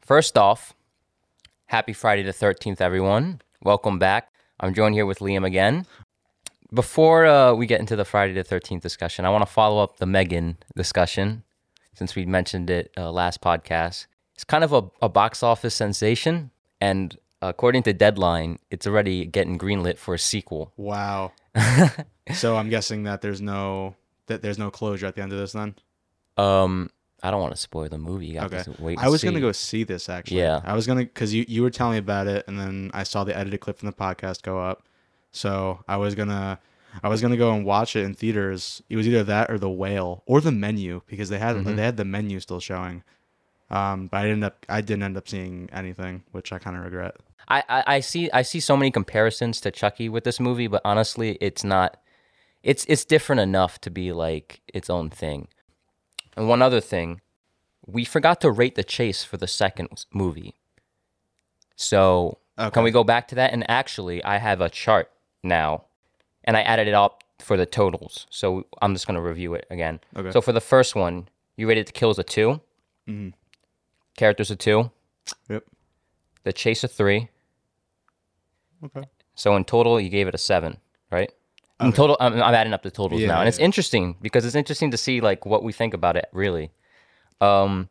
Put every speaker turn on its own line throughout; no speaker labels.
First off, happy Friday the 13th, everyone. Welcome back. I'm joined here with Liam again. Before uh, we get into the Friday the 13th discussion, I want to follow up the Megan discussion since we mentioned it uh, last podcast. It's kind of a, a box office sensation. And according to Deadline, it's already getting greenlit for a sequel.
Wow. so I'm guessing that there's no that there's no closure at the end of this then.
Um, I don't want to spoil the movie. You got
Okay.
to wait.
I
and
was gonna
see.
go see this actually.
Yeah.
I was gonna because you you were telling me about it, and then I saw the edited clip from the podcast go up. So I was gonna I was gonna go and watch it in theaters. It was either that or the whale or the menu because they had
Mm-hmm.
they had the menu still showing. Um, but I ended up I didn't end up seeing anything, which I kind of regret.
I, I I see I see so many comparisons to Chucky with this movie, but honestly, it's not. It's it's different enough to be like its own thing. And one other thing, we forgot to rate the chase for the second s- movie. So
Okay.
can we go back to that? And actually, I have a chart now, and I added it up for the totals. So I'm just gonna review it again.
Okay. Mm-hmm.
So for the first one, you rated the kills a 2 characters a two,
Yep.
the chase a three.
Okay.
So in total, you gave it a seven, right? In total, I'm, I'm adding up the totals
Yeah,
now, and it's
yeah.
interesting because it's interesting to see like what we think about it really. Um,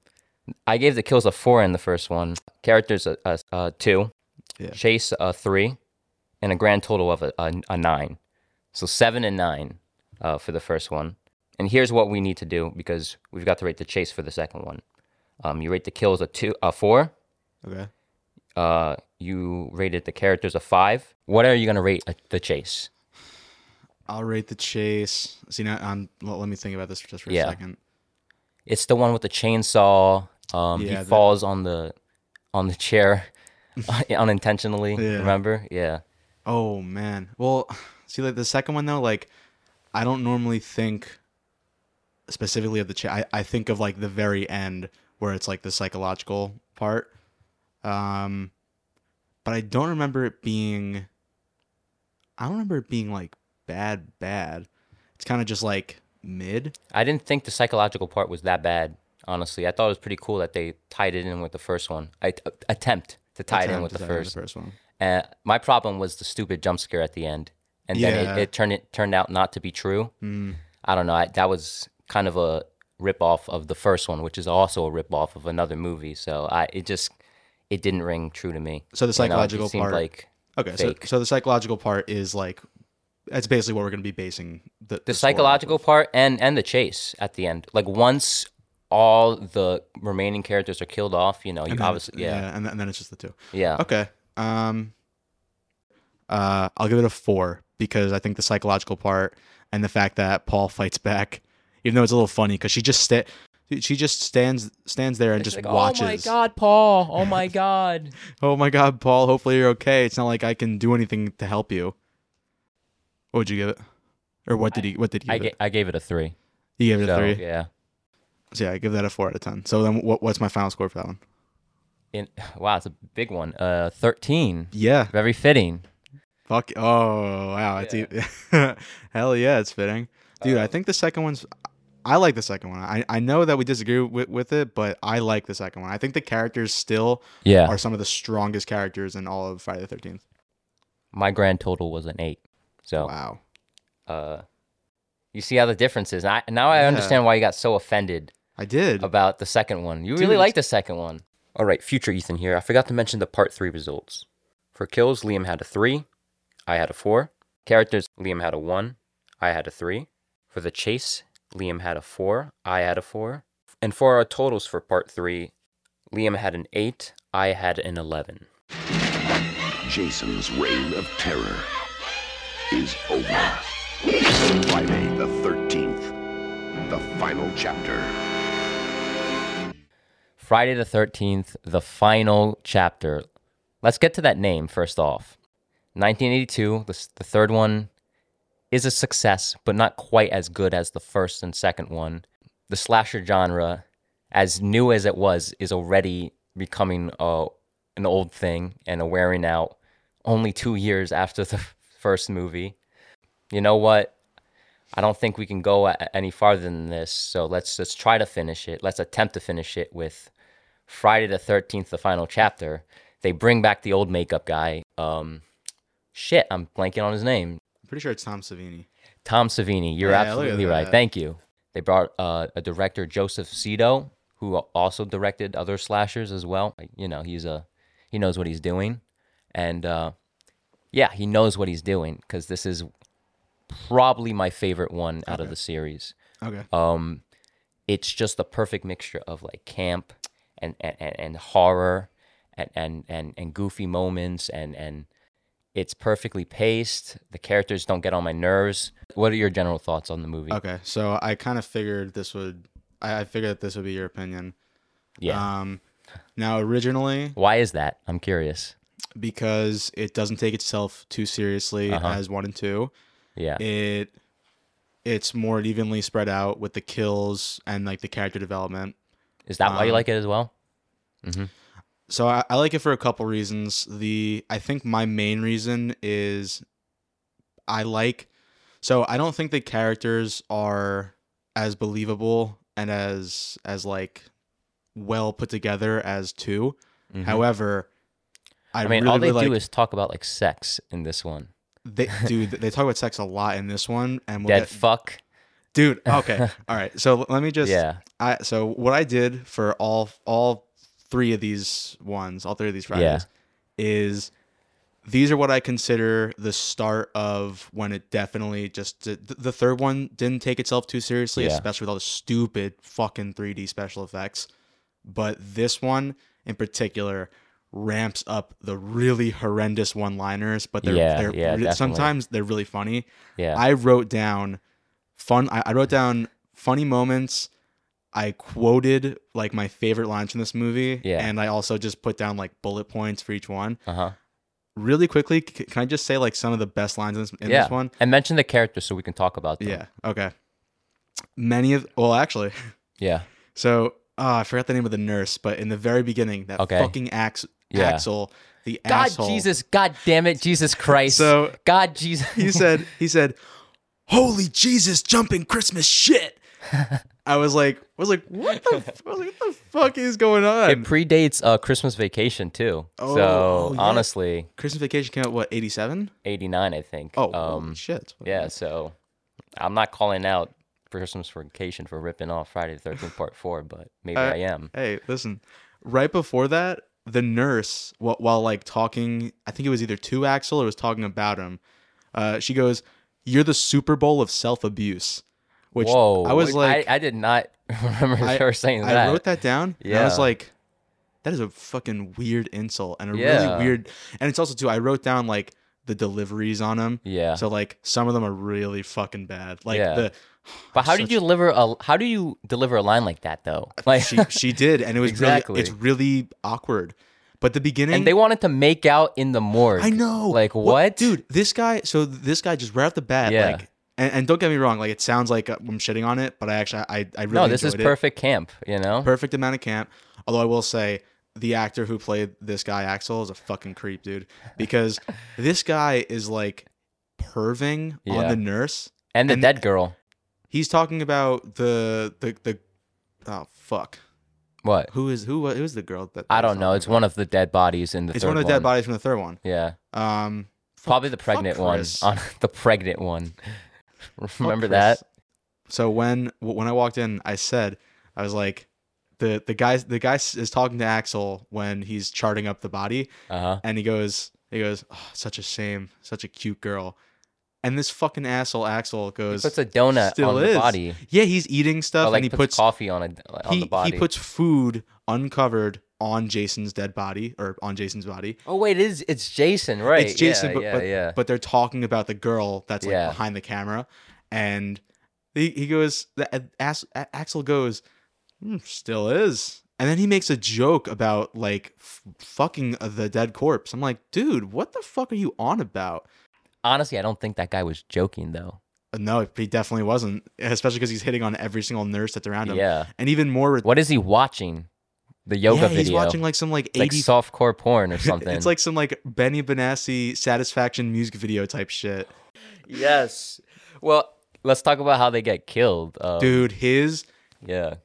I gave the kills a four in the first one, characters a, a, a two,
Yeah.
chase a three, and a grand total of a, a, a nine. So seven and nine uh, for the first one. And here's what we need to do because we've got to rate the chase for the second one. Um, you rate the kills a two, a four,
Okay.
uh, you rated the characters a five. What are you gonna rate uh, the chase?
I'll rate the chase. See now I'm let, let me think about this just for
Yeah.
a second.
It's the one with the chainsaw. Um,
Yeah,
he
that-
falls on the on the chair unintentionally.
Yeah.
Remember? Yeah.
Oh man. Well, see, like the second one though, like I don't normally think specifically of the. Cha- I I think of like the very end where it's like the psychological part. Um, but I don't remember it being. I don't remember it being like bad, bad. It's kind of just like mid.
I didn't think the psychological part was that bad. Honestly, I thought it was pretty cool that they tied it in with the first one. I t- attempt to tie it in
Attempt
with
to
the
tie it in
first.
one.
Uh, my problem was the stupid jump scare at the end, and then
Yeah.
it, it turned it turned out not to be true.
Mm.
I don't know. I, that was kind of a ripoff of the first one, which is also a ripoff of another movie. So I it just it didn't ring true to me.
So
You know, it
the
just
psychological
seemed
part.
like
Okay,
fake.
so so the psychological part is like that's basically what we're gonna be basing the
the psychological part and and the chase at the end. Like once all the remaining characters are killed off, you know, you
And then it's-
obviously yeah Oh.
and, th- and then it's just the two.
yeah.
Okay. Um uh I'll give it a 4 because I think the psychological part and the fact that Paul fights back even though it's a little funny cuz she just sta- she just stands stands there and just
Like,
watches.
Oh my god, Paul! Oh my god!
Oh my god, Paul, hopefully you're okay. It's not like I can do anything to help you. What would you give it? Or what did he what did he
I,
give
ga-
it?
I gave it a three.
You gave it
So,
a 3.
yeah.
So yeah, I give that a 4 out of 10. So then what, what's my final score for that one?
In, wow, it's a big one. Uh, thirteen.
Yeah.
Very fitting.
Fuck. Oh wow. It's e- hell yeah. It's fitting, dude.
Um,
I think the second one's. I like the second one. I, I know that we disagree with, with it, but I like the second one. I think the characters still
Yeah.
are some of the strongest characters in all of Friday the Thirteenth.
My grand total was an eight. So
Wow.
uh, you see how the difference is. And I, now I
Yeah.
understand why you got so offended
I did.
about the second one. You really
Dude,
like the second one. All right, future Ethan here. I forgot to mention the part three results. For kills, Liam had a three. I had a four. Characters, Liam had a one. I had a three. For the chase, Liam had a four. I had a four. And for our totals for part three, Liam had an eight. I had an 11.
Jason's reign of terror is over. Friday the 13th, the final chapter.
Friday the 13th, the final chapter. Let's get to that name first off. 1982, the, s- the third one, is a success, but not quite as good as the first and second one. The slasher genre, as new as it was, is already becoming uh, an old thing and a wearing out only two years after the first movie. You know what? I don't think we can go a- any farther than this. So let's let's try to finish it. Let's attempt to finish it with Friday the 13th, the final chapter, they bring back the old makeup guy. Um, shit, I'm blanking on his name.
I'm pretty sure it's Tom Savini.
Tom Savini. You're
Yeah, look at
absolutely right.
that.
Thank you. They brought uh, a director, Joseph Cito, who also directed other slashers as well. Like, you know, he's a he knows what he's doing, and uh, yeah, he knows what he's doing because this is probably my favorite one out of the series.
Okay.
Um, it's just the perfect mixture of like camp and and, and, and horror and, and and and goofy moments and and it's perfectly paced. The characters don't get on my nerves. What are your general thoughts on the movie?
Okay. So I kind of figured this would. I, I figured that this would be your opinion.
yeah.
Um, now originally,
Why is that? I'm curious.
because it doesn't take itself too seriously
Uh-huh.
as one and two.
Yeah.
It it's more evenly spread out with the kills and like the character development.
Is that
um,
why you like it as well? Mm-hmm,
So I, I like it for a couple reasons. The I think my main reason is I like so I don't think the characters are as believable and as as like well put together as 2 However, I,
mm-hmm. I mean,
really,
all they
really
do
like,
is talk about like sex in this one.
they dude they talk about sex a lot in this one and we'll
Dead
get,
fuck.
dude okay all right so let me just
Yeah.
I so what I did for all all three of these ones, all three of these Fridays, is these are what I consider the start of when it definitely just the, the third one didn't take itself too seriously,
Yeah.
especially with all the stupid fucking 3D special effects. But this one in particular ramps up the really horrendous one-liners, but they're,
Yeah,
they're
yeah, definitely.
sometimes they're really funny.
Yeah.
I wrote down fun. I, I wrote down funny moments. I quoted like my favorite lines from this movie,
Yeah.
and I also just put down like bullet points for each one.
uh huh.
Really quickly, c- can I just say like some of the best lines in this, in
Yeah.
this one?
And mention the characters so we can talk about them.
Yeah. Okay. Many of well, actually,
Yeah.
so oh, I forgot the name of the nurse, but in the very beginning, that
Okay.
fucking ax-
Yeah.
Axel, the
God
asshole.
Jesus, God damn it, Jesus Christ.
So-
God Jesus.
he said he said holy jesus jumping christmas shit i was like i was like what the, f- I was like, what the fuck is going on
it predates uh, Christmas Vacation too.
Oh,
so
oh, yeah.
honestly,
christmas vacation came out what 87
eighty nine, I think.
oh
um,
holy shit
yeah. So I'm not calling out Christmas Vacation for ripping off Friday the Thirteenth Part Four, but maybe
Uh,
I am.
hey listen right before that the nurse while, while like talking i think it was either to axel or was talking about him uh, she goes you're the super bowl of self-abuse which
Whoa!
i was
what-
like
I, did not remember
I-
her saying
I
that.
wrote that down. And I was
Yeah.
like, that is a fucking weird insult and a
Yeah.
really weird. And it's also too. I wrote down like the deliveries on them.
Yeah.
So like some of them are really fucking bad. Like
Yeah.
the
but how did
such-
you deliver a How do you deliver a line like that though? Like,
she she did, and it was
Exactly.
really it's really awkward. But the beginning,
and they wanted to make out in the morgue.
I know.
Like
Well,
what,
dude? This guy. So this guy just right off the bat,
Yeah.
like. And, and don't get me wrong, like it sounds like I'm shitting on it, but I actually I I really
No, this is
enjoyed it.
perfect camp. You know.
perfect amount of camp. Although I will say the actor who played this guy Axel is a fucking creep, dude, because this guy is like perving on
Yeah.
the nurse.
and the
and-
dead girl.
He's talking about the the the oh fuck.
What?
Who is who was who is the girl that
I don't know. It's one of the dead bodies in the
It's
third
one of the dead bodies from the third one.
Yeah.
Um
Probably the pregnant one.
Chris.
On the pregnant one.
fuck
Remember
Chris.
that?
So when when I walked in, I said I was like the the guy the guy is talking to Axel when he's charting up the body
Uh-huh.
and he goes, he goes, oh, such a shame, such a cute girl. And this fucking asshole Axel goes,
Puts a donut
still
on
is.
the body.
Yeah, he's eating stuff,
Or like
and he
puts,
puts,
coffee on a on
he,
the body.
he puts food uncovered on Jason's dead body or on Jason's body.
oh wait, it is it's Jason, right?
it's Jason,
yeah,
but
yeah,
but,
yeah.
but they're talking about the girl that's like
Yeah.
behind the camera, and he, he goes, the, uh, As- A- Axel goes, "Hmm, still is. And then he makes a joke about like f- fucking the dead corpse. I'm like, dude, what the fuck are you on about?
Honestly, I don't think that guy was joking though.
No, he definitely wasn't. Especially because he's hitting on every single nurse that's around him.
Yeah.
And even more, rid-
What is he watching? The yoga
yeah,
video.
he's watching like some like
like
eighty.
softcore porn or something.
it's like some like Benny Benassi satisfaction music video type shit,
yes. Well, let's talk Oh. about how they get killed. Uh,
dude. His
Yeah.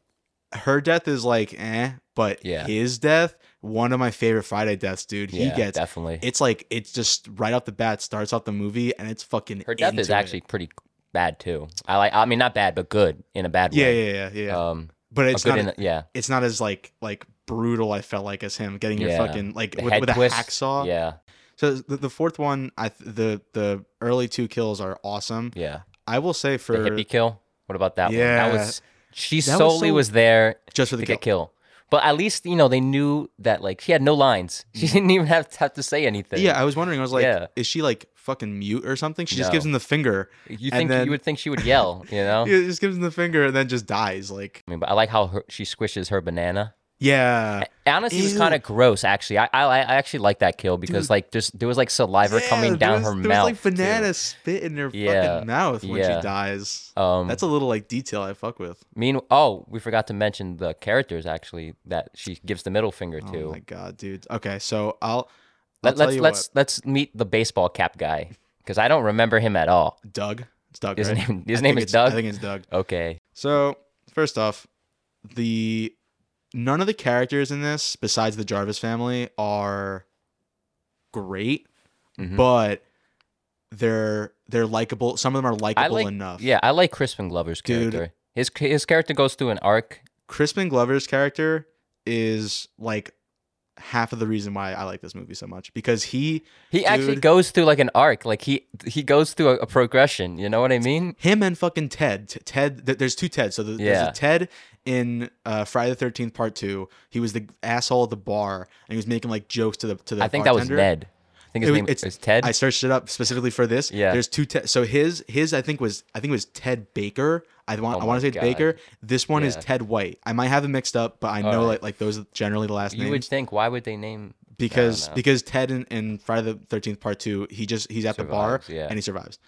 her death is like eh, But
Yeah.
his death, one of my favorite Friday deaths, dude. He
yeah,
gets
definitely.
it's like it's just right off the bat starts off the movie and it's fucking
Her death is
into it.
actually pretty bad too. I like. I mean, not bad, but good in a bad
yeah,
way.
yeah, yeah, yeah. yeah.
Um,
but
it's
it's
good
not
in the, yeah.
it's not as like like brutal I felt like as him getting
Yeah.
your fucking like
The
with,
head
with a
twist,
hacksaw.
Yeah,
So the, the fourth one, I th- the the early two kills are awesome.
yeah.
I will say for
The hippie kill. What about that one?
Yeah.
That was she
That was
solely
so-
was there
just for
to
the
get
kill.
killed. But at least you know they knew that like she had no lines. She didn't even have to, have to say anything.
Yeah, I was wondering. I was like,
Yeah.
is she like fucking mute or something? She just
No.
gives him the finger.
you
and
think
then-
you would think she would yell, you know?
Yeah, just gives him the finger and then just dies. Like,
I mean, but I like how her, she squishes her banana.
yeah,
Honestly, it was
Ew.
kind of gross. Actually, I, I I actually like that kill because like just there was like saliva
Yeah,
coming down
there was-
her
there
mouth.
was, like
too.
banana spit in her
Yeah,
fucking mouth when
yeah.
she dies.
Um,
That's a little like detail I fuck with.
mean. Oh, we forgot to mention the characters actually that she gives the middle finger to.
Oh my god, dude. Okay, so I'll. I'll
Let,
tell
let's
you
let's let's meet the baseball cap guy because I don't remember him at all.
what. Doug. It's Doug.
His
right?
name his
I
name
think
is
it's-
Doug.
I think it's Doug.
okay.
So first off, the none of the characters in this, besides the Jarvis family, are great,
Mhm.
but they're they're likable. Some of them are
I
likable
like
enough.
yeah. I like Crispin Glover's
Dude.
character. His his character goes through an arc.
Crispin Glover's character is like half of the reason why I like this movie so much because he
He actually
Dude.
goes through like an arc. Like he he goes through a, a progression. You know what I mean?
him and fucking Ted. T- Ted, th- there's two Teds. So th-
Yeah.
there's a Ted in uh, Friday the Thirteenth Part Two. He was the asshole at the bar, and he was making like jokes to the to the.
I think that
bartender.
was Ned. I think his
It was-
name
it's-
is Ted.
I searched it up specifically for this.
Yeah.
there's two Ted. So his his I think was I think it was Ted Baker. I want
Oh
I
my
want to say
God.
Baker. This one is
Yeah.
Ted White. I might have it mixed up, but I know
right.
like like those are generally the last
you
names
would think why would they name?
because
know.
because Ted in, in Friday the Thirteenth Part Two, he just he's at
Survives,
the bar
yeah.
and he survives.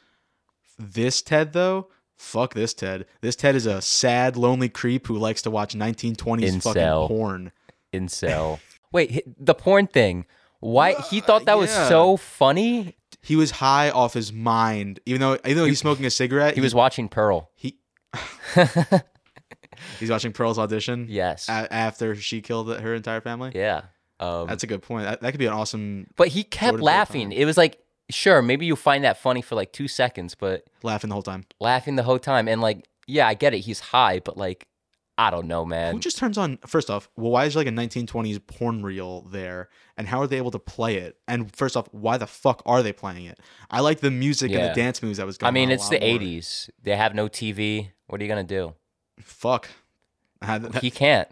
This Ted though, fuck this Ted. This Ted is a sad, lonely creep who likes to watch 1920s
Incel.
fucking porn.
Incel. Wait, hi- the porn thing. Why he thought that was
Uh, yeah.
so funny?
He was high off his mind, even though even though he's smoking a cigarette.
He was watching Pearl.
he. he's watching Pearl's audition.
Yes.
a- after she killed her entire family.
yeah. Um,
That's a good point. That, that could be an awesome
But he
Jordan
kept
Peele
laughing. It was like, sure, maybe you find that funny for like two seconds, but
laughing the whole time.
laughing the whole time. And like, yeah, I get it. He's high, but like, I don't know,
Who
man.
just turns on? First off, well, why is there like a 1920s porn reel there, and how are they able to play it? And first off, why the fuck are they playing it? I like the music and
Yeah.
the dance moves that was going.
I mean,
on a
it's the
lot more.
80s. They have no TV. What are you going to do?
Fuck, Ah, that- that-
He
he,
can't.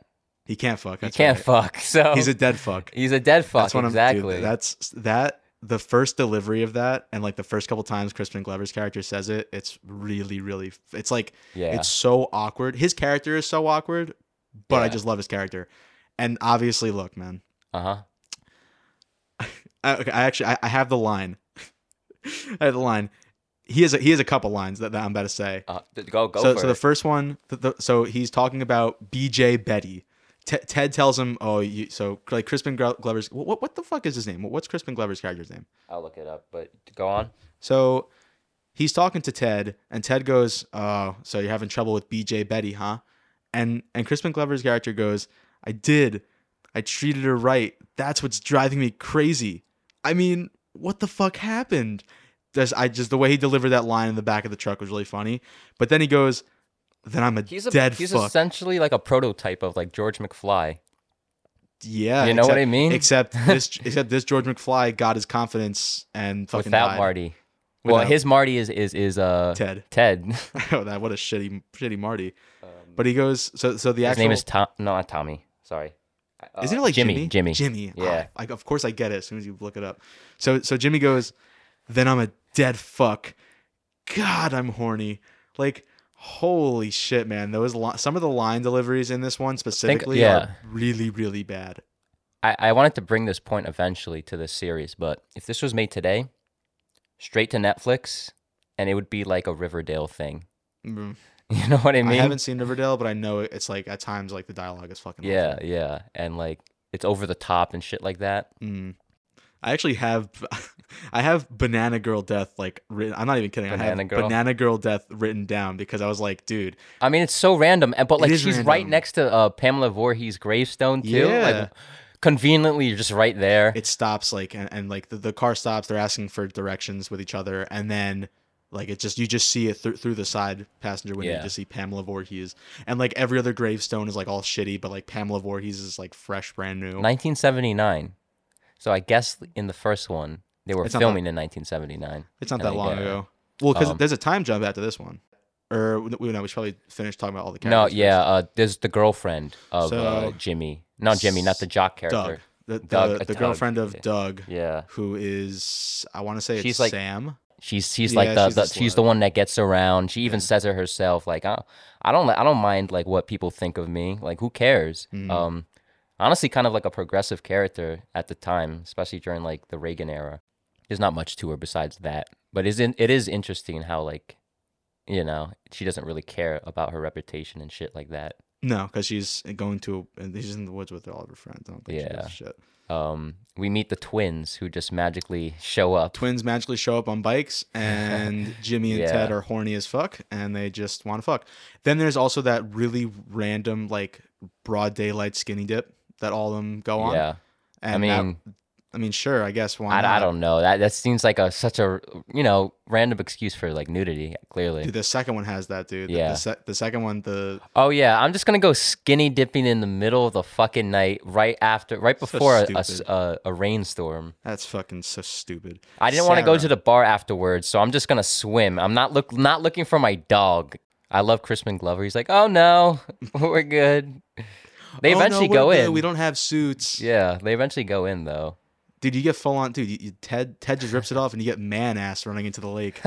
can't fuck. That's
he can't
right.
fuck. So
He's a dead fuck.
he's a dead fuck.
That's what I'm.
exactly.
Dude, that's that. The first delivery of that, and like the first couple times Crispin Glover's character says it, it's really, really. It's like
yeah.
It's so awkward. His character is so awkward, but I
Yeah.
just love his character. And obviously, look, man.
Uh huh.
I, okay, I actually I, I have the line. I have the line. He has a, he has a couple lines that, that I'm about to say.
Uh, th- go go
so
for
so
it.
the first one, the, the, so he's talking about BJ Betty. Te- Ted tells him, "Oh, you, so like Crispin Glo- Glover's what, what what the fuck is his name? What's Crispin Glover's character's name?"
I'll look it up, but go on.
So he's talking to Ted, and Ted goes, "Oh, so you're having trouble with BJ Betty, huh?" And and Crispin Glover's character goes, "I did. I treated her right. That's what's driving me crazy. I mean, what the fuck happened?" There's, I just the way he delivered that line in the back of the truck was really funny. But then he goes, "Then I'm a
He's a
dead
he's
fuck."
essentially like a prototype of like George McFly.
yeah,
you know what
except-
I mean?
Except this, except this George McFly got his confidence and fucking
without
died.
Marty. Well,
Without-
his Marty is is is uh
Ted.
Ted.
oh, that what a shitty, shitty Marty. but he goes. So, so the
His
actual
name is Tom. No, not Tommy. Sorry. Uh,
Isn't it like Jimmy?
Jimmy.
Jimmy.
Yeah.
Ah, I, of course I get it as soon as you look it up. So so Jimmy goes, Then I'm a dead fuck. God, I'm horny. Like, holy shit, man. Those li- some of the line deliveries in this one specifically
yeah.
are really, really bad.
I, I wanted to bring this point eventually to this series, but if this was made today, straight to Netflix, and it would be like a Riverdale thing.
Mm.
You know what I
I,
mean?
haven't seen Riverdale, but I know it- it's like at times like the dialogue is fucking
yeah,
awful.
yeah, and like it's over the top and shit like that.
Mm. I actually have, I have Banana Girl Death like written. I'm not even kidding. I
Banana
have
Girl?
Banana Girl Death written down because I was like, dude,
I mean, it's so random, and but like
is
she's right
random.
next to uh, Pamela Voorhees' gravestone too.
Yeah.
Like, conveniently, you're just right there.
it stops like and, and like the, the car stops. They're asking for directions with each other, and then like it just you just see it through through the side passenger window.
Yeah.
You just see Pamela Voorhees, and like every other gravestone is like all shitty, but like Pamela Voorhees is like fresh, brand new.
1979. So I guess in the first one they were
It's not
filming in 1979.
It's not
And
that
they
long
go-
ago. Well, because
Um,
there's a time jump after this one. Or we- no, we should probably finish talking about all the
No,
characters.
yeah, uh, there's the girlfriend of uh,
So-
Jimmy. Not Jimmy, not the jock character.
Doug, the, the,
Doug, uh,
the
Doug,
girlfriend of
yeah.
Doug,
Yeah,
who is I want to say it's
She's like-
Sam.
she's she's
Yeah,
like the,
she's a
the she's
slut.
the one that gets around. She even
Yeah.
says it herself. Like I, I don't I don't mind like what people think of me. Like who cares?
Mhm.
Um, honestly, kind of like a progressive character at the time, especially during like the Reagan era. There's not much to her besides that, but isn't it is interesting how like, you know, she doesn't really care about her reputation and shit like that.
No, because she's going to and she's in the woods with all of her friends. I don't think she gives
Yeah.
a shit.
Um, we meet the twins who just magically show up.
Twins magically show up on bikes, and Jimmy and
Yeah.
Ted are horny as fuck, and they just want to fuck. Then there's also that really random like broad daylight skinny dip that all of them go on.
Yeah,
and
I
that-
mean,
I mean, sure, I guess why
I, I
not?
don't know. That that seems like a such a you know random excuse for like nudity. Clearly.
Dude, the second one has that, dude. The-
Yeah.
The, se- the second one, the
Oh yeah, I'm just gonna go skinny dipping in the middle of the fucking night, right after, right
So
before a, a s-
stupid.
a- a rainstorm.
that's fucking so stupid.
I didn't want to go to
Sarah.
the bar afterwards, so I'm just gonna swim. I'm not look not looking for my dog. I love Crispin Glover. He's like, oh no, we're good. They
Oh, no,
eventually
we're
go
good.
in.
We don't have suits.
Yeah, they eventually go in though.
Dude, you get full on, dude. You, you- Ted Ted just rips it off, and you get man ass running into the lake,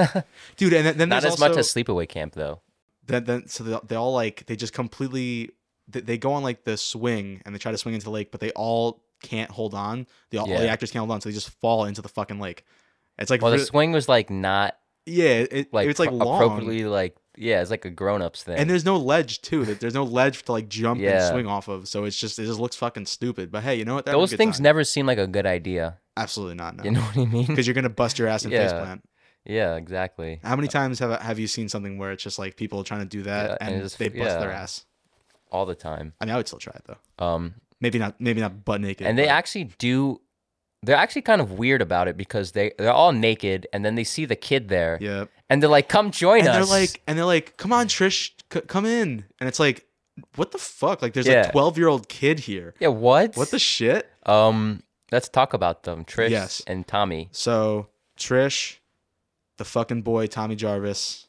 dude. And then, then
Not
there's
as
also,
much as Sleepaway Camp though.
then, then so they, they all like they just completely they, they go on like the swing and they try to swing into the lake, but they all can't hold on. The all, all the
Yeah.
actors can't hold on, so they just fall into the fucking lake. It's like
Well, the
re-
swing was like not
yeah, it,
like,
it's like
pro-
long.
appropriately like yeah, it's like a grown ups thing.
And there's no ledge too. There- There's no ledge to like jump
Yeah.
and swing off of. So it's just it just looks fucking stupid. But hey, you know what? That
Those things never seem like a good idea.
absolutely not. No.
You know what I mean?
because you're gonna bust your ass in
Yeah.
faceplant.
yeah, exactly.
How many times have have you seen something where it's just like people trying to do that
Yeah, and
and,
it just-
they bust their
yeah.
ass?
all the time.
I mean, I would still try it though.
Um,
Maybe not. Maybe not butt naked.
and they
but-
actually do. They're actually kind of weird about it because they they're all naked, and then they see the kid there,
yeah.
and they're like, "Come join
And
us."
they're like, and they're like, come on, Trish, c- come in. And it's like, what the fuck? Like, there's
Yeah.
a 12 year old kid here.
"Yeah, what?
What the shit?
um, let's talk about them, Trish
Yes.
and Tommy.
So Trish, the fucking boy Tommy Jarvis,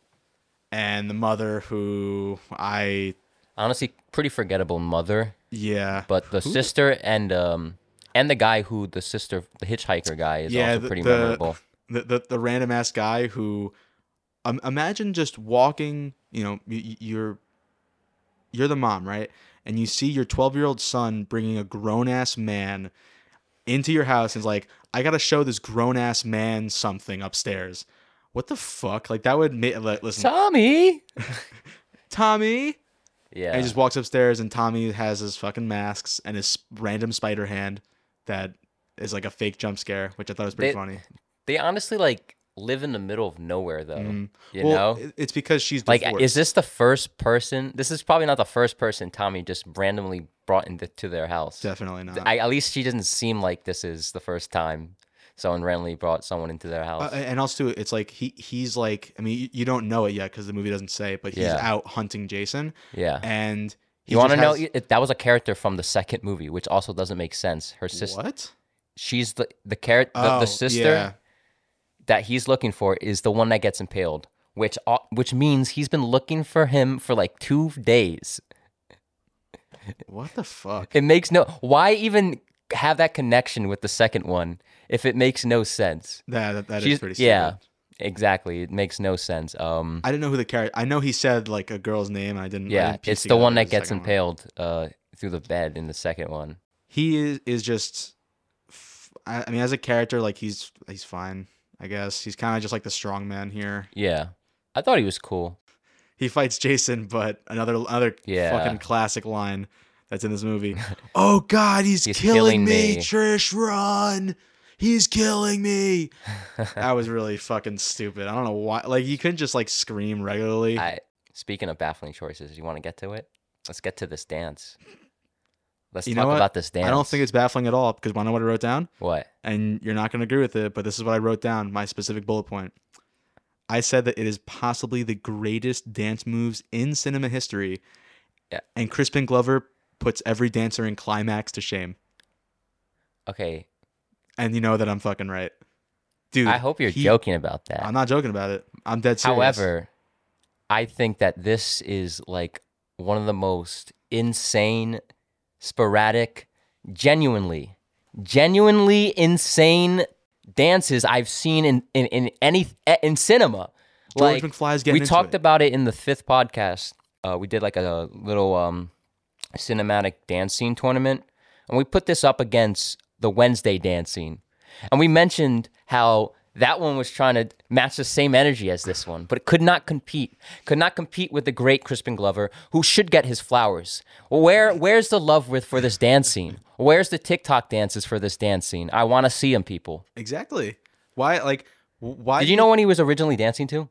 and the mother who I
Honestly, pretty forgettable mother,
yeah
but the
Who?
sister and um and the guy who the sister, the hitchhiker guy, is
Yeah,
also
the-
pretty
the-
memorable.
the the, the random ass guy who um, imagine just walking you know y- y- you're you're the mom right and you see your 12 year old son bringing a grown ass man into your house and is like I gotta show this grown ass man something upstairs. What the fuck? Like that would make listen,
Tommy.
Tommy.
Yeah.
And he just walks upstairs, and Tommy has his fucking masks and his random spider hand that is like a fake jump scare, which I thought was pretty
They-
funny.
they honestly like live in the middle of nowhere though.
Mhm.
Oh, You
well,
know?
it- it's because she's
Like,
divorced.
is this the first person? This is probably not the first person Tommy just randomly brought into to their house.
definitely not.
I, at least she doesn't seem like this is the first time someone randomly brought someone into their house.
Uh, and also, it's like he he's like I mean you, you don't know it yet because the movie doesn't say, it, but he's
Yeah.
out hunting Jason,
yeah.
and he
you want to
just
know
has-
if that was a character from the second movie, which also doesn't make sense. Her sister,
what?
she's the the character, the,
Oh,
the sister
yeah.
that he's looking for is the one that gets impaled, which au- which means he's been looking for him for like two days.
What the fuck?
It makes no. Why even have that connection with the second one if it makes no sense?
That that, that
She's-
is pretty. Stupid.
yeah. Exactly, it makes no sense. Um,
I didn't know who the character. I know he said like a girl's name. And I didn't. I
yeah,
didn't piece
it's the one
together
that gets
second one.
impaled uh, through the bed in the second one.
he is, is just f- I, I mean as a character like he's he's fine i guess he's kind of just like the strong man here
Yeah, I thought he was cool.
he fights jason but another another
Yeah.
fucking classic line that's in this movie oh god he's,
He's killing
killing,
me.
me. trish run he's killing me. that was really fucking stupid. I don't know why. Like you couldn't just like scream regularly.
I, speaking of baffling choices, you want to get to it? Let's get to this dance. Let's
You know
talk
what?
about this dance.
I don't think it's baffling at all because I know what I wrote down,
what
and you're not going to agree with it. But this is what I wrote down. My specific bullet point. I said that it is possibly the greatest dance moves in cinema history.
Yeah.
And Crispin Glover puts every dancer in climax to shame.
okay.
And you know that I'm fucking right. Dude.
I hope you're
he-
joking about that.
I'm not joking about it. I'm dead serious.
However, I think that this is like one of the most insane, sporadic, genuinely, genuinely insane dances I've seen in in, in any eh, in cinema. like
George McFly's
we
getting into
talked
it.
about it in the fifth podcast. Uh, we did like a little um, cinematic dance scene tournament, and we put this up against the Wednesday dance scene. And we mentioned how that one was trying to match the same energy as this one, but it could not compete. Could not compete with the great Crispin Glover, who should get his flowers. Where where's the love with for this dance scene? Where's the TikTok dances for this dance scene? I want to see them, people.
Exactly. Why? Like, wh- why?
Did you know when he was originally dancing to?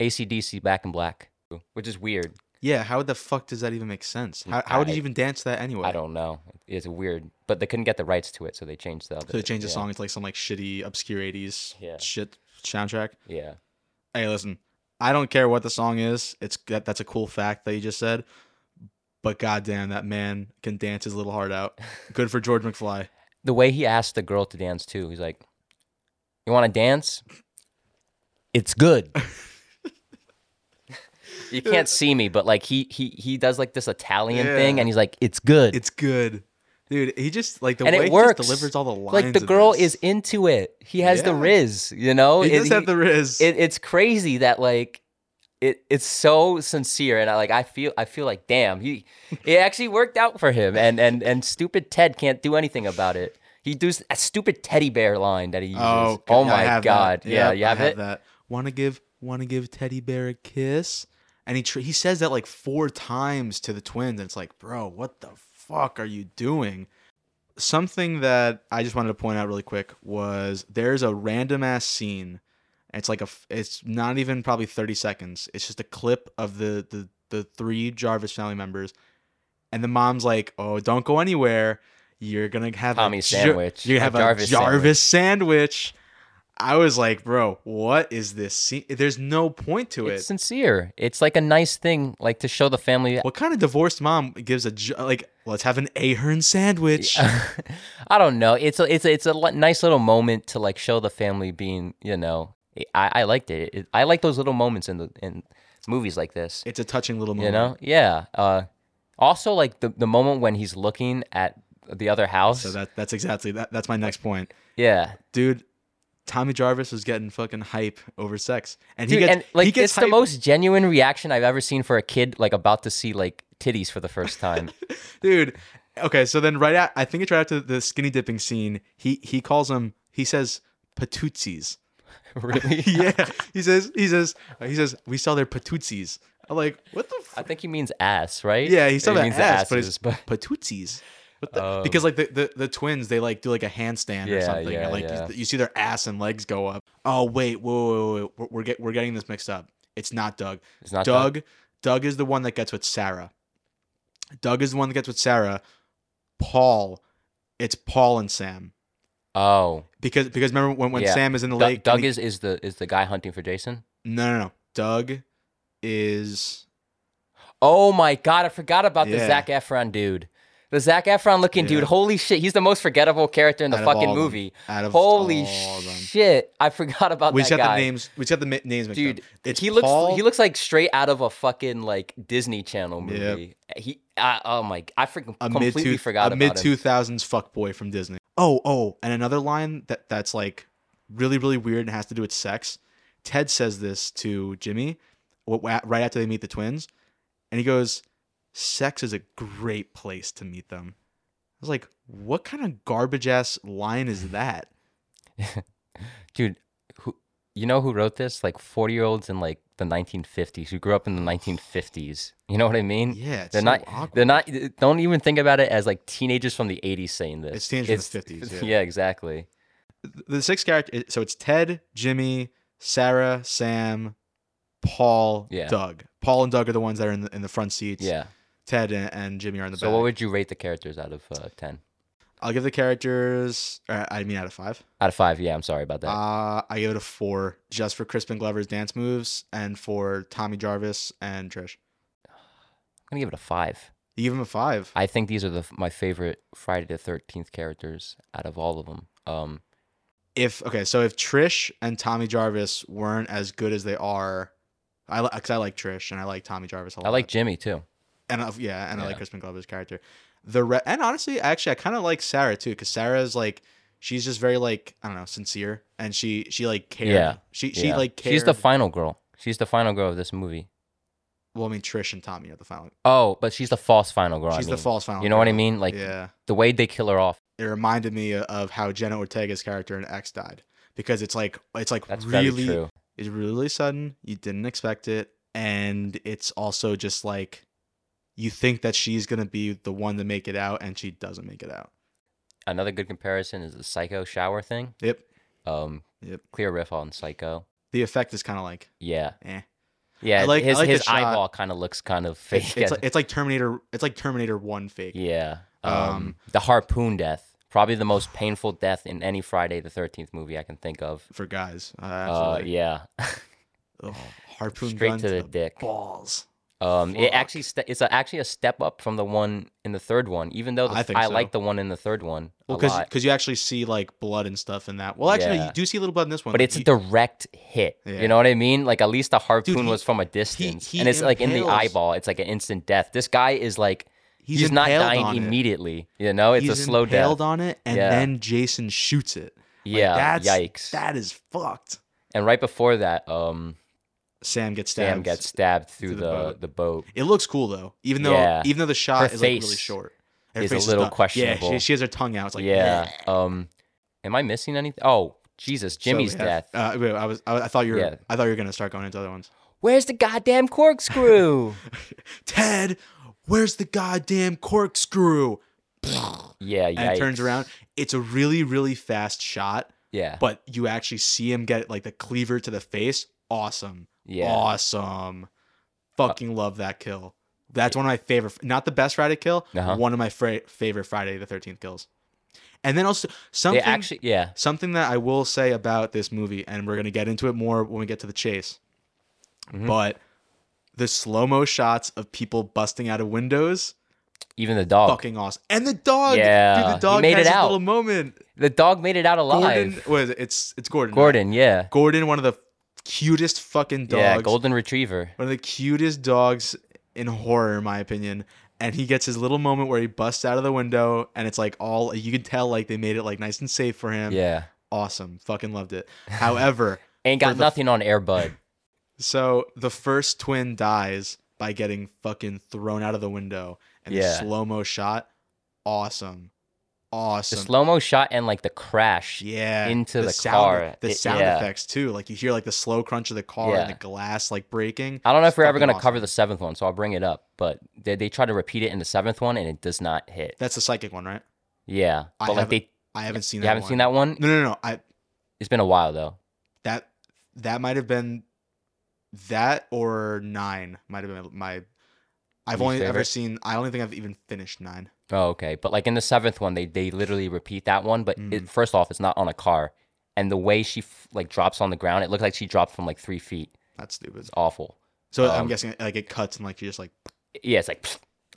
ACDC Back in Black, which is weird.
Yeah. How the fuck does that even make sense? How, how would you
I-
even dance that anyway?
I don't know. It's weird, but they couldn't get the rights to it, so they changed the other.
So they changed the
yeah,
song into like some like shitty obscure '80s
Yeah.
shit soundtrack.
Yeah,
Hey, listen. I don't care what the song is. It's that, that's a cool fact that you just said. But goddamn, that man can dance his little heart out. Good for George McFly.
the way he asked the girl to dance too. He's like, "You want to dance? It's good." you can't see me, but like he he he does like this Italian thing,
Yeah.
and he's like, "It's good,"
It's good, dude. He just like the
and
way
it works.
he just delivers all the lines.
Like the
in
girl
this.
is into it. He has the
Yeah.
riz, you know.
He
It-
does have the riz.
it, it's crazy that like it it's so sincere and I like I feel I feel like damn he it actually worked out for him and and and stupid Ted can't do anything about it. He does a stupid teddy bear line that he uses.
Oh,
oh
I
my
have that.
god. Yeah,
Yep,
you have,
I have
it.
that. Want to give want to give teddy bear a kiss? And he tr- he says that like four times to the twins and it's like, "Bro, what the fuck are you doing?" Something that I just wanted to point out really quick was there's a random ass scene. It's like a f- it's not even probably 30 seconds. It's just a clip of the the the three Jarvis family members and the mom's like, "Oh, don't go anywhere. You're going to have a
Tommy
Jar-
sandwich,
you
a
have a
Jarvis
Jarvis, sandwich. I was like, bro, what is this? scene? There's no point to it.
It's sincere. It's like a nice thing like to show the family
what kind of divorced mom gives a j- like? Let's have an Ahern sandwich.
I don't know. It's a, it's a, it's a li- nice little moment to like show the family being, you know, I, I liked it. it. I like those little moments in the in movies like this.
It's a touching little
You
moment.
know? Yeah. Uh, also, like the, the moment when he's looking at the other house.
So that that's exactly that. That's my next point,
yeah.
dude. Tommy Jarvis was getting fucking hype over sex, and
Dude,
he gets
and like
he gets
it's
hype.
the most genuine reaction I've ever seen for a kid like about to see like titties for the first time.
dude. Okay, so then right at I think it's right after the skinny dipping scene. He he calls him. He says patootsies.
really?
yeah. He says he says he says we sell their patootsies. I'm like, what the
I
fuck?
think he means ass, right?
Yeah, he's
Or
talking about
the
ass, but
asses,
it's patootsies. What the?
Oh.
because like the, the, the twins, they like do like a handstand or
Yeah,
something,
yeah,
and like you-
yeah.
You, see their ass and legs go up. Oh wait, whoa, whoa, whoa, whoa. We're, we're, get, we're getting this mixed up. It's not Doug.
it's not
Doug, Doug. is the one that gets with Sarah. Doug is the one that gets with Sarah. Paul, it's Paul and Sam
Oh,
because because remember when, when
Yeah.
Sam is in the
Doug-
lake, and
Doug
he-
is is the is the guy hunting for Jason.
no no no. Doug is
Oh my god, I forgot about the
Yeah.
Zach Efron dude. The Zach Efron looking dude.
Yeah.
Holy shit, he's the most forgettable character in the
Out of all
fucking
of them.
movie.
out of
Holy
all of them.
shit! I forgot about
we
that
just got
guy.
the names. We just got the mi- names. mixed
Dude,
up. it's
he looks
Paul,
he looks like straight out of a fucking like Disney Channel
Yep.
movie. He I, oh my I freaking
a mid
completely
two
forgot
a
about
mid two thousands fuckboy from Disney. Oh oh, and another line that that's like really really weird and has to do with sex. Ted says this to Jimmy wh- wh- right after they meet the twins, and he goes, "Sex is a great place to meet them." I was like, "What kind of garbage ass line is that?"
him. Dude, who you know who wrote this? Like 40-year-olds in like the 1950s who grew up in the 1950s. You know what I mean?
Yeah,
Mm.
it's
They're
so
not.
awkward.
They're not. Don't even think about it as like teenagers from the '80s saying this.
It's teenagers from the 50s, yeah.
exactly.
the six character. So it's Ted, Jimmy, Sarah, Sam, Paul,
Yeah.
Doug. Paul and Doug are the ones that are in the in the front seats.
Yeah.
Ted and, and Jimmy are in the
So
back.
what would you rate the characters out of uh, 10?
I'll give the characters. Uh, I mean, out of five.
Out of 5. Yeah, I'm sorry about that.
Uh, I give it a four just for Crispin Glover's dance moves and for Tommy Jarvis and Trish.
I'm going to give it a 5.
You give him a five.
I think these are the my favorite Friday the 13th characters out of all of them. Um
If okay, so if Trish and Tommy Jarvis weren't as good as they are, I because I like Trish and I like Tommy Jarvis a lot.
I like Jimmy too.
and I, yeah, and I
Yeah.
like Crispin Glover's character. The re- and honestly, actually, I kind of like Sarah too because Sarah's like she's just very like I don't know sincere and she she like cared.
Yeah.
she she
Yeah.
like cared.
She's the final girl. She's the final girl of this movie.
well, I mean Trish and Tommy are the final.
Oh, but she's the false final girl. I
she's the
mean.
false final.
You know what I
girl.
mean? Like
yeah.
the way they kill her off.
it reminded me of how Jenna Ortega's character in X died because it's like it's like
That's very
really
true.
it's really sudden. You didn't expect it, and it's also just like you think that she's gonna be the one to make it out, and she doesn't make it out.
Another good comparison is the psycho shower thing.
Yep,
Um
Yep.
clear riff on psycho.
the effect is kind of like
Yeah.
eh.
Yeah,
I like- I
his
like the
his
shot.
eyeball kind of looks kind of
It's,
fake.
it's like, it's like Terminator. It's like Terminator One fake.
yeah. Um,
Um,
the harpoon death, probably the most painful death in any Friday the 13th movie I can think of.
For guys, uh,
Uh,
absolutely.
yeah.
Ugh, harpoon
Straight
gun
to the dick.
balls.
Um, it
Fuck.
actually st- it's a, actually a step up from the one in the third one, even though the,
I
f-
think
I
so.
like the one in the third one
Well,
a lot.
because you actually see like blood and stuff in that. Well, actually,
Yeah.
you do see a little blood in this one,
But
like,
it's a
you-
direct hit.
Yeah.
You know what I mean? Like at least the harpoon
he-
was from a distance,
he
and it's like in the
impales-
eyeball. It's like an instant death. This guy is like he's, not
impaled
dying
on it.
immediately. You know, it's
he's
a slow
impaled
death.
on it, and
Yeah.
then Jason shoots it. Like,
yeah,
that's,
yikes!
That is fucked.
And right before that, um,
Sam gets stabbed.
Sam gets stabbed through,
the
the, the,
boat.
boat.
It looks cool though, even though
Yeah.
even though the shot
Her
is like really
face
short.
is a
face
little
done. Yeah,
questionable.
she, she has her tongue out. It's like eh.
yeah.
"Bleh."
Um, am I missing anything? Oh, Jesus,
So
Jimmy's
we have-
death.
Uh, wait, I was I, I thought you were
Yeah.
I thought you were gonna start going into other ones.
Where's the goddamn corkscrew?
Ted, where's the goddamn corkscrew?
yeah, yeah.
And turns around. It's a really really fast shot,
Yeah,
but you actually see him get like the cleaver to the face. Awesome.
yeah. Uh,
Awesome. Fucking love that kill. That's one of my favorite, not the best Friday kill,
Uh-huh.
one of my fra- favorite Friday the 13th kills. And then also
They
something
actually, yeah,
something that I will say about this movie and we're going to get into it more when we get to the chase.
Mhm.
But the slow-mo shots of people busting out of windows,
even the dog.
fucking awesome. And the dog,
Oh. Yeah,
dude,
he
the dog
made it
has his
out.
little moment.
The dog made it out alive.
Gordon, what is it? It's it's Gordon. right?
Gordon, yeah.
Gordon, one of the cutest fucking dogs.
Yeah, golden retriever.
one of the cutest dogs in horror, in my opinion. And he gets his little moment where he busts out of the window, and it's like all you can tell, like they made it like nice and safe for him.
Yeah.
awesome, fucking loved it. However,
Ain't
For
got
the-
nothing on Airbud.
so the first twin dies by getting fucking thrown out of the window, and the
Yeah.
slow mo shot, awesome,
The
awesome.
slow mo shot and like the crash.
yeah,
into the
sound, e-,
car.
the
It-
sound
yeah. effect.
effects too. Like you hear like the slow crunch of the car and
Yeah.
the glass like breaking.
I don't know if we're ever
Fucking
gonna
awesome.
cover the seventh one, so I'll bring it up. But they they try to repeat it in the seventh one, and it does not hit.
That's the psychic one, right?
yeah,
I
but like
haven't
they
I haven't seen
you
that.
haven't
one.
seen that one.
No, no, no. I
It's been a while though.
that that might have been that or nine might have been my I've
Your
only ever
favorite?
seen I don't think I've even finished nine.
Oh, okay. But like in the seventh one, they they literally repeat that one. But it, first off, it's not on a car, and the way she f- like drops on the ground, it looked like she dropped from like three feet.
That's stupid.
It's awful.
So I'm
Um,
guessing like it cuts and like you just like
Yeah, it's like,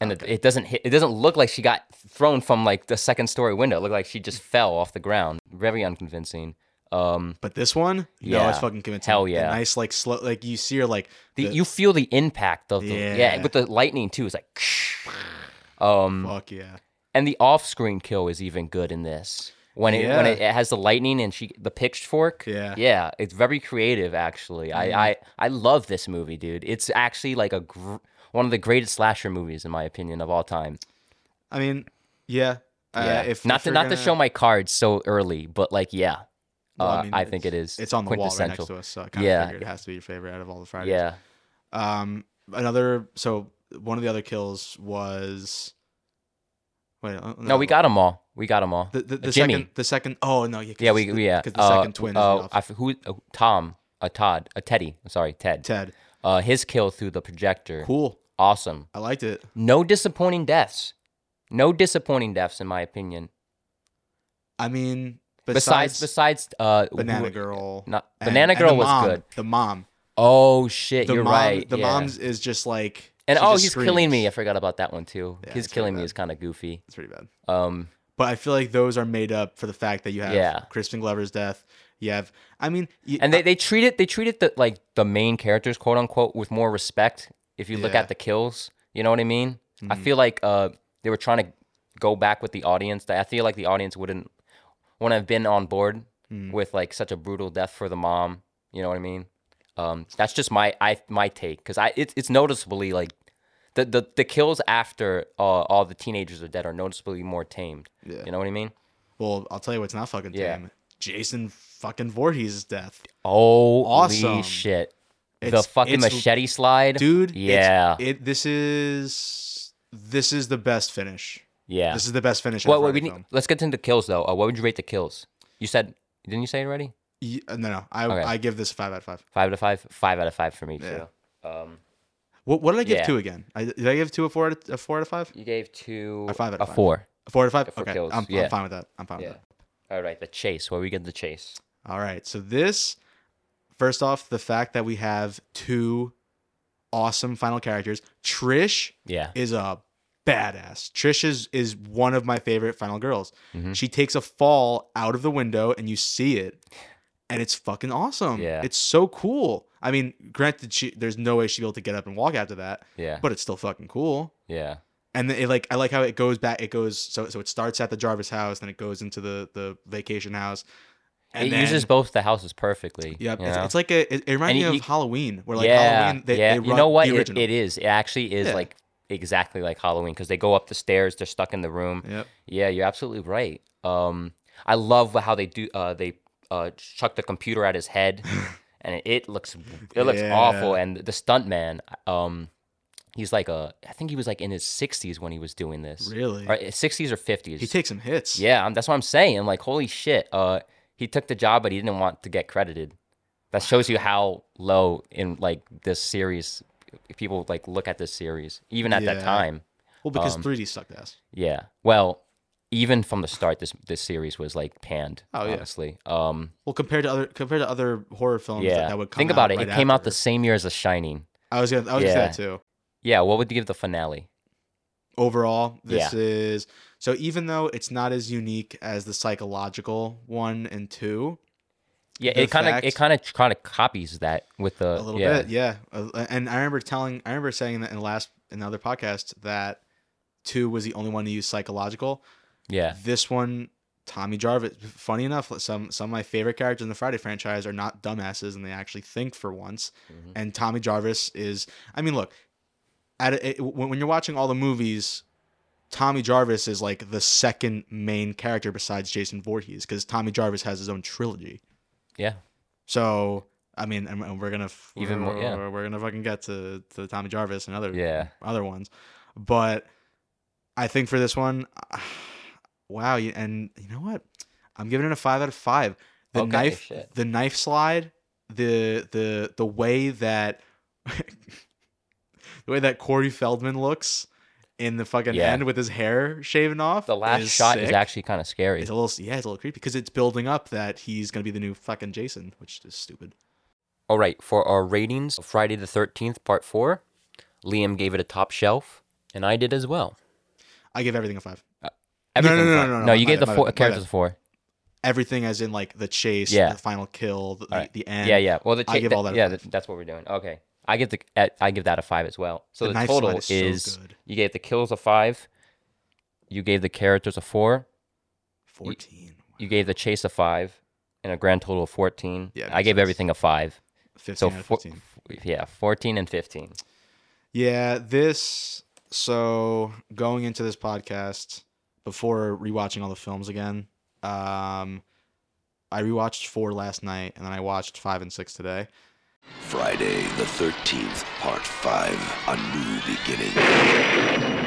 and it, it doesn't hit. It doesn't look like she got thrown from like the second story window. It looked like she just fell off the ground. Very unconvincing. Um,
but this one, no, it's
Yeah.
fucking convincing.
Hell
The
yeah.
nice like slow like you see her like
the,
The-
you feel the impact of the yeah.
Yeah.
with the lightning too. It's like, um,
fuck yeah.
and the off-screen kill is even good in this when it when
Yeah.
it, it has the lightning and she the pitchfork.
Yeah.
yeah, it's very creative. Actually, I I I love this movie, dude. It's actually like a gr- one of the greatest slasher movies in my opinion of all time.
I mean, yeah.
Yeah.
Uh, if
not
if
to
you're
not
gonna-
to show my cards so early, but like yeah,
Well,
uh, I,
mean,
think it is.
It's on the wall right next
quintessential.
to us, so I kind of
Yeah.
figured it has to be your favorite out of all the Fridays.
Yeah,
Um, another so one of the other kills was wait. uh,
no, we got them all. We got them all.
The, the, the
Uh, Jimmy.
second, the second. Oh no, yeah. 'cause
yeah, we
the,
we- yeah.
Because the
Uh,
second twin.
uh,
is
I
enough.
f- who? Uh, Tom. A Todd. A Teddy. I'm sorry, Ted.
Ted.
Uh, his kill through the projector.
Cool.
Awesome.
I liked it.
No disappointing deaths. No disappointing deaths, in my opinion.
I mean,
Besides,
besides,
besides, uh, who-
Banana Girl.
not-
and-
Banana
and
Girl
the
was
mom,
good.
The mom.
Oh shit,
The
you're
mom.
right.
The
yeah.
mom's is just like.
and
she
oh,
just
he's killing me. I
screams.
forgot about that one too.
Yeah,
he's
it's
killing
pretty
me
bad.
is kind of goofy.
It's pretty bad.
Um,
But I feel like those are made up for the fact that you have
Yeah.
Crispin Glover's death. You have. I mean, you,
and they, they treat it they treat it the, like the main characters quote unquote with more respect if you look
Yeah. Mm-hmm.
at the kills you know what i mean i feel like uh, they were trying to go back with the audience that i feel like the audience wouldn't wouldn't have been on board
Mm.
with like such a brutal death for the mom you know what i mean um, that's just my I my take because I it's it's noticeably like the the, the kills after uh, all the teenagers are dead are noticeably more tamed.
Yeah.
You know what I mean?
Well, I'll tell you what's not fucking
Yeah.
tame. Jason fucking Voorhees' death.
Oh,
Awesome.
shit! the
It's-
fucking
it's-
machete slide,
Dude, it's-
Yeah,
It this is this is the best finish.
yeah.
This is the best finish.
What,
Well,
what
wait,
we need, let's get into kills though. Uh, what would you rate the kills? You said didn't you say it already?
uh, no, no. I
Okay.
I give this a five out of five.
Five out of five. Five out of five for me
Yeah.
too. Um,
What, what did I give
Yeah.
two again? I, did I give two a four out of, a four out of five?
you gave two
A five out
a
of five.
four.
A four out of five.
For
okay,
kills,
I'm,
yeah.
I'm fine with that. I'm fine
Yeah.
with that.
All right, the chase. Where we get the chase?
All right. So this, first off, the fact that we have two awesome final characters. Trish
Yeah,
is a badass. Trish is, is one of my favorite final girls.
Mm-hmm.
She takes a fall out of the window and you see it and it's fucking awesome.
Yeah.
It's so cool. I mean, granted she there's no way she'd be able to get up and walk after that,
yeah,
but it's still fucking cool.
yeah,
And then it like I like how it goes back it goes so so it starts at the Jarvis house then it goes into the the vacation house.
it
then-
uses both the houses perfectly.
Yep,
you
it's,
know?
it's like a it, it reminds
And
me
you-
of
you-
Halloween where like
yeah,
Halloween they,
yeah.
they run
you know what?
the
It,
original.
it is. It actually is
Yeah.
like exactly like Halloween because they go up the stairs. They're stuck in the room.
Yep.
Yeah, you're absolutely right. Um, I love how they do. Uh, they uh, chuck the computer at his head, and it, it looks it looks
Yeah.
awful. And the stunt man, um, he's like a. I think he was like in his 60s when he was doing this.
Really?
Or 60s or 50s.
He takes some hits.
yeah, I'm, that's what I'm saying. I'm like, holy shit. Uh, he took the job, but he didn't want to get credited. That shows you how low in like this series people like look at this series, even at that
Yeah.
time.
Well, because
um,
3D sucked ass.
Yeah. Well, even from the start, this this series was like panned.
Oh, yeah.
honestly. Um,
Well, compared to other compared to other horror films
yeah.
that, that would come
Think about it.
right
it came out
after.
the same year as The Shining.
I was gonna I was
Yeah.
gonna say that too.
Yeah. What would you give the finale?
Overall, this is so even though it's not as unique as the psychological one and two
Yeah.
The
it kind of
fact-
it kind of kind of copies that with the
a little
yeah.
bit, yeah. Uh, And I remember telling I remember saying that in the last in the other podcast that two was the only one to use psychological.
Yeah.
This one, Tommy Jarvis. Funny enough, some some of my favorite characters in the Friday franchise are not dumbasses and they actually think for once. And Tommy Jarvis is. I mean, look, at a, it, when, when you're watching all the movies, Tommy Jarvis is like the second main character besides Jason Voorhees because Tommy Jarvis has his own trilogy.
Yeah.
So I mean, and- and we're gonna f-
Even more-
we're,
yeah.
we're- we're gonna fucking get to to Tommy Jarvis and other
Yeah.
other ones, but I think for this one, wow, you- and you know what, I'm giving it a five out of five. The
Okay,
knife,
shit.
the knife slide, the the the way that the way that Corey Feldman looks in the fucking
Yeah.
end with his hair shaven off.
The last
is
shot is
sick.
actually kind of scary.
It's a little, yeah, it's a little creepy because it's building up that he's gonna be the new fucking Jason, which is stupid.
All right, for our ratings, Friday the 13th, part four, Liam gave it a top shelf, and I did as well.
I give everything a five. no,
Everything's
no,
fine.
no, no,
you
my
gave
bad,
the
my
four,
bad, my
characters
bad.
a four.
Everything, as in like the chase,
Yeah.
the final kill, the,
Alright.
the, the end.
yeah, yeah. Well, the
I
cha-
give
the-
all that a
Yeah,
five.
th- that's what we're doing. Okay, I give the at- I give that a five as well. So
The
the,
knife slide
total
is
is,
so good.
you gave the kills a five, you gave the characters a four,
Fourteen.
you gave the chase a five, and a grand total of fourteen.
Yeah,
I
makes
gave
sense.
everything a five.
15
So
out of
four,
15.
f- yeah, fourteen and fifteen.
Yeah, this. So going into this podcast before rewatching all the films again, um, I rewatched four last night, and then I watched five and six today.
Friday the 13th, Part 5 A New Beginning.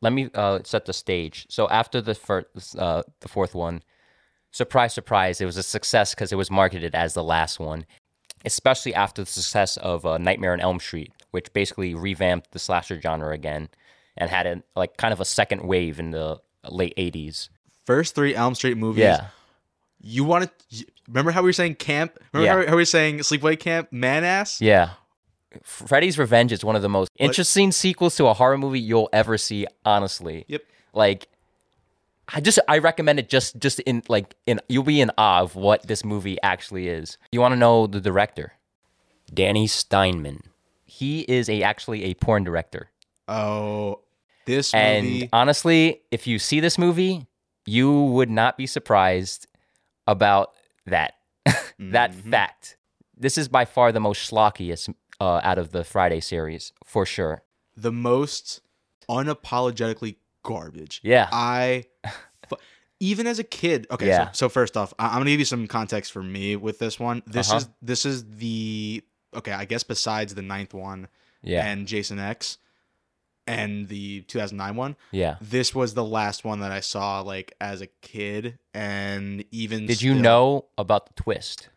let me uh, set the stage. So after the first, uh, the fourth one, surprise, surprise, it was a success because it was marketed as the last one, especially after the success of uh, Nightmare on Elm Street, which basically revamped the slasher genre again and had a, like kind of a second wave in the late '80s.
First three Elm Street movies.
Yeah,
You wanted. y- Remember how we were saying camp? Remember
Yeah.
how, how we were saying sleepaway camp? Man ass.
yeah. Freddy's Revenge is one of the most interesting sequels to a horror movie you'll ever see. Honestly,
Yep.
like I just I recommend it just just in like in you'll be in awe of what this movie actually is. You want to know the director, Danny Steinman. He is a actually a porn director,
Oh, this
and
movie.
honestly, if you see this movie, you would not be surprised about that that
Mm-hmm.
fact. This is by far the most schlockiest uh, out of the Friday series for sure.
the most unapologetically garbage.
Yeah.
I, fu- even as a kid. Okay.
Yeah.
So, so first off, I, am gonna give you some context for me with this one. This
Uh-huh.
is this is the okay. I guess besides the ninth one
Yeah,
and Jason X, and the 2009 one,
yeah.
this was the last one that I saw like as a kid, and even
Did you
still-
know about the twist?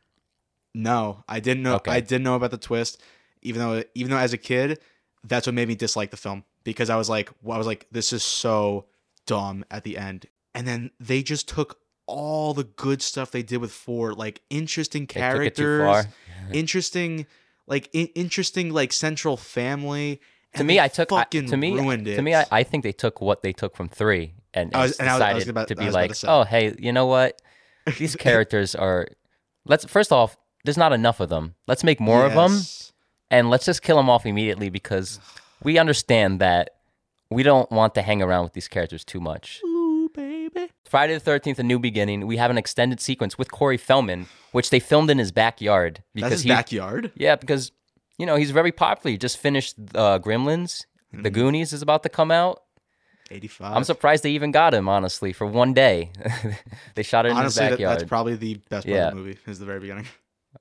No, I didn't know.
Okay.
I didn't know about the twist, even though even though as a kid, that's what made me dislike the film because I was like, well, I was like, this is so dumb at the end, and then they just took all the good stuff they did with four, like interesting
They took it
characters,
too far.
interesting, like in- interesting, like central family.
to
and
me,
they
I took I-
fucking
to me
ruined it.
to me. I, I think they took what they took from three and,
I was- and I was- I
decided
was about-
to
I
be
was about
like,
to say.
oh hey, you know what? These characters are. Let's first off, there's not enough of them. Let's make more of them,
Yes.
and let's just kill them off immediately because we understand that we don't want to hang around with these characters too much.
Ooh, baby.
Friday the Thirteenth: A New Beginning. We have an extended sequence with Corey Feldman, which they filmed in his backyard because
That's his
he
backyard.
yeah, because you know he's very popular. He just finished uh, Gremlins.
Mm-hmm.
The Goonies is about to come out.
85.
I'm surprised they even got him, honestly, for one day. they shot it in
Honestly,
his
that,
backyard.
that's probably the best part
Yeah.
of the movie is the very beginning.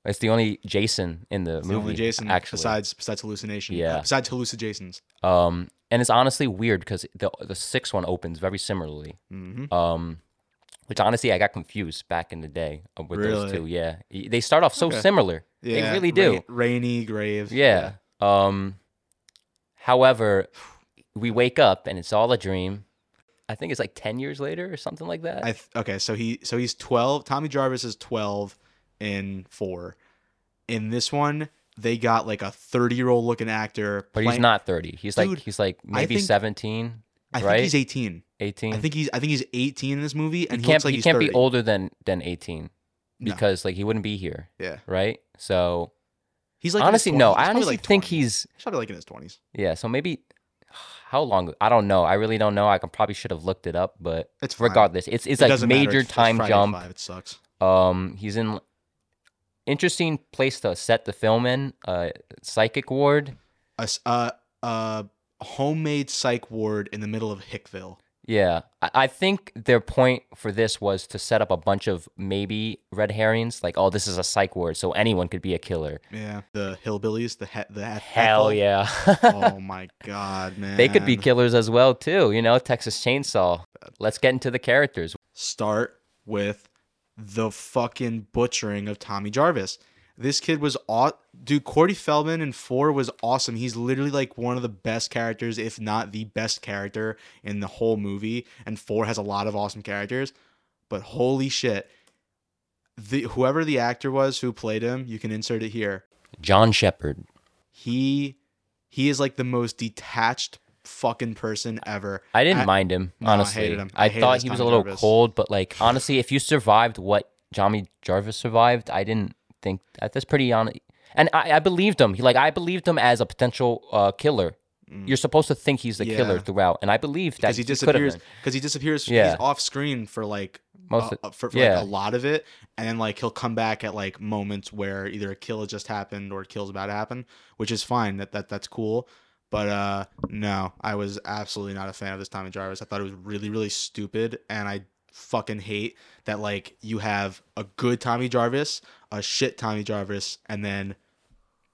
it's the only Jason in the
It's
movie.
the only Jason
actually.
besides besides hallucination.
Yeah.
Uh, besides hallucinations.
Um, and it's honestly weird because the the sixth one opens very similarly.
Mhm.
Um, which honestly, I got confused back in the day uh, with those
Really?
two. Yeah, Y- they start off so
Okay.
similar.
Yeah,
they really do.
Ra- rainy grave.
Yeah. Um however, we wake up and it's all a dream. I think it's like 10 years later or something like that.
I th- okay, so he so he's 12. Tommy Jarvis is 12 in 4. In this one, they got like a 30-year-old looking actor.
but he's
playing-
not 30. He's like
Dude,
he's like maybe
think-
17,
I think
right?
he's 18.
18.
I think he's I think he's 18 in this movie and
he
he,
can't,
looks like
he
he's
can't
30.
be older than than 18
No.
because like he wouldn't be here,
Yeah.
right? So
He's like in his
honestly no,
20s. He's
I
probably,
honestly
like
think
20.
he's
He's probably like in his 20s.
yeah, so maybe how long I don't know. I really don't know. I can probably should have looked it up, but
It's fine.
regardless, it's it's
It
like
doesn't matter.
major
It's- it's
time
Friday
jump.
Five. It sucks.
Um, he's in interesting place to set the film in. Uh, psychic ward.
A, s- uh, a homemade psych ward in the middle of Hickville.
Yeah, I, I think their point for this was to set up a bunch of maybe red herrings, like oh, this is a psych ward, so anyone could be a killer.
Yeah. The hillbillies, the he- the he-
Hell
Heffel.
yeah,
oh my god, man.
they could be killers as well too. You know, Texas Chainsaw. Let's get into the characters.
Start with the fucking butchering of Tommy Jarvis. This kid was aw- dude. Cordy Feldman in four was awesome. He's literally like one of the best characters, if not the best character in the whole movie. And four has a lot of awesome characters, but holy shit, the whoever the actor was who played him, you can insert it here.
John Shepard.
he he is like the most detached fucking person ever.
I didn't
I-
mind him,
No, I
honestly.
hated him. I hated
thought
this
he was a
Tommy
little
Jarvis.
cold, but like honestly, if you survived what Johnny Jarvis survived, I didn't think that, that's pretty on. And I, I believed him. He, like I believed him as a potential uh, killer. You're supposed to think he's the killer
Yeah.
throughout, and I believe that
Because Mm. he
could have
disappears.
been.
Because he disappears.
Yeah.
He's off screen for like
Most
uh,
of-
for, for
yeah.
like a lot of it, and then like he'll come back at like moments where either a kill has just happened or a kill's about to happen, which is fine. That that that's cool. But uh no, I was absolutely not a fan of this Tommy Jarvis. I thought it was really really stupid, and I fucking hate that like you have a good Tommy Jarvis, a shit Tommy Jarvis, and then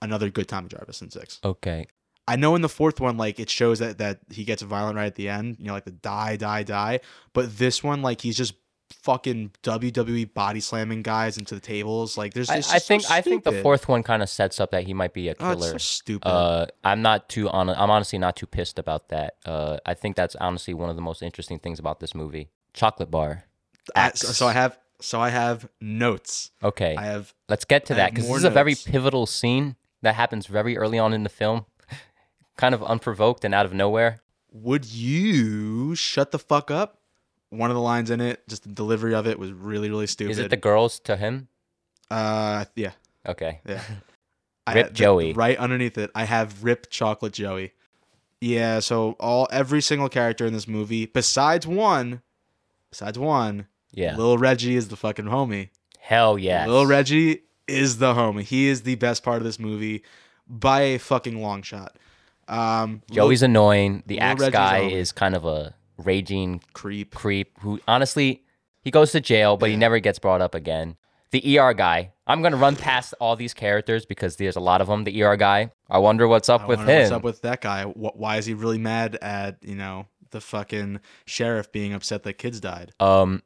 another good Tommy Jarvis in six.
Okay,
I know in the fourth one, like it shows that that he gets violent right at the end, you know, like the die, die, die. But this one, like he's just fucking WWE body slamming guys into the tables. Like there's,
I,
it's
I
just so
think I think the
stupid.
fourth one kind of sets up that he might be a
Oh, it's so
killer.
stupid.
uh, I'm not too on. I'm honestly not too pissed about that. Uh, I think that's honestly one of the most interesting things about this movie. Chocolate bar.
I-
X.
so, so I have so I have notes.
Okay,
I have
let's get to
I
that
have
because this
more
is a very
notes.
pivotal scene that happens very early on in the film, kind of unprovoked and out of nowhere.
would you shut the fuck up? One of the lines in it, just the delivery of it was really, really stupid.
Is it the girls to him?
uh yeah.
Okay.
Yeah.
Rip
the-
Joey.
right underneath it, I have Rip Chocolate Joey. Yeah, so all every single character in this movie, besides one, besides one,
Yeah.
Lil Reggie is the fucking homie.
Hell yeah.
Lil Reggie is the homie. He is the best part of this movie by a fucking long shot. Um, Lil
Joey's annoying. The
Lil
axe
Reggie's
guy
homie.
is kind of a raging
creep.
creep who honestly he goes to jail but he never gets brought up again the er guy i'm going to run past all these characters because there's a lot of them the er guy i wonder what's up
I
with
wonder
him
what's up with that guy? Wh- Why is he really mad at you know the fucking sheriff being upset that kids died?
um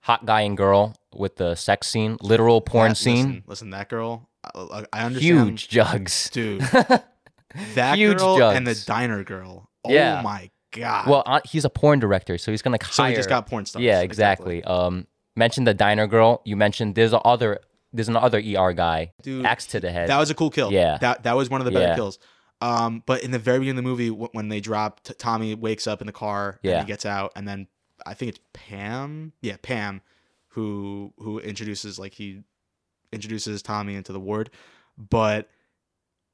hot guy and girl with the sex scene literal porn
That-
scene
Listen, listen, that girl. I, I understand.
huge jugs
dude. That
Huge
girl and the
jugs.
diner girl. Oh
Yeah.
my god.
well uh, he's a porn director so he's going to
so
hire
he just got porn stars.
yeah exactly, um mentioned the diner girl you mentioned there's a other there's another er guy
Dude,
axe to the head
that was a cool kill.
Yeah.
that that was one of the better
Yeah.
kills. Um, but in the very beginning of the movie, wh- when they drop, t- Tommy wakes up in the car.
Yeah.
and he gets out, and then I think it's Pam. Yeah, Pam, who who introduces like he introduces Tommy into the ward, but.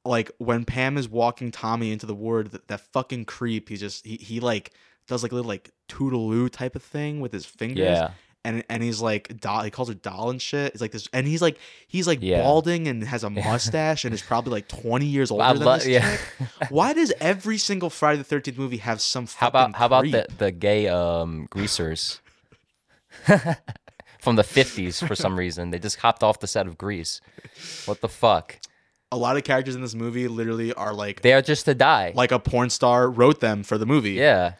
Like when Pam is walking Tommy into the ward, that, that fucking creep. He just he he like does like a little like toodaloo type of thing with his fingers.
yeah
and and he's like doll, he calls her doll and shit. It's like this, and he's like he's like
Yeah.
balding and has a mustache and is probably like twenty years older
I
than
love
this
yeah
chick. Why does every single Friday the Thirteenth movie have some?
How about
fucking
how about
creep?
the the gay um greasers from the fifties for some reason? They just hopped off the set of Grease. What the fuck?
A lot of characters in this movie literally are like
They are just to die.
like a porn star wrote them for the movie.
yeah,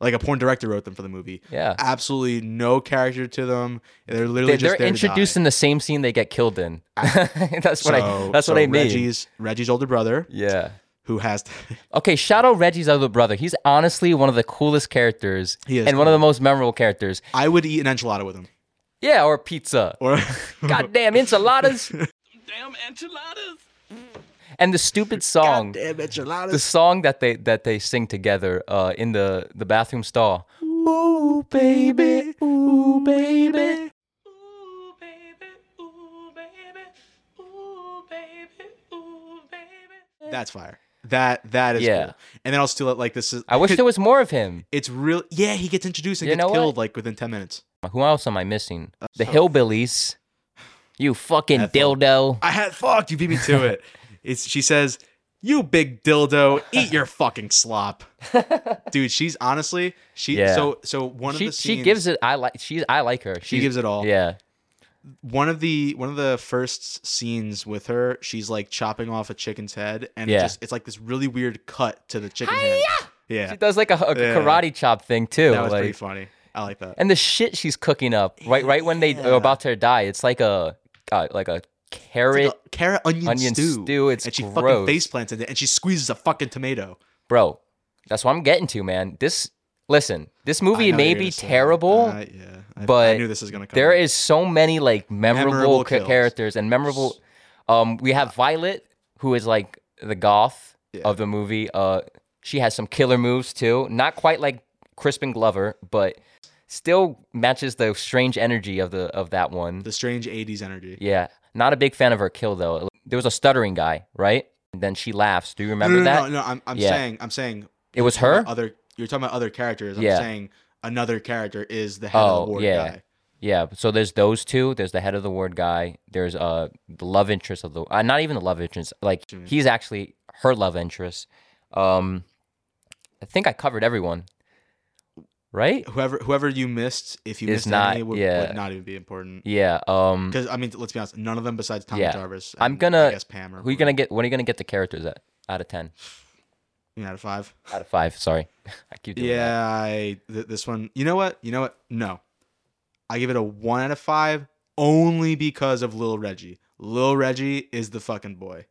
like a porn director wrote them for the movie.
yeah.
Absolutely no character to them. They're literally
They, they're
just there to die. Ah.
introduced in the same scene they get killed in. that's what I.
So-
That's
so
what I mean.
Reggie's Reggie's older brother
Yeah.
who has
Okay. Shout out Reggie's other brother. He's honestly one of the coolest characters
He is
and one of the most memorable characters.
I would eat an enchilada with him
Yeah, or pizza.
or
Goddamn enchiladas.
Damn enchiladas!
and the stupid song.
damn enchiladas.
the song that they that they sing together uh, in the the bathroom stall. Ooh baby, ooh
Ooh,
baby.
baby, ooh, baby, ooh, baby, ooh, baby.
That's fire. That that is
Yeah.
cool. And then I'll steal it like this is
I wish there was more of him.
it's real yeah, he gets introduced and
You
gets
know what?
killed like within ten minutes.
Who else am I missing? The
Uh, so-
hillbillies. You fucking
Ethel.
dildo.
I had fucked, you beat me to it. It's she says, You big dildo, eat your fucking slop. Dude, she's honestly she
Yeah.
so so one
She
of the
she
scenes,
gives it. I like. She's I like her.
she gives it all.
Yeah.
One of the one of the first scenes with her, she's like chopping off a chicken's head and it
Yeah.
just it's like this really weird cut to the chicken head. Yeah.
She does like a, a
Yeah.
karate chop thing too.
that was
like,
pretty funny. I like that.
and the shit she's cooking up right right when they
Yeah.
are about to die. It's like a uh, like a carrot.
It's like a carrot onion,
onion
stew.
stew, it's
and she fucking
gross.
face plants in it, and she squeezes a fucking tomato.
bro that's what i'm getting to man this listen this
I
movie
know
may
you're
be
gonna say that.
terrible
Uh, yeah, I, I
but
knew this was gonna come.
there
up.
is so many like memorable,
Memorable
ca-
kills.
characters and memorable um we have violet who is like the goth
Yeah.
of the movie uh she has some killer moves too not quite like crispin glover but still matches the strange energy of the of that one
the strange '80s energy.
yeah not a big fan of her kill though there was a stuttering guy right and then she laughs do you remember
no, no,
that
No, no, no, I'm, I'm
Yeah.
saying, I'm saying
it was her
other. You're talking about other characters. I'm
Yeah.
saying another character is the head of
Oh,
the ward
yeah.
guy.
Yeah, so there's those two. There's the head of the ward guy. There's uh the love interest of the uh, not even the love interest. Like
Jimmy.
he's actually her love interest. Um, I think I covered everyone, right?
Whoever, whoever you missed, if you
Is
missed
not-
any, would,
yeah.
would not even be important.
Yeah. Um,
Because I mean, let's be honest, none of them besides Tommy
Yeah.
Jarvis.
I'm
and
gonna-
I guess Pam. Or
who you gonna get? When are you gonna get the characters at? out of ten,
You know, out of five.
out of five. Sorry, I keep doing that.
Yeah, I th- this one. You know what? You know what? No, I give it a one out of five only because of Lil Reggie. Lil Reggie is the fucking boy.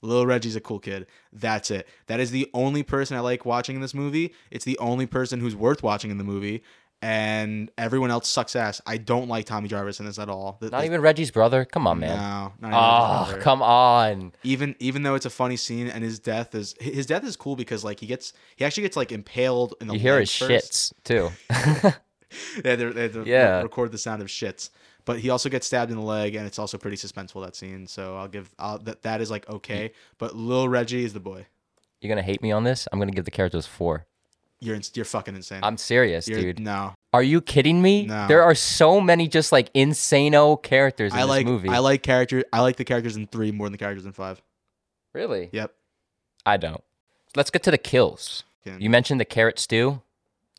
Lil Reggie's a cool kid. That's it. That is the only person I like watching in this movie. It's the only person who's worth watching in the movie. And everyone else sucks ass. I don't like Tommy Jarvis in this at all. Th-
Not
this-
even Reggie's brother. Come on, man.
No, not even
Ah,
Robert.
come on.
even even though it's a funny scene and his death is his death is cool because like he gets he actually gets like impaled in the
You hear his
legs
shits
first.
too.
they had to, they had to
Yeah.
record the sound of shits. But he also gets stabbed in the leg, and it's also pretty suspenseful that scene. So I'll give I'll, that that is like okay. But Lil Reggie is the boy.
You're gonna hate me on this. I'm gonna give the characters four.
You're ins- you're fucking insane.
I'm serious,
You're-
dude.
No,
Are you kidding me?
No.
There are so many just like insano characters in
I
this
like
movie.
I like character I like the characters in three more than the characters in five.
really?
Yep.
I don't. Let's get to the kills.
Can-
You mentioned the carrot stew.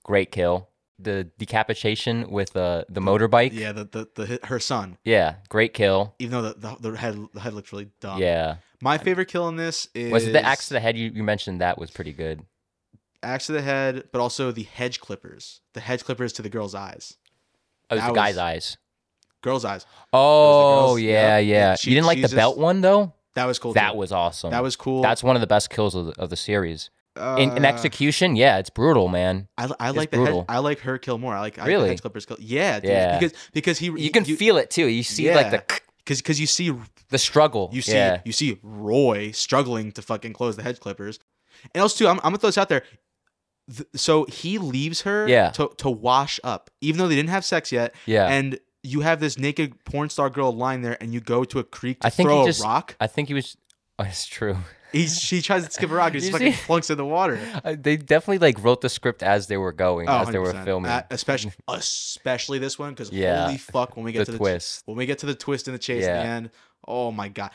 Great kill. The decapitation with uh, the motorbike.
yeah, the, the the her son.
Yeah, great kill.
Even though the, the, the head the head looks really dumb.
yeah.
My favorite kill in this is
Was it the axe to the head? You, you mentioned that was pretty good.
axe to the head, but also the hedge clippers. The hedge clippers to the girl's eyes.
Oh, it was
That
the guy's
was-
eyes.
girl's eyes.
Oh,
girl's-
yeah,
yep.
yeah.
And she-
you didn't like
she's
the belt
just-
one, though?
That was cool.
That
too.
was awesome.
that was cool.
That's one of the best kills of the, of the series.
uh,
In, in execution, yeah, it's brutal, man.
I, I
It's
like the hedge,
brutal.
I like her kill more. I like I like the
Really?
hedge clippers kill. Yeah, dude,
Yeah.
Because because he
You can feel it too. You see like the
because because you see
the struggle.
you see
yeah.
you see Roy struggling to fucking close the hedge clippers, and also too I'm, I'm gonna throw this out there. Th- so he leaves her
Yeah.
to to wash up, even though they didn't have sex yet,
yeah.
and you have this naked porn star girl lying there, and you go to a creek to
I think he
throw a
just-
rock.
I think he was. Oh, it's true.
He, she tries to skip a rock,
You
and she fucking
see?
plunks in the water.
Uh, they definitely like wrote the script as they were going,
Oh,
as they were
100%.
filming.
Uh, especially especially this one because
Yeah.
holy fuck when we get
the
to the twist.
twist.
when we get to the twist and the chase at the
Yeah.
end oh my god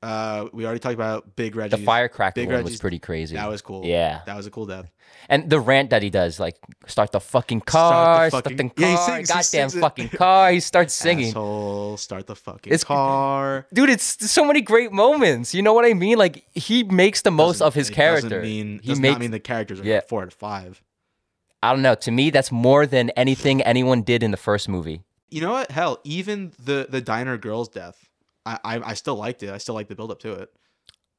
uh we already talked about big reggie
The firecracker
Big
one was
Reggie's-
pretty crazy.
that was cool
yeah,
that was a cool death
and the rant that he does, like start the fucking car,
Start the
start the,
fucking-
car,
Yeah, he sings, he
goddamn
sings it.
fucking car. He starts singing,
Asshole, start the fucking
It's-
car
dude. It's so many great moments. You know what I mean? Like he makes the most
Doesn't-
of his
it
character.
doesn't mean
he
does
makes.
not mean the characters are
Yeah.
four out of five
I don't know. To me, that's more than anything anyone did in the first movie.
you know what hell even the the diner girl's death I, I, I still liked it. I still liked the build up to it.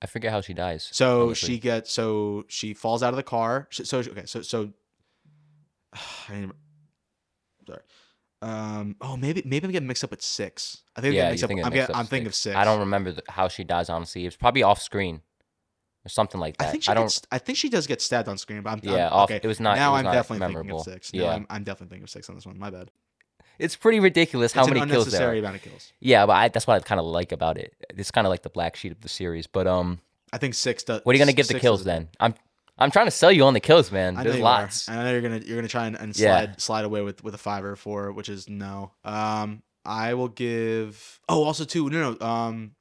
I forget how she dies.
So
honestly.
she gets so she falls out of the car. So, so okay, so so I didn't- sorry. Um oh maybe maybe I'm getting mixed up with six. I think I'm
yeah,
getting mixed
you
up.
think it
I'm,
makes
getting,
up
I'm thinking of
six.
six.
I don't remember th- how she dies. Honestly, it's probably off screen or something like
I
that.
think she
don't.
gets, I think she does get stabbed on screen, but I'm
yeah,
I'm,
off.
okay.
It was not.
now
it was
I'm
not
definitely
memorable.
thinking of six.
yeah,
yeah, I'm, I'm definitely thinking of six on this one. My bad.
it's pretty ridiculous how
It's
many
an
kills there.
unnecessary
Are.
amount of kills?
Yeah, but I, that's what I kind of like about it. It's kind of like the black sheet of the series. But um,
I think six does.
what are you gonna give the
six
kills
does-
then? I'm I'm trying to sell you on the kills, man.
I know
There's
you are.
lots.
I know you're gonna you're gonna try and, and
Yeah.
slide slide away with with a five or a four, which is no. Um, I will give. Oh, also too. No, no. Um,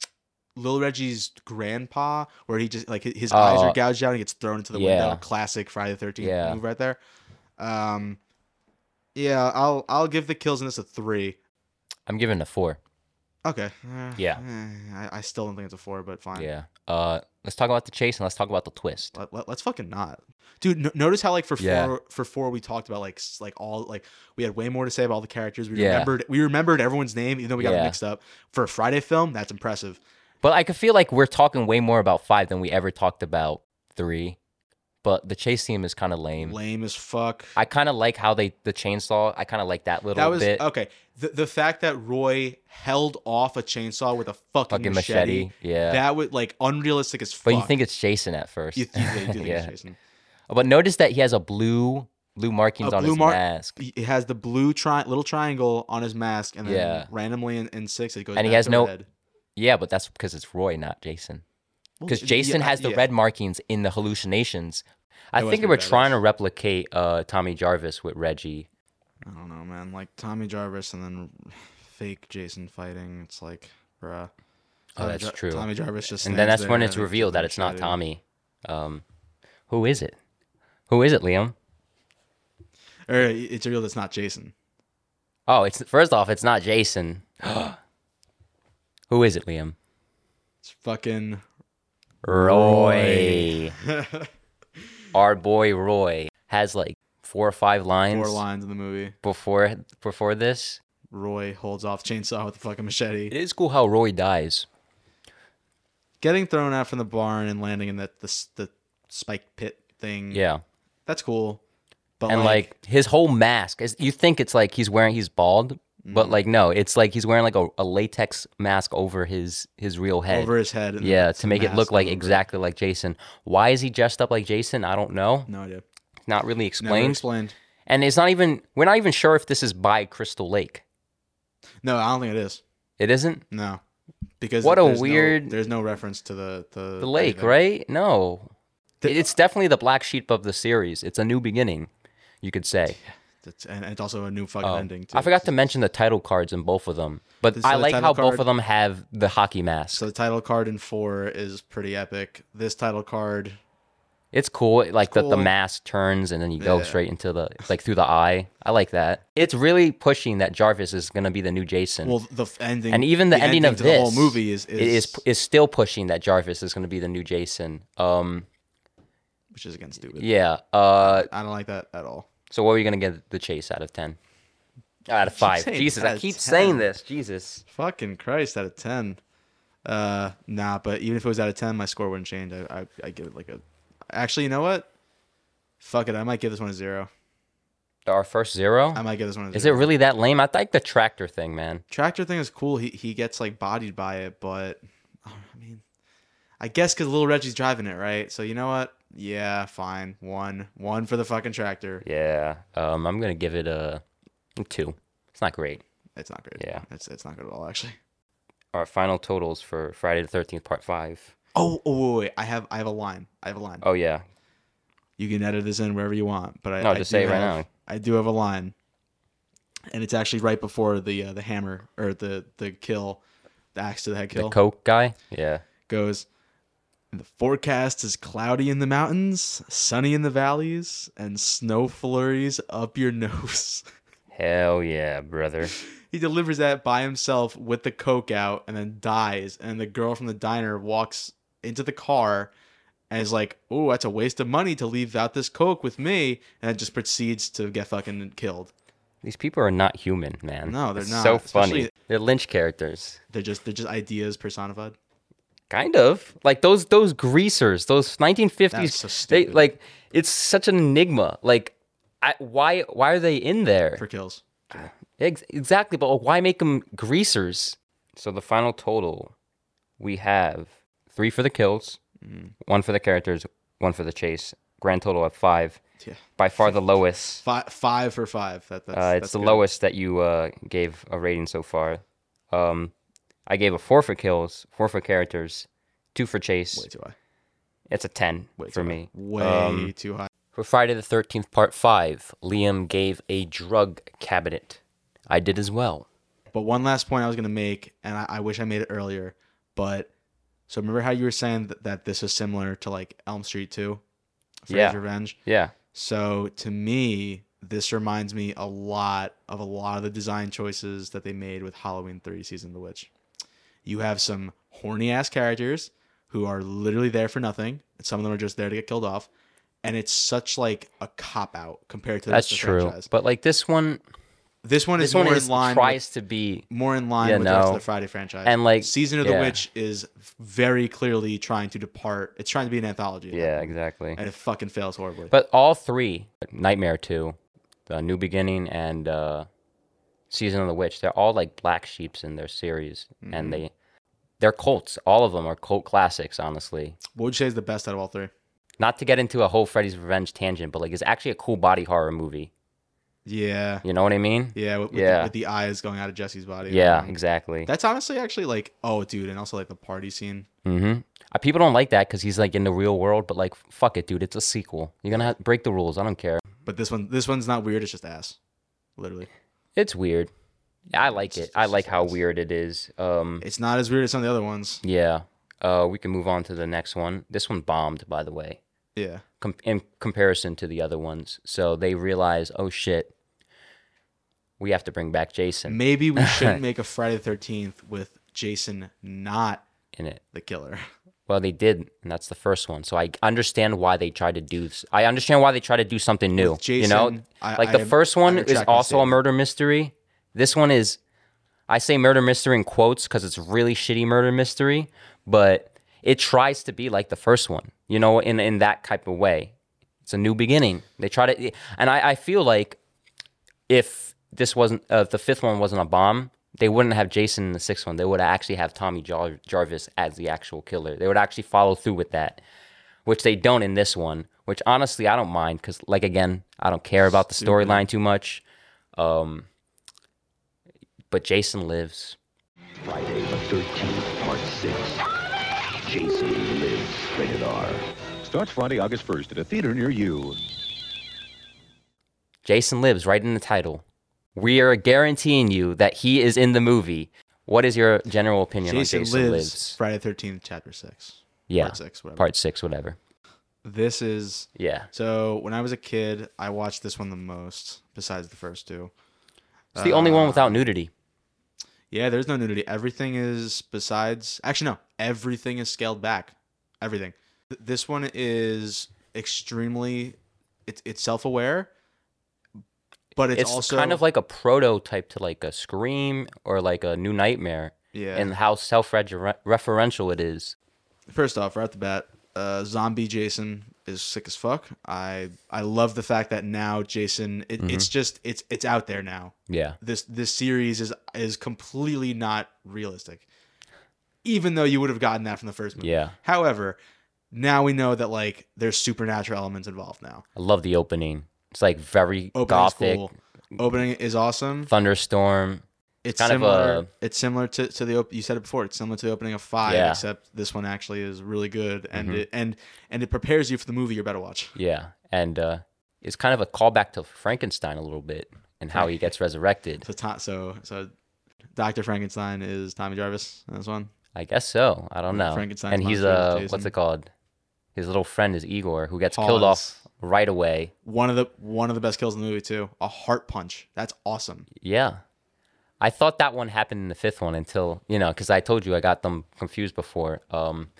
Lil Reggie's grandpa, where he just like his his eyes
Oh.
are gouged out and he gets thrown into the
Yeah.
window. Classic Friday the Thirteenth
Yeah.
move right there. Um, yeah, I'll I'll give the kills in this a three.
I'm giving it a four.
Okay. Eh,
Yeah.
eh, I, I still don't think it's a four, but fine.
Yeah. Uh, let's talk about the chase and let's talk about the twist.
Let, let, us fucking not, dude. No, notice how like for
Yeah.
four for four we talked about like s- like all like we had way more to say about all the characters. We
Yeah.
remembered we remembered everyone's name even though we got
Yeah.
it mixed up. For a Friday film, that's impressive.
But I could feel like we're talking way more about five than we ever talked about three. But the chase scene is kind of lame.
Lame as fuck.
I kind of like how they the chainsaw. I kind of like that little
that was
bit.
okay. The the fact that Roy held off a chainsaw with a fucking,
fucking
machete,
machete. Yeah.
that was like unrealistic as fuck.
but you think it's Jason at first.
you, you, you do think
yeah.
it's Jason.
But notice that he has a blue blue markings
A
on
blue
his
mar-
mask.
He has the blue tri- little triangle on his mask, and then
Yeah.
randomly in, in six it goes.
And he
back
has
to
no-
red.
Yeah, but that's because it's Roy, not Jason.
Well,
Because
yeah,
Jason has the
yeah.
red markings in the hallucinations. I
That was
think they
pretty
were
badass.
trying to replicate uh, Tommy Jarvis with Reggie.
I don't know, man. Like Tommy Jarvis and then fake Jason fighting. It's like, bruh.
Oh,
Tommy
that's
Jar-
true.
Tommy Jarvis just.
and then
stands
that's when
there
it's
and
revealed that it's not
machete.
Tommy. Um, who is it? Who is it, Liam?
Or it's revealed it's not Jason.
Oh, it's first off, it's not Jason. who is it, Liam?
It's fucking
Roy. Our boy Roy has like four or five lines,
Four lines in the movie.
before before this.
Roy holds off chainsaw with a fucking machete.
It is cool how Roy dies.
Getting thrown out from the barn and landing in that the s- the spike pit thing.
Yeah.
that's cool. Mm. But
and like, his whole mask is you think it's like he's wearing he's bald
Mm.
but like no it's like he's wearing like a, a latex mask over his his real head
over his head. And
yeah
it's
to make it look
masked
like
over.
exactly like jason why is he dressed up like jason i don't know
No idea.
not really
Never
explained
explained.
and it's not even we're not even sure if this is by crystal lake
No, I don't think it is.
it isn't
No, because
What a
there's no-
weird-
there's no reference to the the,
the lake
anything.
right no
The-
it's definitely the black sheep of the series it's a new beginning you could say
It's, and and it's also a new fucking
Oh,
ending. Too.
I forgot to mention the title cards in both of them, but
This-
I
so the
like
title
how both
card-
of them have the hockey mask.
So the title card in four is pretty epic. This title card,
it's cool, it- like that the
cool.
mask turns and then you go
Yeah.
straight into the like through the eye. I like that. It's really pushing that Jarvis is gonna be the new Jason.
well, the f- ending,
and even the, ending, of
to
this
the whole movie is
it
is,
is is still pushing that Jarvis is gonna be the new Jason. Um,
which is again stupid.
yeah. Uh,
I don't like that at all.
so what are you gonna get the chase out of ten? Out of five.
saying
Jesus,
out
I
of
keep
10.
saying this. Jesus.
Fucking Christ, out of ten. Uh, nah, but even if it was out of ten, my score wouldn't change. I I, I give it like a. Actually, you know what? Fuck it, I might give this one a zero.
Our first zero.
I might give this one a zero.
Is it really that lame? I like the tractor thing, man.
tractor thing is cool. He he gets like bodied by it, but I mean, I guess because little Reggie's driving it, right? So you know what? Yeah, fine. One one for the fucking tractor.
Yeah. Um, I'm gonna give it a two. It's not great.
It's not great.
Yeah.
it's it's not good at all, actually.
Our final totals for Friday the Thirteenth Part Five.
Oh, oh wait, wait, I have I have a line. I have a line.
Oh yeah.
You can edit this in wherever you want, but I
No,
I
just
do
say it right
have-
now.
I do have a line, and it's actually right before the uh, the hammer or the the kill, the axe to the head
The
kill.
Coke guy. Yeah.
goes the forecast is cloudy in the mountains sunny in the valleys and snow flurries up your nose
Hell yeah, brother.
he delivers that by himself with the coke out and then dies and the girl from the diner walks into the car and is like oh that's a waste of money to leave out this coke with me and just proceeds to get fucking killed
These people are not human, man.
No, they're
It's
not,
So funny.
especially-
They're Lynch characters.
they're just they're just ideas personified
Kind of like those those greasers, those 1950s.
That's so
they
stupid.
like it's such an enigma. Like, I, why why are they in there?
for kills
Ex- exactly, but why make them greasers? So the final total, we have three for the kills,
Mm.
one for the characters, one for the chase. Grand total of five.
Yeah.
By far the lowest.
five five for five that, that's,
Uh,
that's
it's the
good.
lowest that you uh, gave a rating so far. Um, I gave a four for kills, four for characters, two for chase.
way too high
It's a ten
way
for
too high.
me.
way
Um,
too high
for Friday the 13th, part 5, Liam gave a drug cabinet. I did as well.
But one last point I was going to make, and I, I wish I made it earlier, but so remember how you were saying that, that this is similar to like Elm Street 2, Freddy's
Yeah.
Revenge?
Yeah.
So to me, this reminds me a lot of a lot of the design choices that they made with Halloween 3 Season of the Witch. You have some horny ass characters who are literally there for nothing, and some of them are just there to get killed off. And it's such like a cop out compared to the
That's
rest of the
true.
franchise.
But like this one,
This one
this
is
one
more
is
in line. with-
tries to be.
more in line
Yeah,
with the rest
no.
of the Friday franchise.
And, like,
Season of
yeah.
the Witch is very clearly trying to depart. It's trying to be an anthology.
Yeah, exactly.
And it fucking fails horribly.
But all three, Nightmare Two, the New Beginning, and uh, Season of the Witch, they're all like black sheeps in their series,
Mm-hmm.
and they they're cults. All of them are cult classics. Honestly,
what would you say is the best out of all three?
not to get into a whole Freddy's Revenge tangent, but like it's actually a cool body horror movie.
Yeah.
You know what I mean?
Yeah. With, with
Yeah.
The, with the eyes going out of Jesse's body.
Yeah,
Um,
exactly.
That's honestly actually like, oh, dude. And also like the party scene.
Mm-hmm. Uh, people don't like that because he's like in the real world, but like fuck it, dude, it's a sequel. You're gonna have, break the rules. I don't care.
But this one, this one's not weird. It's just ass. Literally.
It's weird. I like
It's-
it. I
it's
like
just
how
nice.
weird it is. Um,
It's not as weird as some of the other ones.
yeah. Uh, we can move on to the next one. This one bombed, by the way,
Yeah.
com- in comparison to the other ones. So they realize, oh shit, we have to bring back Jason
Maybe we shouldn't make a Friday the 13th with Jason not
in it.
the killer.
Well, they did, and that's the first one. So I understand why they tried to do. s- I understand why they tried to do something new.
With Jason,
you know,
I-
like
I-
the first one
I
is
retract my
also a
statement.
murder mystery. This one is, I say murder mystery in quotes because it's really shitty murder mystery, but it tries to be like the first one. You know, in in that type of way, it's a new beginning. They try to, and I, I feel like if this wasn't uh, if the fifth one wasn't a bomb, they wouldn't have Jason in the sixth one. They would actually have Tommy Jar- Jarvis as the actual killer. They would actually follow through with that, which they don't in this one. Which honestly, I don't mind because, like again, I don't care about the storyline too much. Um, but Jason lives.
Friday the 13th, Part 6. Jason lives. Rated R.
Starts Friday, August 1st at a theater near you.
Jason lives, right in the title. We are guaranteeing you that he is in the movie. What is your general opinion
Jason,
on Jason
lives,
lives?
Friday Thirteenth Chapter Six.
yeah,
Part Six. Whatever.
part six, whatever.
This is
Yeah.
so. When I was a kid, I watched this one the most, besides the first two.
It's the
Uh,
only one without nudity.
Yeah, there's no nudity. Everything is besides. Actually, no. Everything is scaled back. Everything. Th- This one is extremely. It's it's self aware, but it's,
It's,
also
kind of like a prototype to like a Scream or like a New Nightmare,
yeah.
and how self-referential it is.
First off, right off the bat, uh, zombie Jason is sick as fuck. I I love the fact that now Jason, it, it's
Mm-hmm.
just it's it's out there now.
Yeah,
This this series is is completely not realistic, even though you would have gotten that from the first movie.
yeah.
However, now we know that like there's supernatural elements involved now.
I love the opening. It's like very
Opening
gothic
school, opening is awesome.
thunderstorm.
It's
kind of
similar.
a-
it's similar to, to the op- you said it before. It's similar to the opening of Five,
Yeah. Mm-hmm.
except this one actually is really good, and it, and and it prepares you for the movie you're about to watch.
Yeah, and uh, it's kind of a callback to Frankenstein a little bit and how he gets resurrected.
So Tom, so so Doctor Frankenstein is Tommy Jarvis. in This one.
I guess so. I don't know.
Frankenstein's
and he's
monster is
uh,
Jason.
what's it called? His little friend is Igor, who gets killed
Pause.
off right away.
One of the one of the best kills in the movie too. A heart punch. That's awesome.
Yeah. I thought that one happened in the fifth one until, you know, because I told you I got them confused before. Um,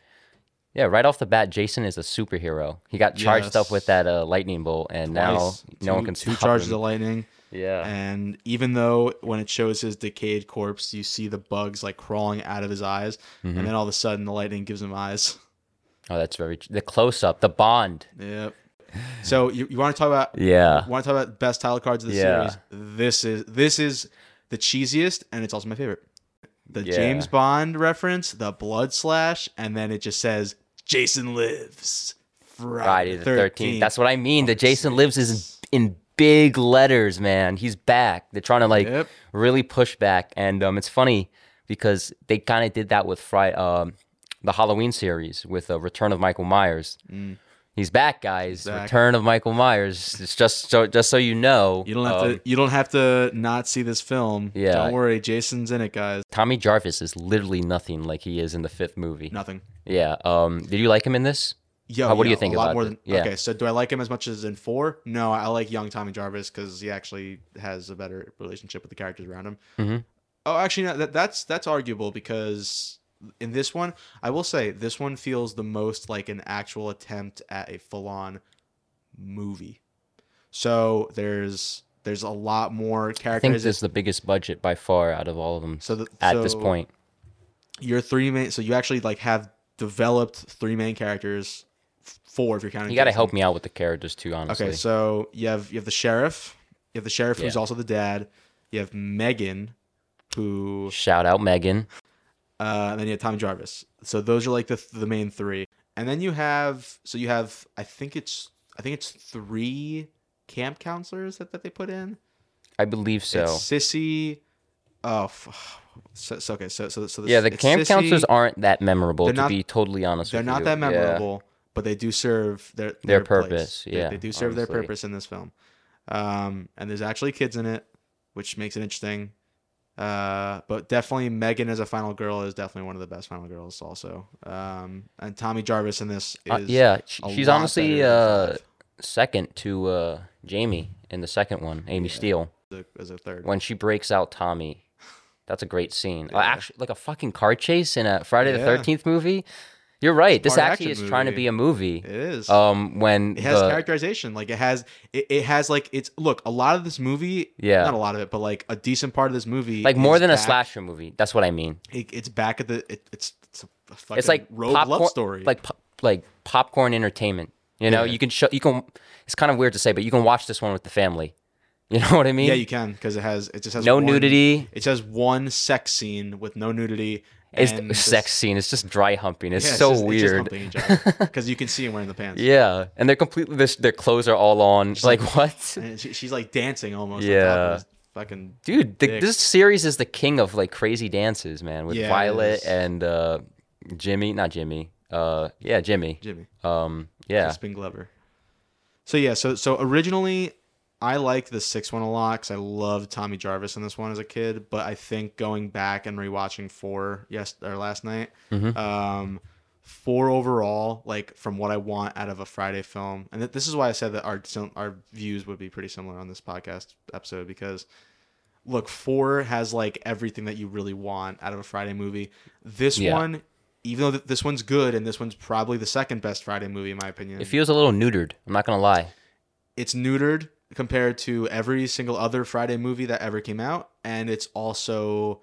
yeah, right off the bat, Jason is a superhero. He got charged up with
Yes.
that uh, lightning bolt, and
Twice.
now no
two,
one can
two
stop
charges
him.
of lightning.
yeah.
And even though when it shows his decayed corpse, you see the bugs like crawling out of his eyes,
Mm-hmm.
and then all of a sudden the lightning gives him eyes.
Oh, that's very tr- the close up, the bond.
Yep. So you, you want to talk about
Yeah.
want to talk about best title cards of the
Yeah.
series? This is this is the cheesiest, and it's also my favorite. The
Yeah.
James Bond reference, the blood slash, and then it just says Jason lives
Friday
Friday
the thirteenth. That's what I mean.
Oh,
The Jason lives is in, in big letters, man. He's back. They're trying to like
Yep.
really push back, and um, it's funny because they kind of did that with Friday, um, the Halloween series with uh, Return of Michael Myers. He's back, guys.
Mm. back.
Return of Michael Myers. It's just so just so you know.
you don't have
um,
to. You don't have to not see this film.
Yeah.
Don't worry, Jason's in it, guys.
Tommy Jarvis is literally nothing like he is in the fifth movie.
Nothing.
Yeah. Um. Did you like him in this?
Yeah.
Uh, what do
yeah,
you think
a lot
about
more
it?
than
Yeah.
okay. So do I like him as much as in four? No, I like young Tommy Jarvis because he actually has a better relationship with the characters around him.
Mhm.
Oh, actually, no, that, that's that's arguable because in this one, I will say this one feels the most like an actual attempt at a full-on movie. So there's there's a lot more
I think
characters.
this is the biggest budget by far out of all of them
so the,
at this
so
point.
your three main. So you actually like have developed three main characters. f- Four, if you're counting.
You got to
Jason.
help me out with the characters too, honestly.
Okay, so you have you have the sheriff, you have the sheriff who's
Yeah.
also the dad. You have Megan, who,
Shout out Megan.
uh, and then you have Tommy Jarvis. So those are like the the main three, and then you have so you have I think it's I think it's three camp counselors that, that they put in.
I believe so.
It's Sissy, oh, f- so, so okay, so so so this,
yeah, the
it's
camp
Sissy,
counselors aren't that memorable,
They're
to
not-
be totally honest
They're
with
not
you.
that
Yeah.
memorable, but they do serve their their, place.
purpose,
They-
yeah,
they, do serve their
honestly.
purpose in this film. Um, and there's actually kids in it, which makes it interesting. Uh, but definitely Megan as a final girl is definitely one of the best final girls, also. Um, and Tommy Jarvis in this is
Uh, yeah, sh-
a
she's
lot
honestly
better
uh,
than
second to uh, Jamie in the second one, Amy Steele.
five as a third.
uh, When she breaks out Tommy, that's a great scene. Uh, actually, like a fucking car chase in a Friday the
Yeah.
13th movie. You're right. This
part
actually is
action
trying to
movie.
be a movie.
It is.
Um, when
it has
the-
characterization. Like it has it, it has like it's look, a lot of this movie
Yeah.
not a lot of it, but like a decent part of this movie
like more
is
than a
back-
slasher movie. That's what I mean.
it- it's back at the it, it's it's a fucking
It's like
rogue
popcorn,
love story.
like pop, like popcorn entertainment. You know,
Yeah.
you can show you can. It's kind of weird to say, but you can watch this one with the family. You know what I mean?
Yeah, you can because it has it just has
no
one-
nudity.
It says one sex scene with no nudity.
It's
and
the
this-
sex scene. It's just dry humping. It's
yeah,
so
just- just
weird.
humping each other because you can see him wearing the pants.
yeah, and they're completely. This, their clothes are all on. like, what?
and she, she's like dancing almost. on top
Yeah.
of his fucking
Dude, the,
dick.
this series is the king of like crazy dances, man. With
Yeah, it
Violet
is.
and uh, Jimmy, not Jimmy. Uh, yeah, Jimmy.
Jimmy.
Um, yeah,
Crispin Glover. So yeah, so so originally I liked the sixth one a lot because I loved Tommy Jarvis in this one as a kid. But I think going back and rewatching four yes or last night,
Mm-hmm.
um, four overall, like from what I want out of a Friday film, and th- this is why I said that our sim- our views would be pretty similar on this podcast episode because look, four has like everything that you really want out of a Friday movie. This
Yeah.
one, even though th- this one's good and this one's probably the second best Friday movie in my opinion,
it feels a little neutered. I'm not gonna lie.
it's neutered compared to every single other Friday movie that ever came out, and it's also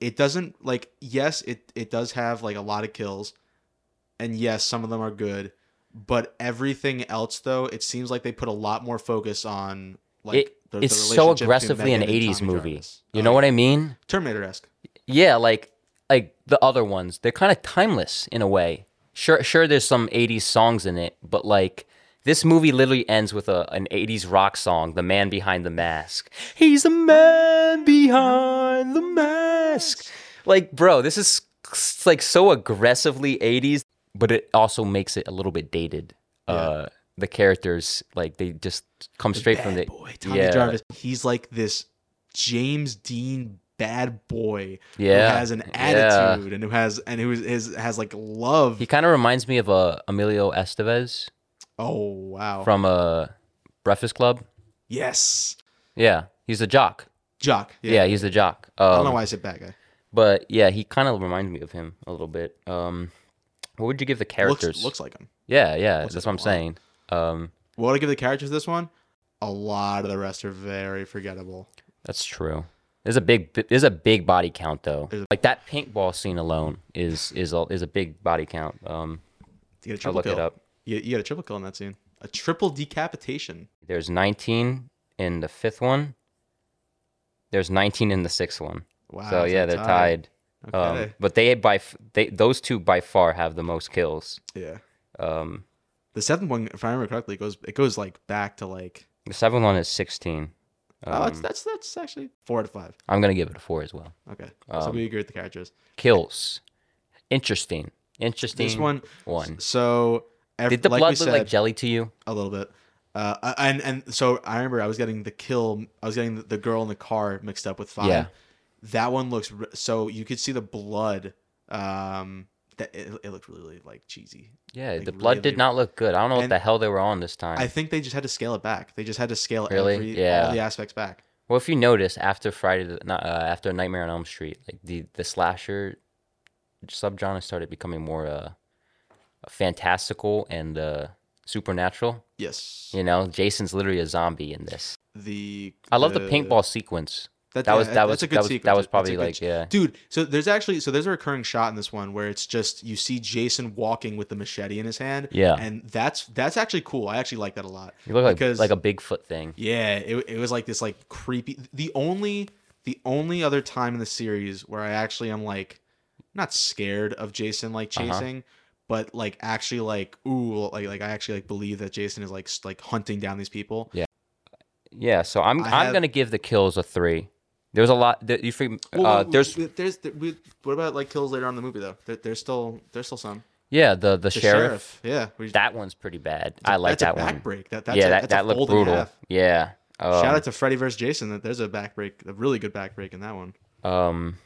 it doesn't like yes it it does have like a lot of kills and yes some of them are good but everything else though it seems like they put a lot more focus on like
It- it's so
relationship between
aggressively an
Megan and
80s
Tommy
movie.
Jarvis.
You
Oh,
know
yeah.
what I mean?
terminator-esque
Yeah, like like the other ones, they're kind of timeless in a way. Sure, sure. There's some '80s songs in it, but like this movie literally ends with a an '80s rock song, "The Man Behind the Mask." He's the man behind the mask. Like, bro, this is s- like so aggressively '80s, but it also makes it a little bit dated. Uh, the characters, like, they just come straight from the
boy tommy
yeah,
jarvis he's like this james dean bad boy
Yeah.
who has an
Yeah.
attitude and who has and who is, is has like love
He kind of reminds me of uh, Emilio Estevez
Oh wow!
from uh, Breakfast Club.
yes,
Yeah, he's a jock.
Jock. Yeah.
Yeah, he's the jock. Um,
I don't know why I said bad guy.
But yeah, he kind of reminds me of him a little bit. Um, what would you give the
Looks,
characters?
looks like him.
yeah, yeah, that's what I'm
like a
saying. Um,
What would I give the characters this one? A lot of the rest are very forgettable.
that's true. There's a big, there's a big body count though.
There's a-
Like that paintball scene alone is is a, is a big body count. Um,
You get a
I'll
triple
look
kill.
it up.
You, you got a triple kill in that scene. A triple decapitation.
There's 19 in the fifth one. There's 19 in the sixth one.
Wow.
so
is
yeah,
that
they're tied. Um,
Okay.
but they by f- they those two by far have the most kills.
yeah.
Um,
The seventh one, if I remember correctly, goes it goes like back to like.
the seventh one is 16.
oh, that's
Um,
that's that's actually four out of five.
I'm gonna give it a four as well.
Okay. so
um,
we agree with the characters.
Kills, interesting, interesting.
This one.
one.
So. Every,
Did the
like
blood
we
look
said,
like jelly to you?
a little bit. Uh, and and so I remember I was getting the kill. I was getting the, the girl in the car mixed up with five.
Yeah.
That one looks re- so you could see the blood. Um, that it, it looked really like cheesy.
Yeah,
Like,
the blood
really-
did not look good. I don't know what
And-
the hell they were on this time.
I think they just had to scale it back. They just had to scale
Really?
every
Yeah.
all the aspects back.
well, if you notice, after Friday, the- not, uh, after Nightmare on Elm Street, like the the slasher subgenre started becoming more uh, fantastical and uh, supernatural.
Yes.
You know, Jason's literally a zombie in this.
The
I love the paintball sequence. That was- that
that's
was-
Uh, a good
that was- that was
sequence. That's a
probably,
good
like,
sh-
yeah.
dude. So there's actually so there's a recurring shot in this one where it's just you see Jason walking with the machete in his hand.
Yeah.
and that's that's actually cool. I actually like that a lot.
You look like
because
like a Bigfoot thing.
Yeah, it, it was like this like creepy. The only the only other time in the series where I actually am like not scared of Jason like
Uh-huh.
chasing, but like actually like ooh like like I actually like believe that Jason is like s- like hunting down these people.
Yeah, so I'm
I
I'm
have-
gonna give the kills a three. There's a lot that you free,
Well,
uh,
well,
there's
we- there's th- we, what about like kills later on in the movie though? There, there's still there's still some.
yeah the the,
The
sheriff.
yeah, we,
That one's pretty bad. I like
that's
that
a
one.
back break. That that's
yeah,
a,
that
that's
that
a
looked
fold and a
brutal.
half.
Yeah.
Shout
Um,
out to Freddy vs Jason. That there's a back break, a really good back break in that one.
um,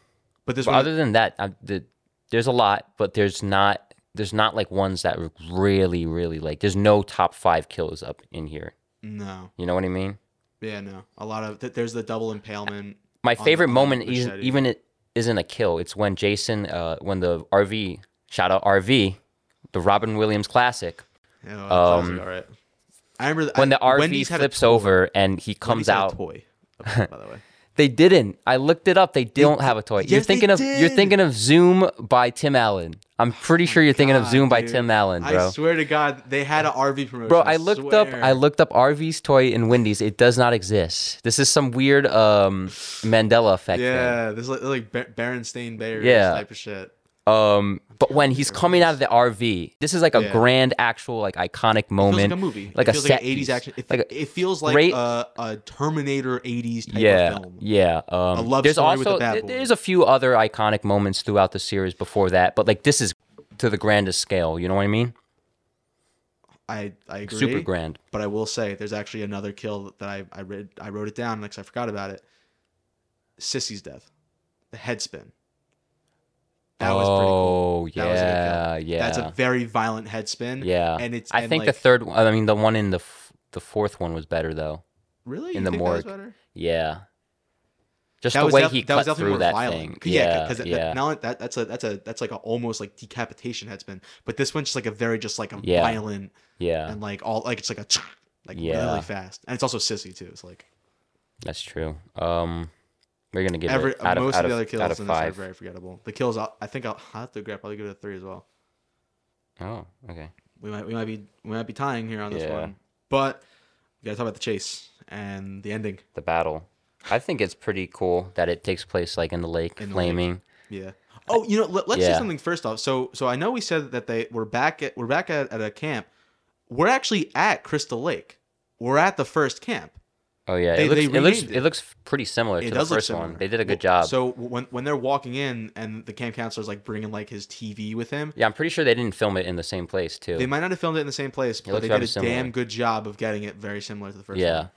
But this
but
one,
other than that, I, the, there's a lot, but there's not there's not like ones that were really really like. There's no top five kills up in here.
no,
You know what I mean?
Yeah, no. A lot of th- there's the double impalement.
my
the-
favorite
on the
moment is
machete.
even it isn't a kill. It's when Jason, uh, when the RV Shout out RV, the Robin Williams classic.
Yeah, well,
Um,
classic, all right. I remember
When the
I,
RV
Wendy's had a
flips
toy.
over and he
Wendy's
comes
had a
out,
toy. By the way,
they didn't. I looked it up. They don't have a toy. you're
yes, they
thinking of you're
did. Oh
thinking of Zoom by Tim Allen. I'm pretty sure you're thinking of
God,
Zoom by
dude.
Tim Allen, bro.
I swear to God, they had an RV promotion.
Bro, I looked up.
swear.
I looked up RV's toy in Wendy's. It does not exist. This is some weird um, Mandela effect. Thing.
Yeah, this is like, like Ber- Berenstain Bears
Yeah.
type of shit.
Um, but when he's coming out of the RV, this is like a
Yeah.
grand, actual, like iconic
It feels
moment,
like a movie.
like a
it feels
set
like an 80s
piece.
action. It,
Like a-
it feels like
great-
a, a Terminator 80s type
yeah,
of film.
yeah. Um,
A love
there's
story
also
with a bad
th-
boy.
there's a few other iconic moments throughout the series before that, but like this is to the grandest scale. You know what I mean?
I, I agree.
Super grand.
But I will say, there's actually another kill that I, I read. I wrote it down because I forgot about it. Sissy's death, the head spin. That was pretty cool.
oh
That was a good kill.
yeah, yeah.
That's a very violent head spin.
Yeah,
and it's.
I
and,
think
like-
the third. one I mean, the one in the f- the fourth one was better though.
really
in the
You think that was
morgue.
better?
Yeah, just
That
the
was
way
def-
he
that was
cut
definitely
through
more
that
violent.
thing.
Yeah,
Yeah,
because
yeah.
that, now that, that's a that's a that's like a almost like decapitation head spin. But this one's just like a very just like a
Yeah.
violent
yeah,
and like all like it's like a like
Yeah.
really fast, and it's also sissy too. It's like
that's true. Um, we're gonna give
every
it out of,
most
out
of the
of-
other
out
kills
of
in this are
five.
very forgettable. The kills, I'll, I think I'll, I'll have to grab. I'll give it a three as well.
Oh, okay.
We might we might be we might be tying here on this
Yeah.
one, but we gotta talk about the chase and the ending.
The battle. I think it's pretty cool that it takes place like in the lake,
In the lake.
flaming.
Yeah. Oh, you know, let, let's say
Yeah.
something first off. So, so I know we said that they we're back at we're back at, at a camp. We're actually at Crystal Lake. We're at the first camp.
Oh yeah,
They-
it looks
they
it looks
renamed
it
it.
looks pretty similar
It
to the
does look
first
similar.
one. They did a good
Well,
job.
So when when they're walking in and the camp counselor's like bringing like his TV with him,
yeah, I'm pretty sure they didn't film it in the same place too.
they might not have filmed it in the same place, but
looks
they
very
did a
similar.
damn good job of getting it very similar to the first
yeah.
one.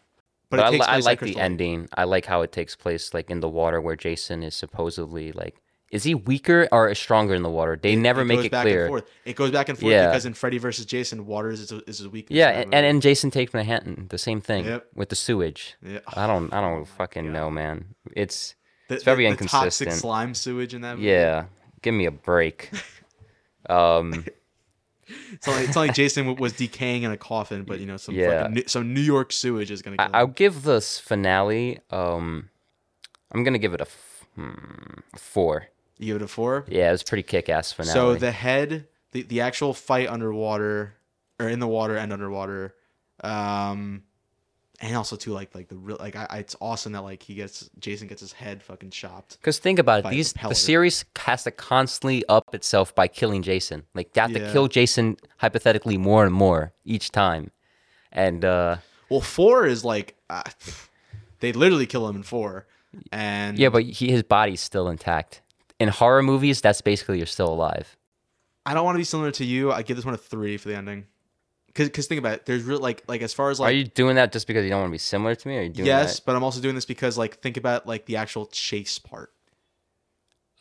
But, I, li- I
place
like
at
the
Crystal Lake.
ending. I like how it takes place, like in the water, where Jason is supposedly like, is he weaker or is stronger in the water? They never make
goes
it
back
clear.
And forth. It goes back and forth
Yeah.
because in Freddy versus Jason, water is his, is his weakness.
Yeah,
in that
and, and
movie.
and Jason takes Manhattan, the same thing
Yep.
with the sewage.
Yeah.
I don't, I don't fucking know, man. It's
The-
it's very
the- The
inconsistent.
toxic slime sewage in that movie.
yeah, give me a break. Um,
It's not like, it's not like Jason w- was decaying in a coffin, but you know some
Yeah.
fucking New, some New York sewage is gonna. Kill
I,
him.
I'll give this finale. Um, I'm gonna give it a f- hmm, four.
you give it a four.
Yeah, it was a pretty kick-ass finale.
so the head, the, the actual fight underwater or in the water and underwater, um, and also too like like the real like I, I, it's awesome that like he gets Jason gets his head fucking chopped.
Because think about it,
by
these the
propeller.
series has to constantly up itself by killing Jason. Like they have to
Yeah.
kill Jason hypothetically more and more each time, and uh,
Well, four is like uh, they literally kill him in four, and
yeah, but he his body's still intact. In horror movies, that's basically you're still alive.
I don't want to be similar to you. I give this one a three for the ending. Cause, 'cause think about it. There's real like like as far as like
Are you doing that just because you don't want to be similar to me? Or are you doing
yes,
that?
but I'm also doing this because like think about like the actual chase part,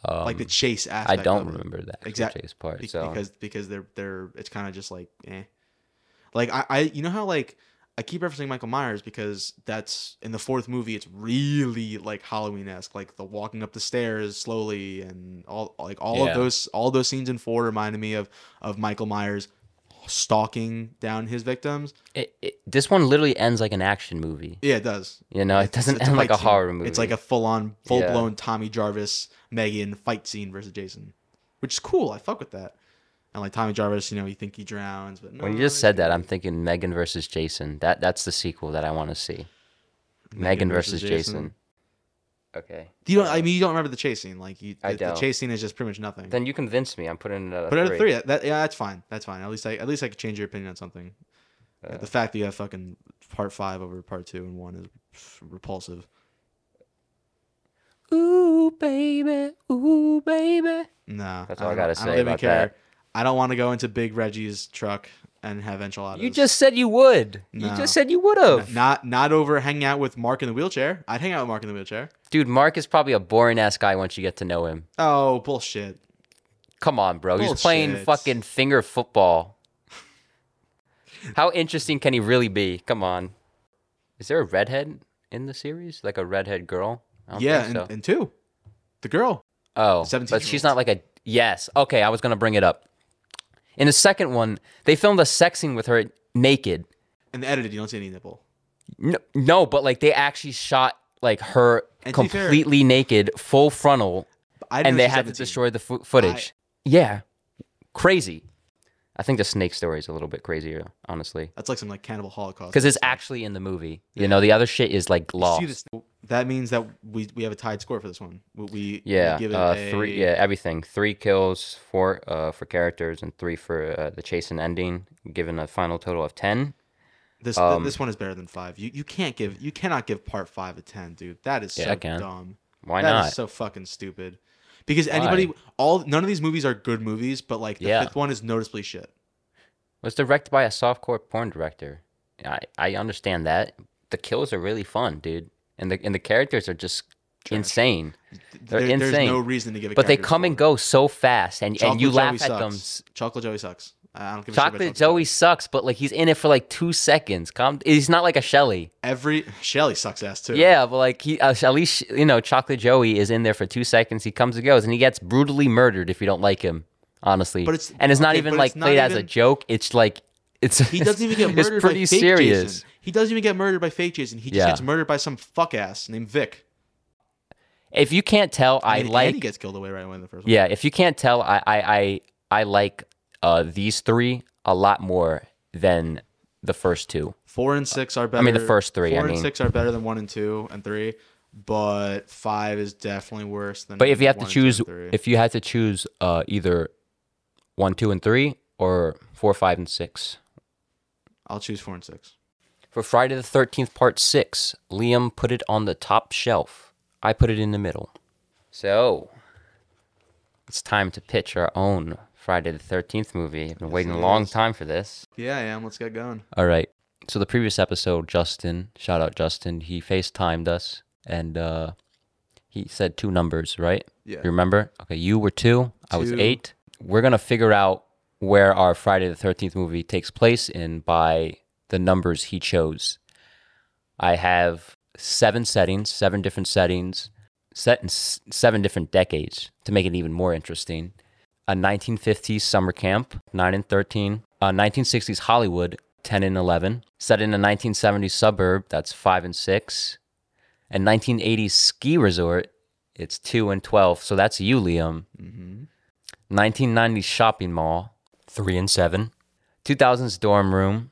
Um,
like the chase
I
aspect.
don't
of it.
remember that
Exact-
exactly part.
Be-
So
because because they're they're it's kind of just like eh, like I, I you know how like I keep referencing Michael Myers because that's in the fourth movie. It's really like Halloween esque, like the walking up the stairs slowly and all like all
Yeah.
of those all those scenes in four reminded me of of Michael Myers stalking down his victims.
it, it, this one literally ends like an action movie.
Yeah, it does.
You know, it doesn't
it's
end like a
fight scene.
horror movie.
It's like a full on, full blown Tommy Jarvis, Megan fight scene versus Jason, which is cool. I fuck with that. And like Tommy Jarvis, you know, you think he drowns, but no.
When you just said that, I'm thinking Megan versus Jason. That that's the sequel that I want to see. Megan versus Jason. Okay.
you don't. I mean, you don't remember the chase scene. Like you, the,
I
the
don't.
chase scene is just pretty much nothing.
Then you convinced me. I'm putting it at a
but at
three.
a three, that, that- yeah, that's fine. That's fine. At least I, at least I could change your opinion on something.
Uh.
the fact that you have fucking part five over part two and one is repulsive.
Ooh baby, ooh baby.
Nah,
That's all I
don't-
gotta
don't
say
even
about
care.
that.
I don't want to go into Big Reggie's truck and have enchiladas.
You just said you would. You
No.
just said you would have.
Not not over hanging out with Mark in the wheelchair. I'd hang out with Mark in the wheelchair.
Dude, Mark is probably a boring ass guy once you get to know him.
Oh bullshit!
Come on, bro. He's playing
Bullshit.
fucking finger football. How interesting can he really be? Come on. Is there a redhead in the series? Like a redhead girl? I don't
Yeah,
think
and,
so.
and two, the girl.
Oh, but
17-year-olds.
she's not like a Yes. Okay, I was gonna bring it up. In the second one, they filmed a sex scene with her naked.
And the edited, you don't see any nipple.
No, no but like they actually shot like her
And to be fair-
completely naked, full frontal,
But I didn't
and
know
they
she
had to
was 17.
destroy the fo- footage. yeah, crazy. I think the snake story is a little bit crazier, honestly,
That's like some like cannibal holocaust.
because it's actually in the movie. You know, the other shit is like
You
lost.
see this- that means that we we have a tied score for this one. We, we
Yeah,
we give it
uh,
a,
three. Yeah, everything. Three kills, four uh, for characters, and three for uh, the chase and ending. Given a final total of ten.
This th-
um,
this one is better than five. You you can't give you cannot give part five a ten, dude. That is so
Yeah, I can.
dumb.
Why
That is
not?
so fucking stupid. Because anybody, all none of these movies are good movies, but like the
Yeah.
fifth one is noticeably shit.
was directed by a softcore porn director. I, I understand that. The kills are really fun, dude, and the and the characters are just insane. They're
There- There's
insane.
no reason to give it.
but they come and go so fast, and, and you laugh at them.
Chocolate Joey sucks. I don't give a shit about
Chocolate Joey sucks, but like he's in it for like two seconds. Calm, he's not like a Shelly.
Every Shelly sucks ass too.
Yeah, but like he uh, at least you know Chocolate Joey is in there for two seconds. He comes and goes, and he gets brutally murdered if you don't like him. Honestly,
But it's-
and it's not
okay,
even
but
like
it's not
played as a
even-
joke. It's like it's
He doesn't even get
it's
murdered
pretty
by fake
serious.
Jason. He doesn't even get murdered by fake Jason. He just
Yeah.
gets murdered by some fuck ass named Vic.
If you can't tell, I,
And- and
like
he gets killed away right away in the first one.
Yeah, if you can't tell, I I I, I like uh, these three a lot more than the first two.
Four and six are better.
mean, the first three, I
Four
mean.
and six are better than one and two and three, but five is definitely worse than.
But if you have to
one and two
choose,
and three.
if you had to choose uh, either one, two, and three, or four, five, and six
I'll choose four and six.
for Friday the Thirteenth Part Six, Liam put it on the top shelf. I put it in the middle. So it's time to pitch our own Friday the Thirteenth movie. I've been waiting a long time for this.
Yeah, I am. Let's get going.
All right. So the previous episode, Justin, shout out Justin, he FaceTimed us and uh, he said two numbers, right?
Yeah.
You remember? Okay, you were two, I was
Two.
eight. We're going to figure out where our Friday the 13th movie takes place in by the numbers he chose. I have seven settings, seven different settings, set in s- seven different decades to make it even more interesting. A 1950s summer camp, 9 and 13. A 1960s Hollywood, 10 and 11. Set in a 1970s suburb, that's 5 and 6. A 1980s ski resort, it's 2 and 12. So that's you, Liam.
Mm-hmm.
1990s shopping mall, 3 and 7. 2000s dorm room,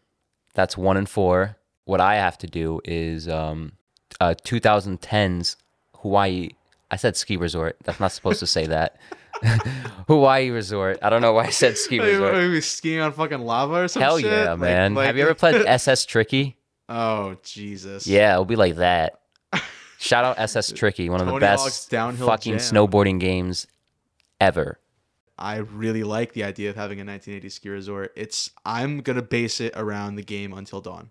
that's 1 and 4. What I have to do is um, uh, 2010s Hawaii. I said ski resort. That's not supposed to say that. Hawaii resort. I don't know why I said ski
Hey, what,
resort.
Are we skiing on fucking lava or some
Hell
shit?
yeah,
Like-
man.
like-
Have you ever played SS Tricky?
Oh Jesus.
Yeah, it'll be like that. Shout out SS Tricky, one of the
Tony Hawk's
best
Downhill
fucking
Jam.
snowboarding games ever.
I really like the idea of having a 1980s ski resort. It's I'm gonna base it around the game Until Dawn,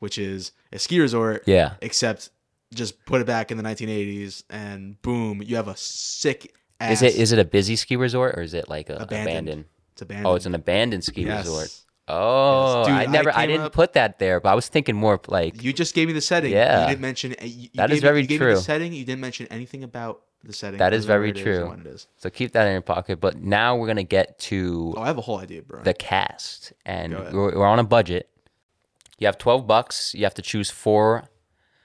which is a ski resort.
Yeah.
Except just put it back in the 1980s and boom, you have a sick. Ass
Is it is it a busy ski resort or is it like a abandoned?
Abandoned. It's abandoned.
Oh, it's an abandoned ski
Yes.
resort. Oh,
Yes. Dude,
I never,
I
I,
came
didn't
up-
put that there, but I was thinking more of like
You just gave me the setting.
Yeah.
You didn't mention. You, you
That
gave
is
me-
very
you gave me the
true.
setting. You didn't mention anything about the setting.
That is
other than where
very
it and
true.
what it is.
so keep that in your pocket. But now we're gonna get to
Oh, I have a whole idea, bro.
the cast, and
Go ahead.
we're, we're on a budget. You have twelve bucks. You have to choose four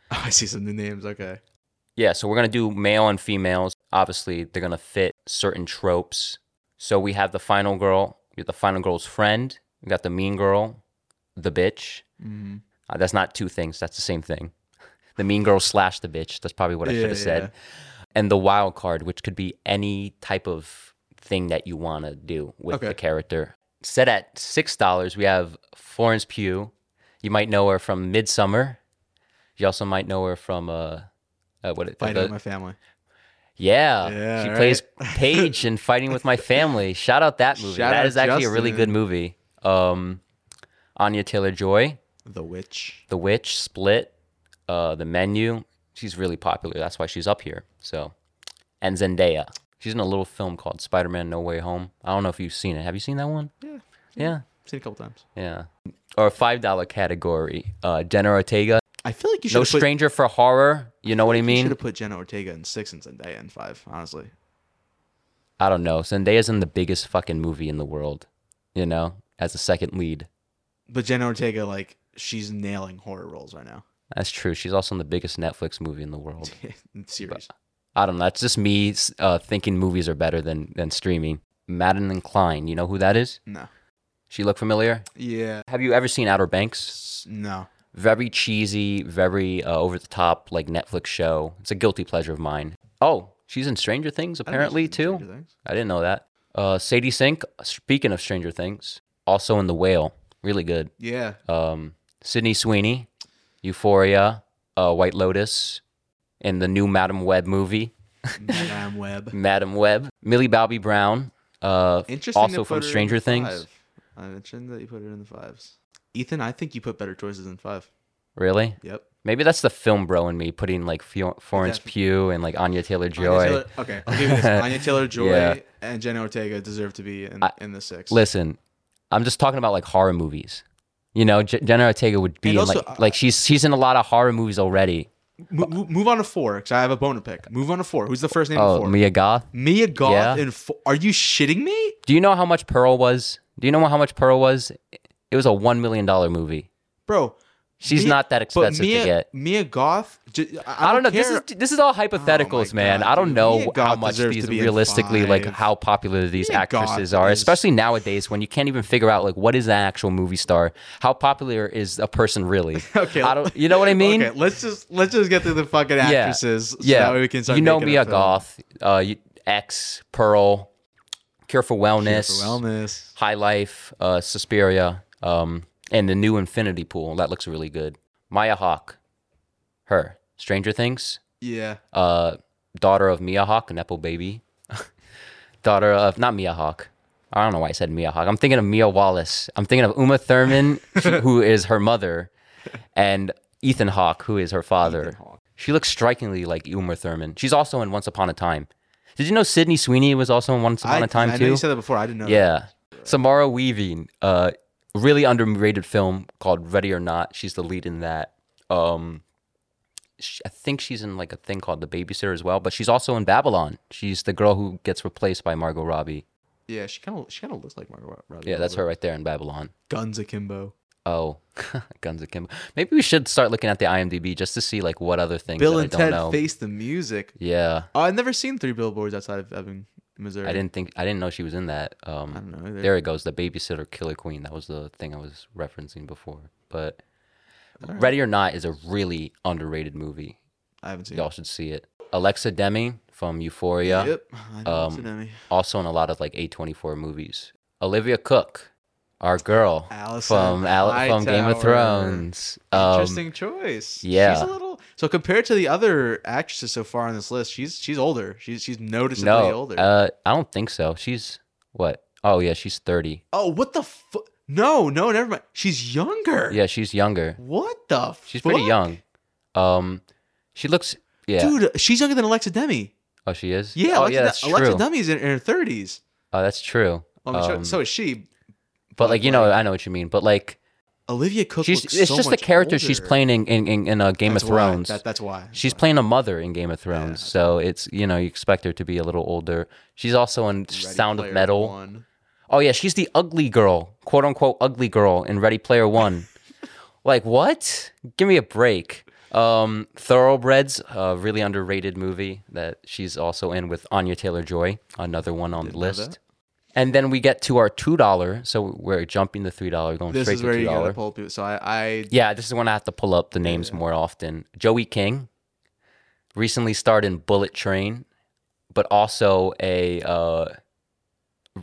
Oh, I see some new names. Okay.
Yeah, so we're gonna do male and females. Obviously, they're gonna fit certain tropes. So we have the final girl, we have the final girl's friend, we got the mean girl, the bitch.
Mm-hmm.
Uh, that's not two things. That's the same thing. The mean girl slash the bitch. That's probably what I should have
Yeah,
said. And the wild card, which could be any type of thing that you want to do with
Okay.
the character. Set at six dollars, we have Florence Pugh. You might know her from Midsummer. You also might know her from uh, uh what it,
Fighting
the-
with my family.
yeah.
Yeah,
she
right.
plays Paige in Fighting with My Family. Shout out that movie.
Shout
that
out
is actually a really good
Justin.
movie. Um, Anya Taylor Joy,
The witch.
The Witch, Split, uh, The Menu. She's really popular. That's why she's up here. So, and Zendaya. She's in a little film called Spider Man No Way Home. I don't know if you've seen it. Have you seen that one?
Yeah.
Yeah.
I've seen it a couple times.
Yeah. Or $5 category. Uh, Jenna Ortega.
I feel like you should
No
have put,
stranger for horror. You know what I
you should
mean?
have put Jenna Ortega in six and Zendaya in five. Honestly,
I don't know. Zendaya's in the biggest fucking movie in the world, you know, as a second lead.
But Jenna Ortega, like, she's nailing horror roles right now.
That's true. She's also in the biggest Netflix movie in the world.
Serious.
I don't know. That's just me uh, thinking movies are better than than streaming. Madeline Klein, you know who that is?
No.
She look familiar.
Yeah.
Have you ever seen Outer Banks?
S- No.
Very cheesy, very uh, over the top, like Netflix show. It's a guilty pleasure of mine. Oh, she's in Stranger Things
I don't know if
apparently
she's in
too.
Stranger Things.
I didn't know that. Uh, Sadie Sink. Speaking of Stranger Things, also in The Whale, really good.
Yeah.
Um, Sydney Sweeney, Euphoria, uh, White Lotus, and the new Madam Web movie.
Madame Web.
Madam Web, Millie Bobby Brown, uh,
Interesting. to
also
put
from
her in
Stranger
the
Things.
five. I mentioned that you put it in the fives. Ethan, I think you put better choices than five.
Really?
Yep.
Maybe that's the film bro in me putting like Fio- Florence
Definitely.
Pugh and like Anya Taylor
Anya
Joy.
Taylor, okay, I'll give you this. Anya Taylor Joy
Yeah.
and Jenna Ortega deserve to be in,
I-
in the six.
Listen, I'm just talking about like horror movies. You know, J- Jenna Ortega would be
And
in
also, uh,
like like she's she's in a lot of horror movies already.
Mo- mo- move on to four because I have a boner pick. Move on to four. Who's the first name? of
Oh,
four?
Mia Goth.
Mia Goth
Yeah.
in four. Are you shitting me?
Do you know how much Pearl was? Do you know how much Pearl was? It was a one million dollar movie.
Bro.
She's not that
but
expensive to
Mia,
get.
Mia Goth. j- I,
I don't know. This
care.
is this is all hypotheticals,
Oh my
man.
God,
I don't
dude.
know
Mia
how
Goth
much
deserves
these
to be in
realistically like
five.
how popular these
Mia Goth
actresses are,
is-
especially nowadays when you can't even figure out like what is an actual movie star. How popular is a person really?
Okay.
I don't. You know what I mean?
Okay, let's just let's just get through the fucking actresses. So
yeah.
That way we can start.
you know
making
Mia
a film.
Goth, uh, you- X, Pearl, Cure for
Cure
Wellness,
for wellness.
High Life, uh, Suspiria, um, and the new Infinity Pool. That looks really good. Maya Hawk, her Stranger Things.
Yeah.
uh, daughter of Mia Hawk, Nepo baby. daughter of not Mia Hawk. I don't know why I said Mia Hawk. I'm thinking of Mia Wallace. I'm thinking of Uma Thurman, she- who is her mother, and Ethan Hawke, who is her father. She looks strikingly like Uma Thurman. She's also in Once Upon a Time. Did you know Sydney Sweeney was also in Once Upon a
I-
Time
I know
too?
you said that before. I didn't know.
Yeah. Samara Weaving, uh, really underrated film called Ready or Not. She's the lead in that. Um, sh I think she's in like a thing called The Babysitter as well, but she's also in Babylon. She's the girl who gets replaced by Margot Robbie.
That. Yeah. She kind of she kind of looks like Margot Robbie.
Yeah,
a
that's her
little
right there in Babylon.
bit. Guns akimbo.
Oh, Guns Akimbo. Maybe we should start looking at the IMDb just to see like what other things
Bill
that
and
I don't
Ted
know.
Face the Music.
yeah,
Oh, I've never seen Three Billboards Outside of Ebbing, Missouri.
I didn't think I didn't know she was in that. Um,
I don't know. either.
there it goes, the Babysitter Killer Queen. That was the thing I was referencing before, but.
Alright.
Ready or Not is a really underrated movie.
I haven't seen.
Y'all should see it. Alexa Demi from Euphoria,
it. Yep. I know
Um,
it's an Emmy.
also in a lot of like A24 movies. Olivia Cook, our girl
Allison
from Al- from Game of
Hightower.
Thrones. Um,
Interesting choice.
yeah.
She's a little. So compared to the other actresses so far on this list, she's she's older. She's she's noticeably
No,
older.
uh, I don't think so. She's what? Oh yeah, she's 30.
oh, what the fu- No, no, never mind. She's younger.
Yeah, she's younger.
What the?
She's pretty
fuck?
young. Um, she looks. Yeah.
Dude, she's younger than Alexa Demi.
oh, she is.
Yeah,
Oh,
Alexa,
yeah, that's
Alexa
true.
Demi's in, in her thirties.
Oh, that's true.
I mean, so-
Um,
so is she.
but like you know, I know what you mean. But like,
Olivia Cook.
She's,
looks
it's
so
just the
much
character she's
older.
playing in in, in, in uh, Game
That's
of
why.
Thrones.
That, that's why.
she's playing a mother in Game of Thrones, so it's you know you expect her to be a little older. She's also in
Ready
Sound of
Player
Metal.
One.
Oh yeah, she's the ugly girl, quote unquote ugly girl in Ready Player One. like what? Give me a break. Um, Thoroughbreds, a really underrated movie that she's also in with Anya Taylor Joy, another one on the
know
list.
that.
And then we get to our two dollar, so we're jumping the three dollar, going
This
straight
is where
to two
you
dollar.
gotta pull people. So I, I
Yeah, this is when I have to pull up the names more often. Joey King recently starred in Bullet Train, but also a uh,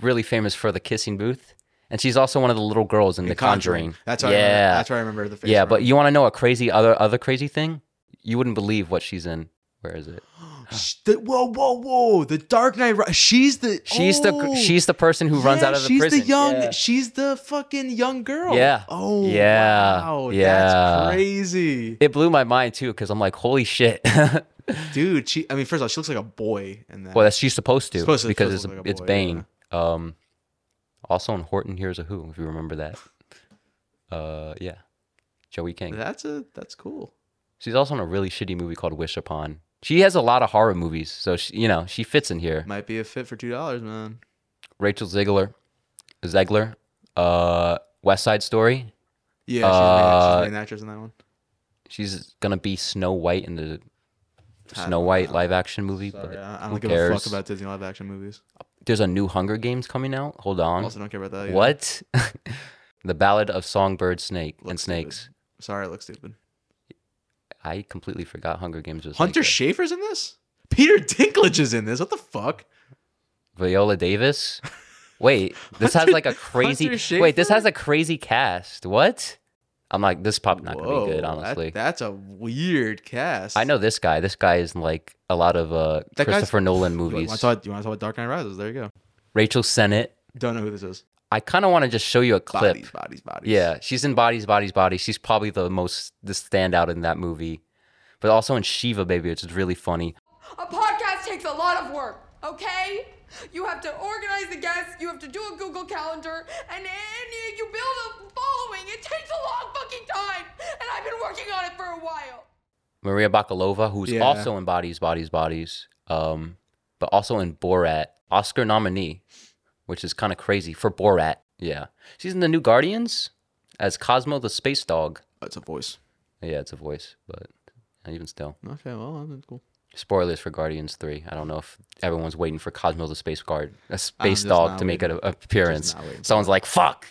really famous for the Kissing Booth, and she's also one of the little girls in The Conjuring.
That's why. I remember,
yeah,
that's why I remember the face.
yeah.
from.
But you want to know a crazy other other crazy thing? You wouldn't believe what she's in. Where is it?
Sh- the- whoa, whoa, whoa! The Dark Knight. Ri- She's the.
She's
oh,
the she's the person who runs
yeah,
out of the
she's
prison.
the young.
Yeah.
She's the fucking young girl.
Yeah.
Oh.
Yeah.
Wow.
Yeah.
That's crazy,
It blew my mind too because I'm like, holy shit. well,
dude. She. I mean, first of all, she looks like a boy in that.
that's she's supposed to
Supposed to-
because
supposed to
it's
look like
it's
a
Bane.
boy,
Um, also in Horton Hears a Who, if you remember that. Uh, yeah, Joey King.
that's a. That's cool.
She's also in a really shitty movie called Wish Upon. She has a lot of horror movies, so she, you know she fits in here.
Might be a fit for two dollars, man.
Rachel Ziegler, Zegler, uh, West Side Story.
Yeah, she's, uh,
Uh,
main, she's the main actress in that one.
She's gonna be Snow White in the
I
Snow
don't
White live action movie.
Sorry,
but
I I
who
don't give a
cares?
fuck about Disney live action movies.
There's a new Hunger Games coming out. Hold on.
Also, don't care about that. either.
What? the Ballad of Songbird Snake and
Looks
Snakes.
stupid. Sorry, I look stupid.
I completely forgot Hunger Games was
Hunter
like that.
Schafer's in this. Peter Dinklage is in this. What the fuck?
Viola Davis. Wait, this has
Hunter-
like a crazy.
Hunter
Wait, this
Schafer?
has a crazy cast. What? I'm like, this pop not gonna be good,
that-
honestly.
that's a weird cast.
I know this guy. This guy is in like a lot of uh,
That guy's-
Christopher Nolan
You want
movies.
to talk, you wanna talk about Dark Knight Rises? There you go.
Rachel Sennett.
Don't know who this is.
I kind of want to just show you a clip.
Bodies, bodies, bodies.
Yeah, she's in Bodies, Bodies, Bodies. She's probably the most the standout in that movie, but also in Shiva, baby, which is really funny.
A podcast takes a lot of work, okay? You have to organize the guests, you have to do a Google Calendar, and, and you build a following. It takes a long fucking time, and I've been working on it for a while.
Maria Bakalova, who's
Yeah.
also in Bodies, Bodies, Bodies, um, but also in Borat, Oscar nominee, which is kind of crazy for Borat. Yeah. She's in The New Guardians as Cosmo the Space Dog.
That's a voice.
Yeah, it's a voice, but even still.
Okay, well, that's cool.
Spoilers for Guardians 3. I don't know if everyone's waiting for Cosmo the Space Guard, a space
just
dog,
not
to make an
waiting.
a- appearance.
Just not waiting.
Someone's like, fuck,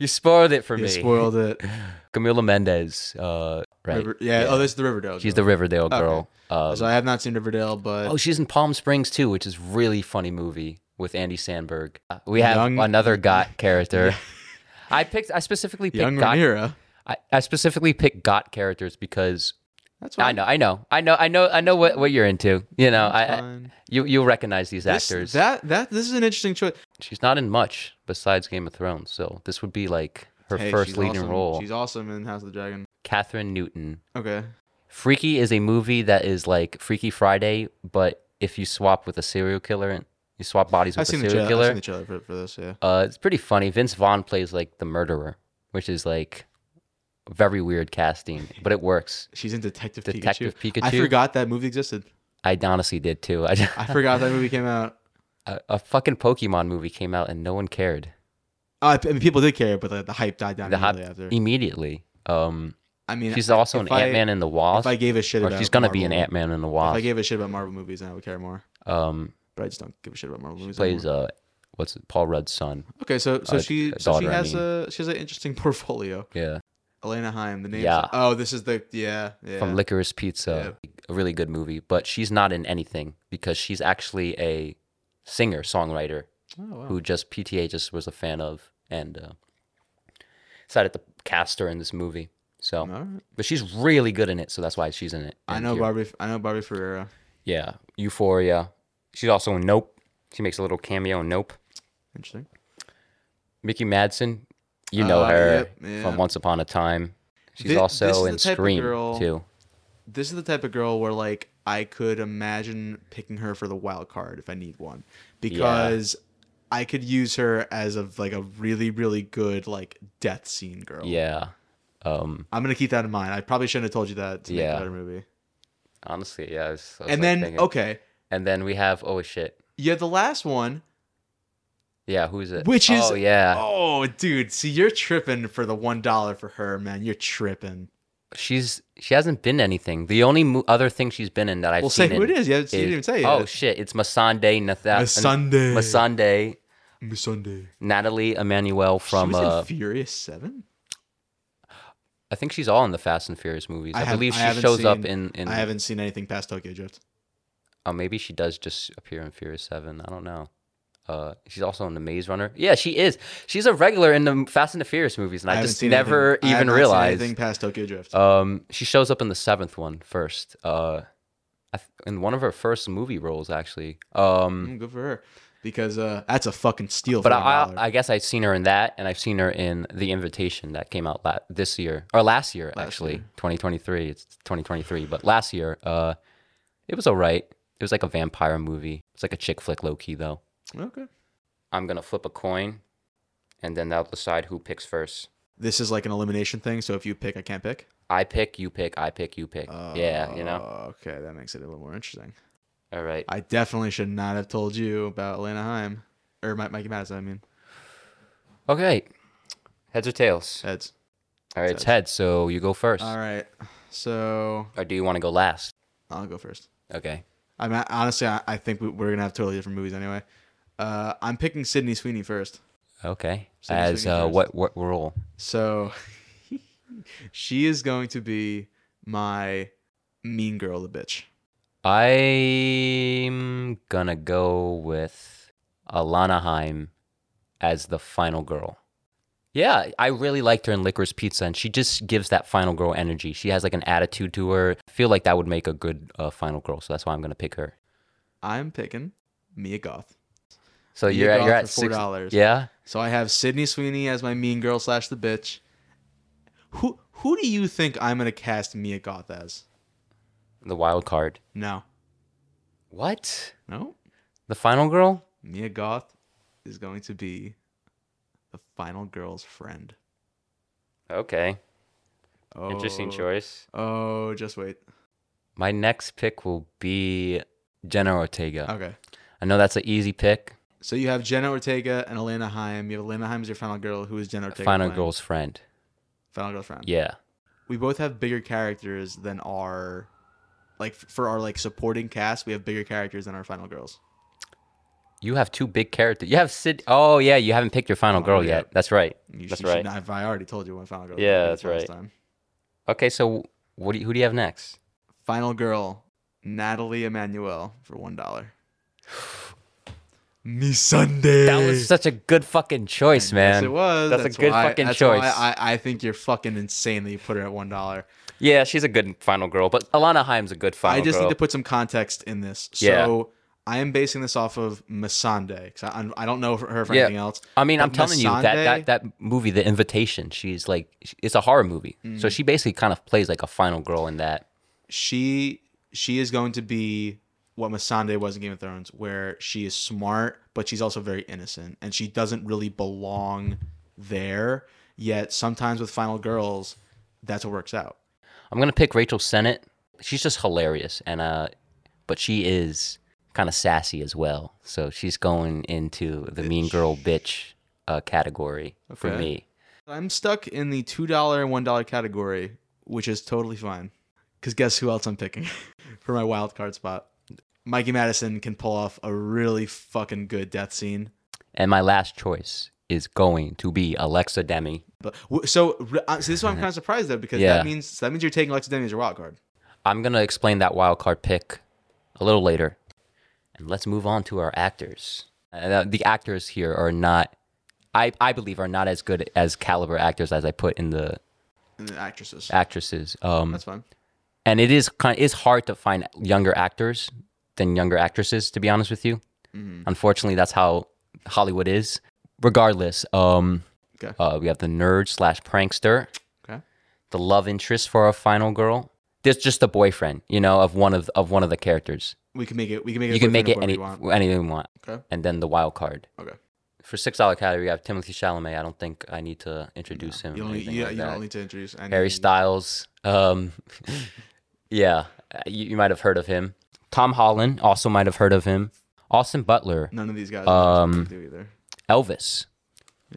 you spoiled it for
You
me.
spoiled it.
Camila Mendez. Uh, right.
River- yeah, Oh, this is the Riverdale.
She's the
girl.
Riverdale
Okay.
girl. Um,
so I have not seen Riverdale, but
Oh, she's in Palm Springs too, which is really funny movie with Andy Sandberg. Uh, We have
Young-
another Got character. I picked. I specifically picked
Young
Got.
Rhaenyra.
I, I specifically picked Got characters because
That's
I know, I know, I know, I know, I know what, what you're into. You know, I, I-
fine.
you you'll recognize these
This-
actors.
that that this is an interesting choice.
she's not in much besides Game of Thrones, so this would be like her
Hey,
first
she's
leading
awesome.
role.
She's awesome in House of the Dragon.
Catherine Newton.
Okay.
Freaky is a movie that is like Freaky Friday, but if you swap with a serial killer and you swap bodies
I've
with a
seen, the
serial
trailer,
killer,
I've seen the trailer for, for this, yeah.
Uh, it's pretty funny. Vince Vaughn plays like the murderer, which is like very weird casting, but it works.
She's in Detective,
Detective
Pikachu. I
Pikachu?
forgot that movie existed.
I honestly did too. I, just,
I forgot that movie came out.
a, a fucking Pokemon movie came out and no one cared.
Uh, I mean, people did care, but the, the hype died down
The hot,
immediately after.
immediately. Um,
I mean,
she's
I-
also
if
an
I-
Ant Man and the Wasp.
If I gave a shit
or
about,
she's gonna be an
Marvel-
Ant Man and the
If I
Wasp.
gave a shit about Marvel movies, then I would care more.
um,
But I just don't give a shit about Marvel movies.
plays
anymore.
uh, what's it, Paul Rudd's son?
okay, so so
uh,
she
a
so she
daughter, I
has
mean.
a she has an interesting portfolio.
Yeah,
Elena Haim, the name.
Yeah.
Oh, this is the yeah yeah.
from Licorice Pizza, a really good movie. But she's not in anything because she's actually a singer songwriter.
oh, wow.
who just PTA just was a fan of and uh, decided to cast her in this movie. So,
All right.
but she's really good in it, so that's why she's in it.
I
And
know
here-
Barbie. I know Barbie Ferreira.
Yeah, Euphoria. She's also in Nope. She makes a little cameo in Nope.
Interesting.
Mickey Madsen, you know
Uh,
her
yep, yeah.
from Once Upon a Time. She's
Thi- this is
also
the
in
type of
Scream
girl-
too.
This is the type of girl where like I could imagine picking her for the wild card if I need one because. I could use her as of like a really really good like death scene girl.
Yeah. Um.
I'm gonna keep that in mind. I probably shouldn't have told you that to make
Yeah.
a better movie.
Honestly, yeah. I was- I was, like,
and then
thinking-
okay,
And then we have oh shit.
yeah, the last one,
Yeah, who's it?
which is
oh yeah.
oh dude, see you're tripping for the one dollar for her, man. You're tripping.
she's she hasn't been anything. The only mo- other thing she's been in that I've
Well, say
seen
who it
in
is. Yeah, you didn't even say it.
Oh shit, it's Masande Natha-
Masande.
Masande
Miss Sunday
Natalie Emmanuel from
she was
uh,
in Furious Seven.
I think she's all in the Fast and Furious movies. I,
have-
believe she
haven't
shows up
seen-
in in
I haven't seen anything past Tokyo Drift.
Oh, maybe she does just appear in Furious 7. I don't know. Uh, she's also in the Maze Runner. Yeah, she is. She's a regular in the Fast and the Furious movies, and I,
haven't
just
seen
never
anything- I have
even
not seen
realized.
anything past Tokyo Drift.
Um, she shows up in the seventh one first. Uh, I th- in one of her first movie roles, actually. Um,
Mm, good for her, because uh, that's a fucking steal.
but
for
I, I,
$1.
I guess I've seen her in that, and I've seen her in The Invitation that came out la- this year or last year, actually, 2023. It's 2023, but last year, uh, it was alright. It was like a vampire movie. It's like a chick flick, low key though.
okay.
I'm gonna flip a coin, and then that'll decide who picks first.
This is like an elimination thing. So if you pick, I can't pick.
I pick, you pick, I pick, you pick. yeah, you know.
Oh, okay, that makes it a little more interesting.
All right.
I definitely should not have told you about Elena Heim or Mi- Mikey Madison. I mean,
Okay. Heads or tails?
heads.
All right, it's heads. So you go first,
All right, so
or do you want to go last?
I'll go first.
Okay.
I'm honestly, I, I think we- we're gonna have totally different movies anyway. Uh, I'm picking Sydney Sweeney first.
Okay.
So you
As
swing it
uh,
first.
what what role?
So she is going to be my mean girl, the bitch.
I'm gonna go with Alana Heim as the final girl. Yeah, I really liked her in Licorice Pizza, and she just gives that final girl energy. She has like an attitude to her. I feel like that would make a good uh, final girl, so that's why I'm gonna pick her.
I'm picking Mia Goth.
So
You
you're at,
go
you're
for
at six
$4.
Yeah,
So I have Sydney Sweeney as my mean girl slash the bitch. Who who do you think I'm gonna cast Mia Goth as?
the wild card.
No,
What?
no.
The final girl?
Mia Goth is going to be the final girl's friend.
Okay,
Oh,
interesting choice.
Oh, just wait.
My next pick will be Jenna Ortega.
Okay.
I know that's an easy pick.
So you have Jenna Ortega and Elena Haim. You have Elena Haim as your final girl. Who is Jenna Ortega?
final
playing?
girl's friend.
Final girl friend.
Yeah.
we both have bigger characters than our like f- for our like supporting cast we have bigger characters than our final girls
You have two big characters. You have Sid. Oh yeah, you haven't picked your final girl
yeah.
yet. That's right.
you
that's
should- you
right.
should not have- i already told you one final girl
Yeah,
the
that's
first
right.
time.
Okay, so what do you, who do you have next?
final girl natalie emmanuel for one dollar me sunday
That was such a good fucking choice, man.
Yes, it was.
That's,
That's
a good
why-
fucking
that's
choice.
Why I, I think you're fucking insane that you put her at one dollar.
yeah, she's a good final girl, but Alana Haim's a good final
I just
girl.
need to put some context in this. So
Yeah.
I am basing this off of Masande because I, I don't know her for
Yeah.
anything else.
I mean,
But
I'm telling you
Missandei-
that, that that movie, The Invitation. She's like, it's a horror movie,
Mm.
so she basically kind of plays like a final girl in that.
she she is going to be what Masande was in Game of Thrones, where she is smart, but she's also very innocent, and she doesn't really belong there. Yet sometimes with final girls, that's what works out.
I'm gonna pick Rachel Sennett. She's just hilarious, and uh, but she is kind of sassy as well. So she's going into the mean girl bitch uh, category for
Okay.
me.
I'm stuck in the two dollar and one dollar category, which is totally fine. Cause guess who else I'm picking for my wild card spot? Mikey Madison can pull off a really fucking good death scene.
And my last choice is going to be Alexa Demi.
But w- so, re- uh, so this is why I'm kind of surprised though, because
Yeah.
that means so that means you're taking Lex Demi as your wild card.
I'm gonna explain that wild card pick a little later, and let's move on to our actors. And, uh, the actors here are not, I I believe, are not as good as caliber actors as I put in the
And then actresses.
actresses. Um,
That's fine.
and it is kind it's hard to find younger actors than younger actresses to be honest with you
Mm-hmm.
unfortunately that's how hollywood is regardless um
Okay.
uh, we have the nerd slash prankster
Okay.
the love interest for our final girl there's just the boyfriend you know of one of of one of the characters
We can make it. We can make it.
you can make it any
We want.
anything you want
Okay.
and then the wild card
Okay.
for six dollar category we have timothy chalamet i don't think i need to introduce him
You
or
don't, need,
anything
you,
like
you
that.
don't need to introduce any.
Harry Styles. Um, yeah, you, you might have heard of him. Tom Holland also might have heard of him. Austin Butler,
None of these guys.
Um,
do either.
Elvis,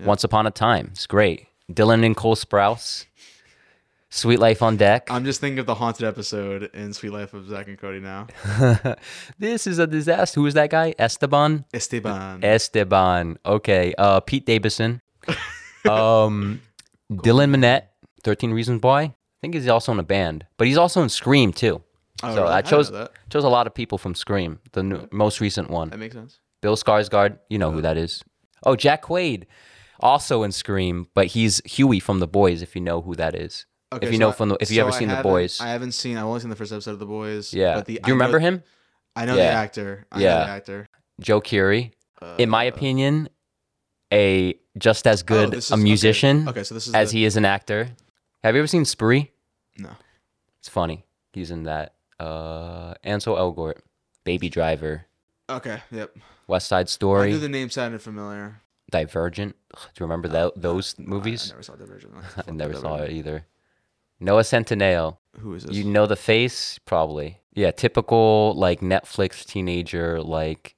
Once Upon a Time. It's great. Dylan and Cole Sprouse, Sweet Life on Deck.
I'm just thinking of the haunted episode in Sweet Life of Zack and Cody now.
this is a disaster. Who is that guy? Esteban.
Esteban.
Eh, Esteban. Okay. Uh, Pete Davidson. Um, Dylan Minette. Thirteen Reasons Why. I think he's also in a band, but he's also in Scream too.
Oh,
so
really?
I
didn't
chose
know that.
chose a lot of people from Scream, the new, most recent one.
That makes sense.
Bill Skarsgård, you know who that is. Oh, Jack Quaid, also in Scream, but he's Huey from The Boys. If you know who that is, if you
so
know
I-
from the, if you
so
ever
I
seen The
haven't-
Boys,
I haven't seen. I've only seen the first episode of The Boys.
yeah.
But
Do
the,
you
I know-
remember him?
I know
Yeah.
the actor. I know
Yeah.
the actor. Oh,
Joe Curie. in my opinion, a just as
Uh, Oh,
good
this
a
is- okay.
musician
Okay, so this is
as
the-
he is an actor. Have you ever seen Spree?
No.
It's funny. He's in that. Uh, Ansel Elgort, Baby Driver,
Okay. Yep.
West Side
I
Story,
knew the name sounded familiar.
Divergent. Ugh, Do you remember tho- those movies?
I never saw Divergent.
I never saw it either. Noah Centineo.
Who is this?
You know the face, probably. Yeah, typical like Netflix teenager. Like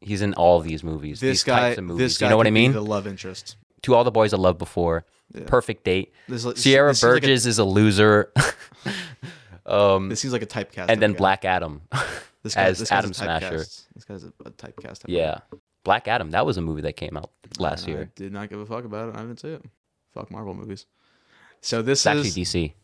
he's in all these movies.
this
these
guy.
types of movies.
This guy.
you know what
could
I
be
mean?
The love interest.
to all the boys I loved before. Perfect date.
This is-
Sierra
this is like a-
Burgess is a loser. um,
This seems like a typecast.
and then
guy.
Black Adam
This guy-
as
this guy's a
Adam Smasher.
typecast. This guy's a, a typecast.
Yeah, Black Adam. That was a movie that came out last
I
year.
did not give a fuck about it. I didn't see it. Fuck Marvel movies. So this
It's actually
is.
DC.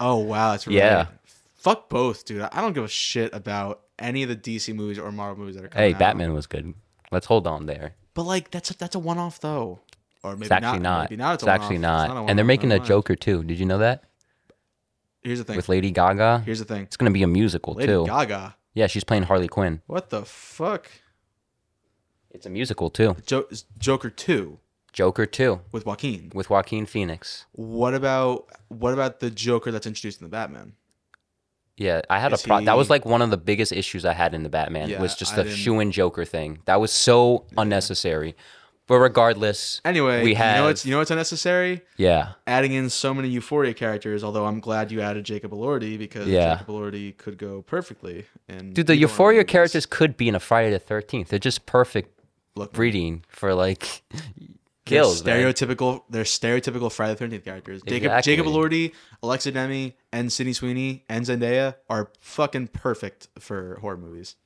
Oh wow, that's right.
Yeah.
Fuck both, dude. I don't give a shit about any of the DC movies or Marvel movies that are coming
Hey,
out.
Batman was good. Let's hold on there.
But like that's a, that's a one off though. Or maybe
It's actually not.
Maybe not. It's,
It's
a one-off.
actually
It's
not.
a
And they're
one-off.
making a
Never mind.
Joker too. Did you know that
Here's the thing.
with Lady Gaga?
Here's the thing.
It's gonna be a musical
Lady
too.
Gaga.
Yeah, she's playing Harley Quinn.
What the fuck?
It's a musical too.
Jo- Joker two
Joker too
with Joaquin.
with Joaquin Phoenix.
What about what about the Joker that's introduced in the Batman?
Yeah, I had
Is
a pro- that was
he-
like one of the biggest issues I had in the Batman
Yeah,
was just
I
the
didn't-
shoe and Joker thing. That was so unnecessary. But regardless,
Anyway,
we
you know
have
it's you know it's unnecessary.
yeah,
adding in so many Euphoria characters. Although I'm glad you added Jacob Elordi because
Yeah.
Jacob Elordi could go perfectly. And
dude, the Euphoria characters could be in a Friday the Thirteenth. They're just perfect
Look,
breeding for like kills. man.
stereotypical. They're stereotypical Friday the Thirteenth characters. Jacob
Exactly.
Jacob Elordi, Alexa Demi, and Sydney Sweeney and Zendaya are fucking perfect for horror movies.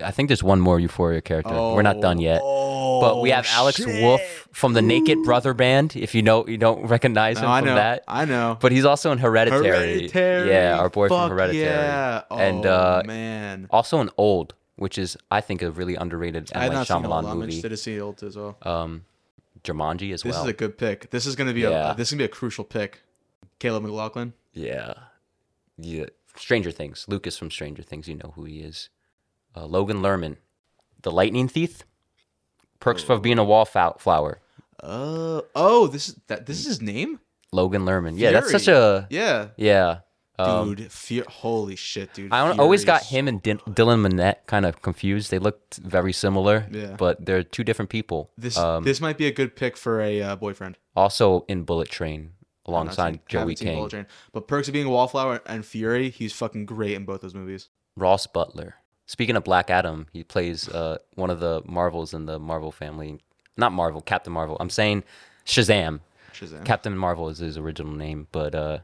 I think there's one more Euphoria character. We're not done yet.
Oh,
but we have Alex Wolf from the Naked Brother Band. If you know you don't recognize him
No, I
from
know.
that,
I know.
but he's also in Hereditary.
Hereditary.
Yeah, our boy from
Fuck
Hereditary.
Yeah. Oh,
and uh,
man.
also in Old, which is I think a really underrated
I
M.
had
Night
not seen Old.
Shyamalan
I'm
movie.
interested to see Old as well.
Um, Jumanji as
This
well.
is a good pick. This is gonna be
Yeah.
a this is gonna be a crucial pick. Caleb McLaughlin.
yeah, yeah. Stranger Things. Lucas from Stranger Things. You know who he is. Uh, Logan Lerman, the Lightning Thief. Perks
Oh.
for being a wallflower.
Uh oh, this is that this is his name?
Logan Lerman. Yeah, that's such
Fury.
a
Yeah.
yeah. Um,
dude, fear holy shit, dude.
I don't- always got
Fury's-
him and Din- Dylan Minnette kind of confused. They looked very similar,
Yeah.
but they're two different people.
This
Um,
this might be a good pick for a uh, boyfriend.
also in Bullet Train
I've not
alongside
seen-
Joey
haven't seen
King,
Bullet Train. But Perks of Being a Wallflower and Fury, he's fucking great in both those movies.
Ross Butler. Speaking of Black Adam, he plays uh, one of the Marvels in the Marvel family. Not Marvel, Captain Marvel. I'm saying Shazam.
Shazam.
Captain Marvel is his original name, but uh,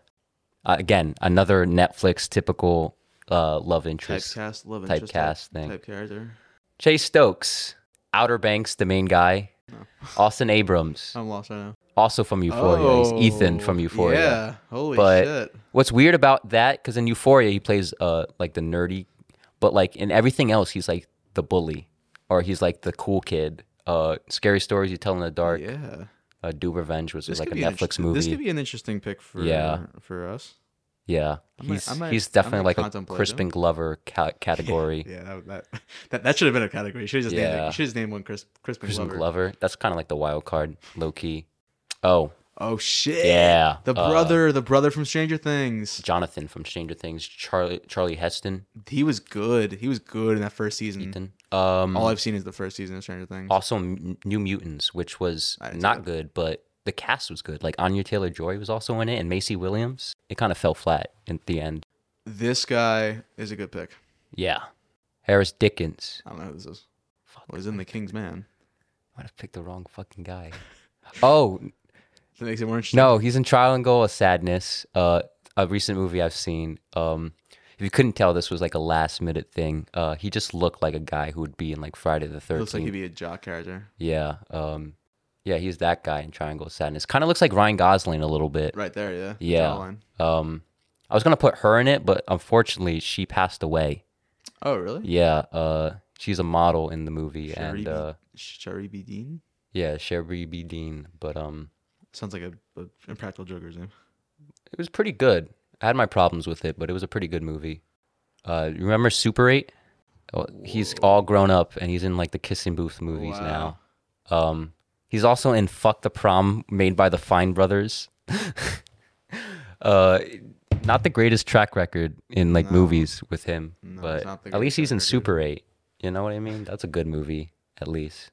uh, again, another Netflix typical uh, love interest.
typecast, love
typecast
interest, type,
thing.
type character.
Chase Stokes, Outer Banks, the main guy. Austin Abrams.
I'm lost right now.
also from Euphoria.
Oh,
He's Ethan from Euphoria.
Yeah. Holy
But
shit.
what's weird about that? Because in Euphoria, he plays uh like the nerdy, but like in everything else, he's like the bully, or he's like the cool kid. Uh, scary stories you tell in the dark.
Yeah.
Uh, Do Revenge, which was like a
an
Netflix
interest-
movie.
This could be an interesting pick for
Yeah.
for us.
yeah,
I might-
he's
I might-
he's
I
definitely
might
like a
contemplate him.
Crispin Glover ca- category.
Yeah, that that that, that should have been a category. Should have just named
Yeah.
it. Should have named one Chris Crispin
Crispin
Glover.
Glover. That's kind of like the wild card, low key. Oh,
Oh shit.
Yeah,
The
uh,
brother, the brother from Stranger Things.
Jonathan from Stranger Things. Charlie Charlie Heston.
He was good. He was good in that first season.
Ethan. Um,
All I've seen is the first season of Stranger Things.
also M- New Mutants, which was
I didn't see
not
that.
good, but the cast was good. Like Anya Taylor Joy was also in it, and Macy Williams. It kind of fell flat at the end.
This guy is a good pick.
Yeah, Harris Dickens.
I don't know who this is.
Fuck,
Well, he's in The King's Man.
I might have picked the wrong fucking guy. oh
That makes it more interesting.
no, he's in Trial and Goal of Sadness, uh, a recent movie I've seen. Um, if you couldn't tell, this was like a last minute thing. Uh, he just looked like a guy who would be in like Friday the
It
Thirteenth.
looks like he'd be a jock character.
yeah, um, yeah, he's that guy in Triangle of Sadness. Kind of looks like Ryan Gosling a little bit.
Right there, yeah.
Yeah.
Jawline.
Um, I was gonna put her in it, but unfortunately, she passed away.
Oh really?
Yeah, uh, she's a model in the movie,
Shari
and
B-
uh,
Shari B. Dean?
yeah, Sherry B. Dean. But um,
Sounds like a, a impractical joker's name.
it was pretty good. I had my problems with it, but it was a pretty good movie. Uh, you remember Super Eight? Oh, he's all grown up, and he's in like the kissing booth movies now. Um, he's also in Fuck the Prom, made by the Fine Brothers. uh, not the greatest track record in like movies with him,
No, it's
but
not the
at least
greatest
he's in
track record.
Super Eight. You know what I mean? That's a good movie, at least.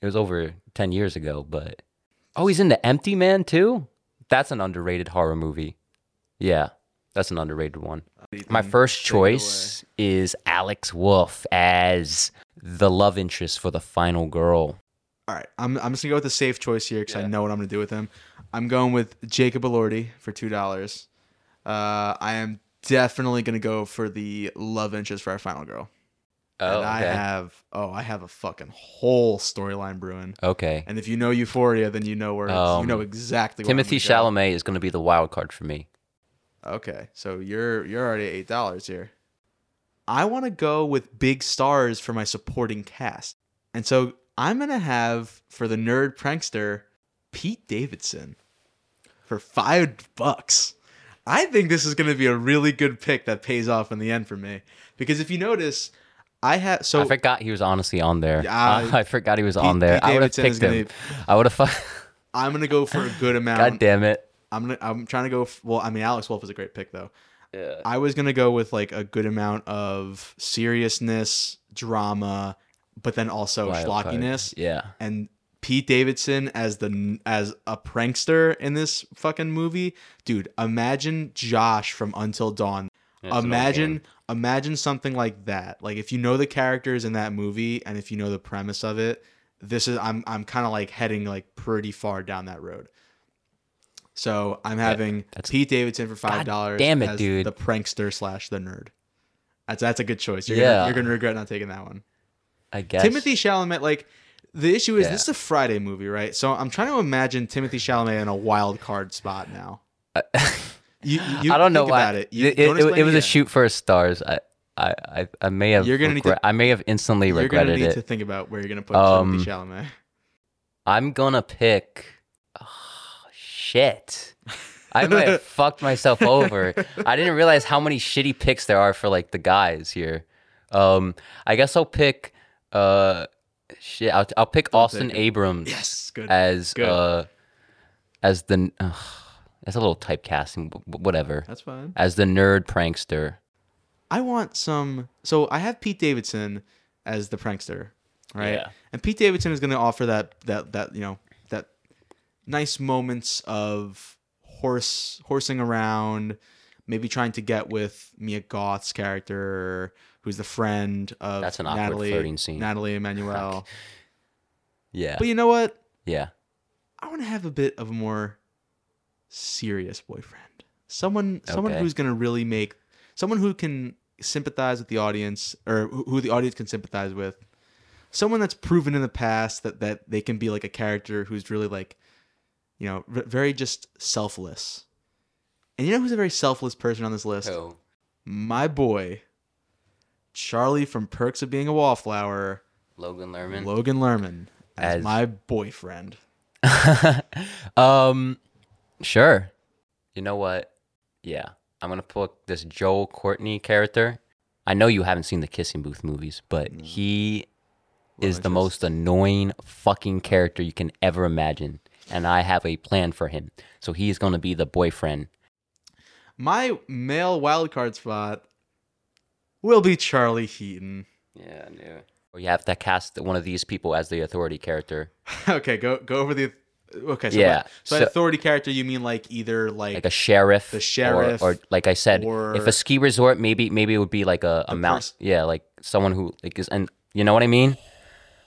It was over ten years ago, but oh, he's in The Empty Man too. That's an underrated horror movie.
Yeah.
That's an underrated one.
My
Mm-hmm.
first choice is Alex Wolf as the love interest for the final girl.
All right, I'm I'm just gonna go with the safe choice here because I know what I'm gonna do with him. I'm going with Jacob Elordi for two dollars. Uh, I am definitely gonna go for the love interest for our final girl.
Oh,
and I have oh, I have a fucking whole storyline brewing.
okay.
And if you know Euphoria, then you know where it's you
Um,
know exactly. where I'm
Timothy
gonna
Chalamet is going to be the wild card for me.
go. Okay, so you're you're already at eight dollars here. I want to go with big stars for my supporting cast, and so I'm gonna have for the nerd prankster Pete Davidson for five bucks. I think this is gonna be a really good pick that pays off in the end for me because if you notice, I have so
I forgot he was honestly on there.
Yeah,
I forgot he was
Pete-
on there.
Pete
I would have
Davidson is
picked him. I would have. Fu-
I'm gonna go for a good amount.
God damn it.
I'm gonna, I'm trying to go. f- Well, I mean, Alex Wolf is a great pick though. Yeah. I was gonna go with like a good amount of seriousness, drama, but then also
Wild card.
Oh, schlockiness.
Yeah.
And Pete Davidson as the as a prankster in this fucking movie, dude. Imagine Josh from Until Dawn. imagine imagine something like that. Like if you know the characters in that movie and if you know the premise of it, this is I'm I'm kind of like heading like pretty far down that road. So I'm having
that's-
Pete Davidson for five dollars.
damn it, dude.
The prankster slash the nerd. That's that's a good choice. You're
Yeah.
gonna, you're gonna regret not taking that one.
I guess.
Timothy Chalamet, like the issue is
Yeah.
this is a Friday movie, right? So I'm trying to imagine Timothy Chalamet in a wild card spot now. you, you
I don't know
think
why.
about it. You-
it,
don't
it-
explain
it was a
again.
shoot for stars. I, I, I, I may have.
You're gonna need to-
regret- I may have instantly
You're gonna
regretted
need
it.
to think about where you're gonna put
Um,
Timothy Chalamet.
I'm gonna pick. Oh, shit. I might have fucked myself over. I didn't realize how many shitty picks there are for like the guys here. Um, I guess I'll pick. Uh, shit. I'll, I'll pick Austin
pick him.
Abrams
Yes, good.
as
Good.
uh, as the. Uh, that's a little typecasting. but Whatever.
That's fine.
As the nerd prankster.
I want some. So I have Pete Davidson as the prankster, right?
Yeah.
And Pete Davidson is going to offer that that that you know that nice moments of horse horsing around, maybe trying to get with Mia Goth's character, who's the friend of
That's an awkward
Natalie
flirting scene.
Natalie Emanuel.
Yeah.
but you know what?
yeah.
I want to have a bit of a more serious boyfriend. Someone someone
Okay.
who's going to really make someone who can sympathize with the audience or who who the audience can sympathize with. Someone that's proven in the past that that they can be like a character who's really like you know, v- very just selfless. And you know who's a very selfless person on this list? My boy Charlie from Perks of Being a Wallflower,
Logan Lerman.
Logan Lerman as,
As-
my boyfriend.
um, sure. You know what? Yeah, I'm gonna pick this Joel Courtney character. I know you haven't seen the Kissing Booth movies, but he is the most annoying fucking character you can ever imagine, and I have a plan for him. So he is gonna be the boyfriend.
My male wildcard spot will be Charlie Heaton.
Yeah, I knew. Or you have to cast one of these people as the authority character,
okay, go go over the. Okay, so
Yeah,
by- so, by
so-
authority character, you mean like either like,
like a sheriff,
The
or-
sheriff,
or, like I said, if
or-
a ski resort, maybe maybe it would be like a, a mount,
pers-
yeah, like someone who like is, and you know what I mean.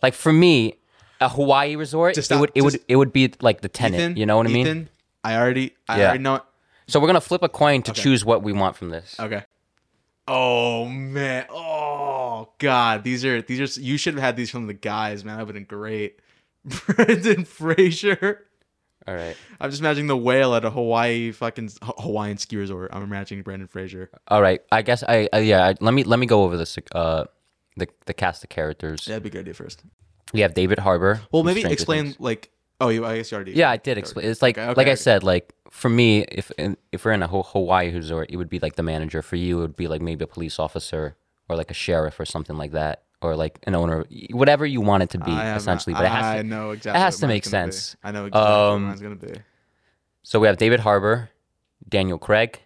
Like for me, a Hawaii resort,
Just
it would
stop,
it would
just-
it would be like the tenant.
Ethan?
you know what I mean?
Ethan, I already, I
Yeah.
already know. it.
So we're gonna flip a coin to
Okay.
choose what we want from this.
Okay. Oh man! Oh god! These are these are. You should have had these from the guys, man. That would have been great. Brendan Fraser.
All right,
I'm just imagining the whale at a Hawaii fucking Hawaiian ski resort. I'm imagining Brendan Fraser.
all right. I guess I, I yeah. I, let me let me go over this. Uh, the the cast of characters.
That'd be a good idea first.
We have David Harbor.
Well,
from
maybe
Stranger
explain
Things.
like. Oh, you, I guess you already.
Yeah, I did explain. It's like
Okay, okay,
like I
okay.
said, like for me, if in, if we're in a Ho- Hawaii resort, it would be like the manager. For you, it would be like maybe a police officer or like a sheriff or something like that, or like an owner, whatever you want it to be,
I have-
essentially.
I,
But it has
I
to.
know exactly.
has
what
to
mine's
make
gonna be.
sense.
I know exactly
Um,
what mine's gonna be.
So we have David Harbor, Daniel Craig.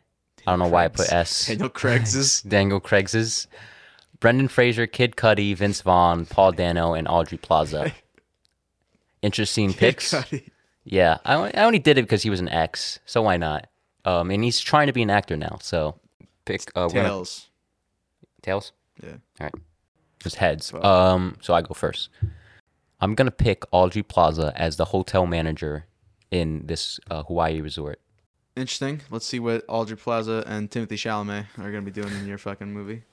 I don't know why I put S.
Daniel Craig's is
Daniel Craig's, Brendan Fraser, Kid Cudi, Vince Vaughn, Paul Dano, and Audrey Plaza. Interesting picks.
Cuddy.
Yeah, I, on- I only did it because he was an ex, so why not? Um, and he's trying to be an actor now. So pick uh, one of-
Tails.
tails.
Yeah.
All right. Just heads. Um, so I go first. I'm gonna pick Audrey Plaza as the hotel manager in this uh, Hawaii resort.
Interesting. Let's see what Aldrich Plaza and Timothy Chalamet are gonna be doing in your fucking movie.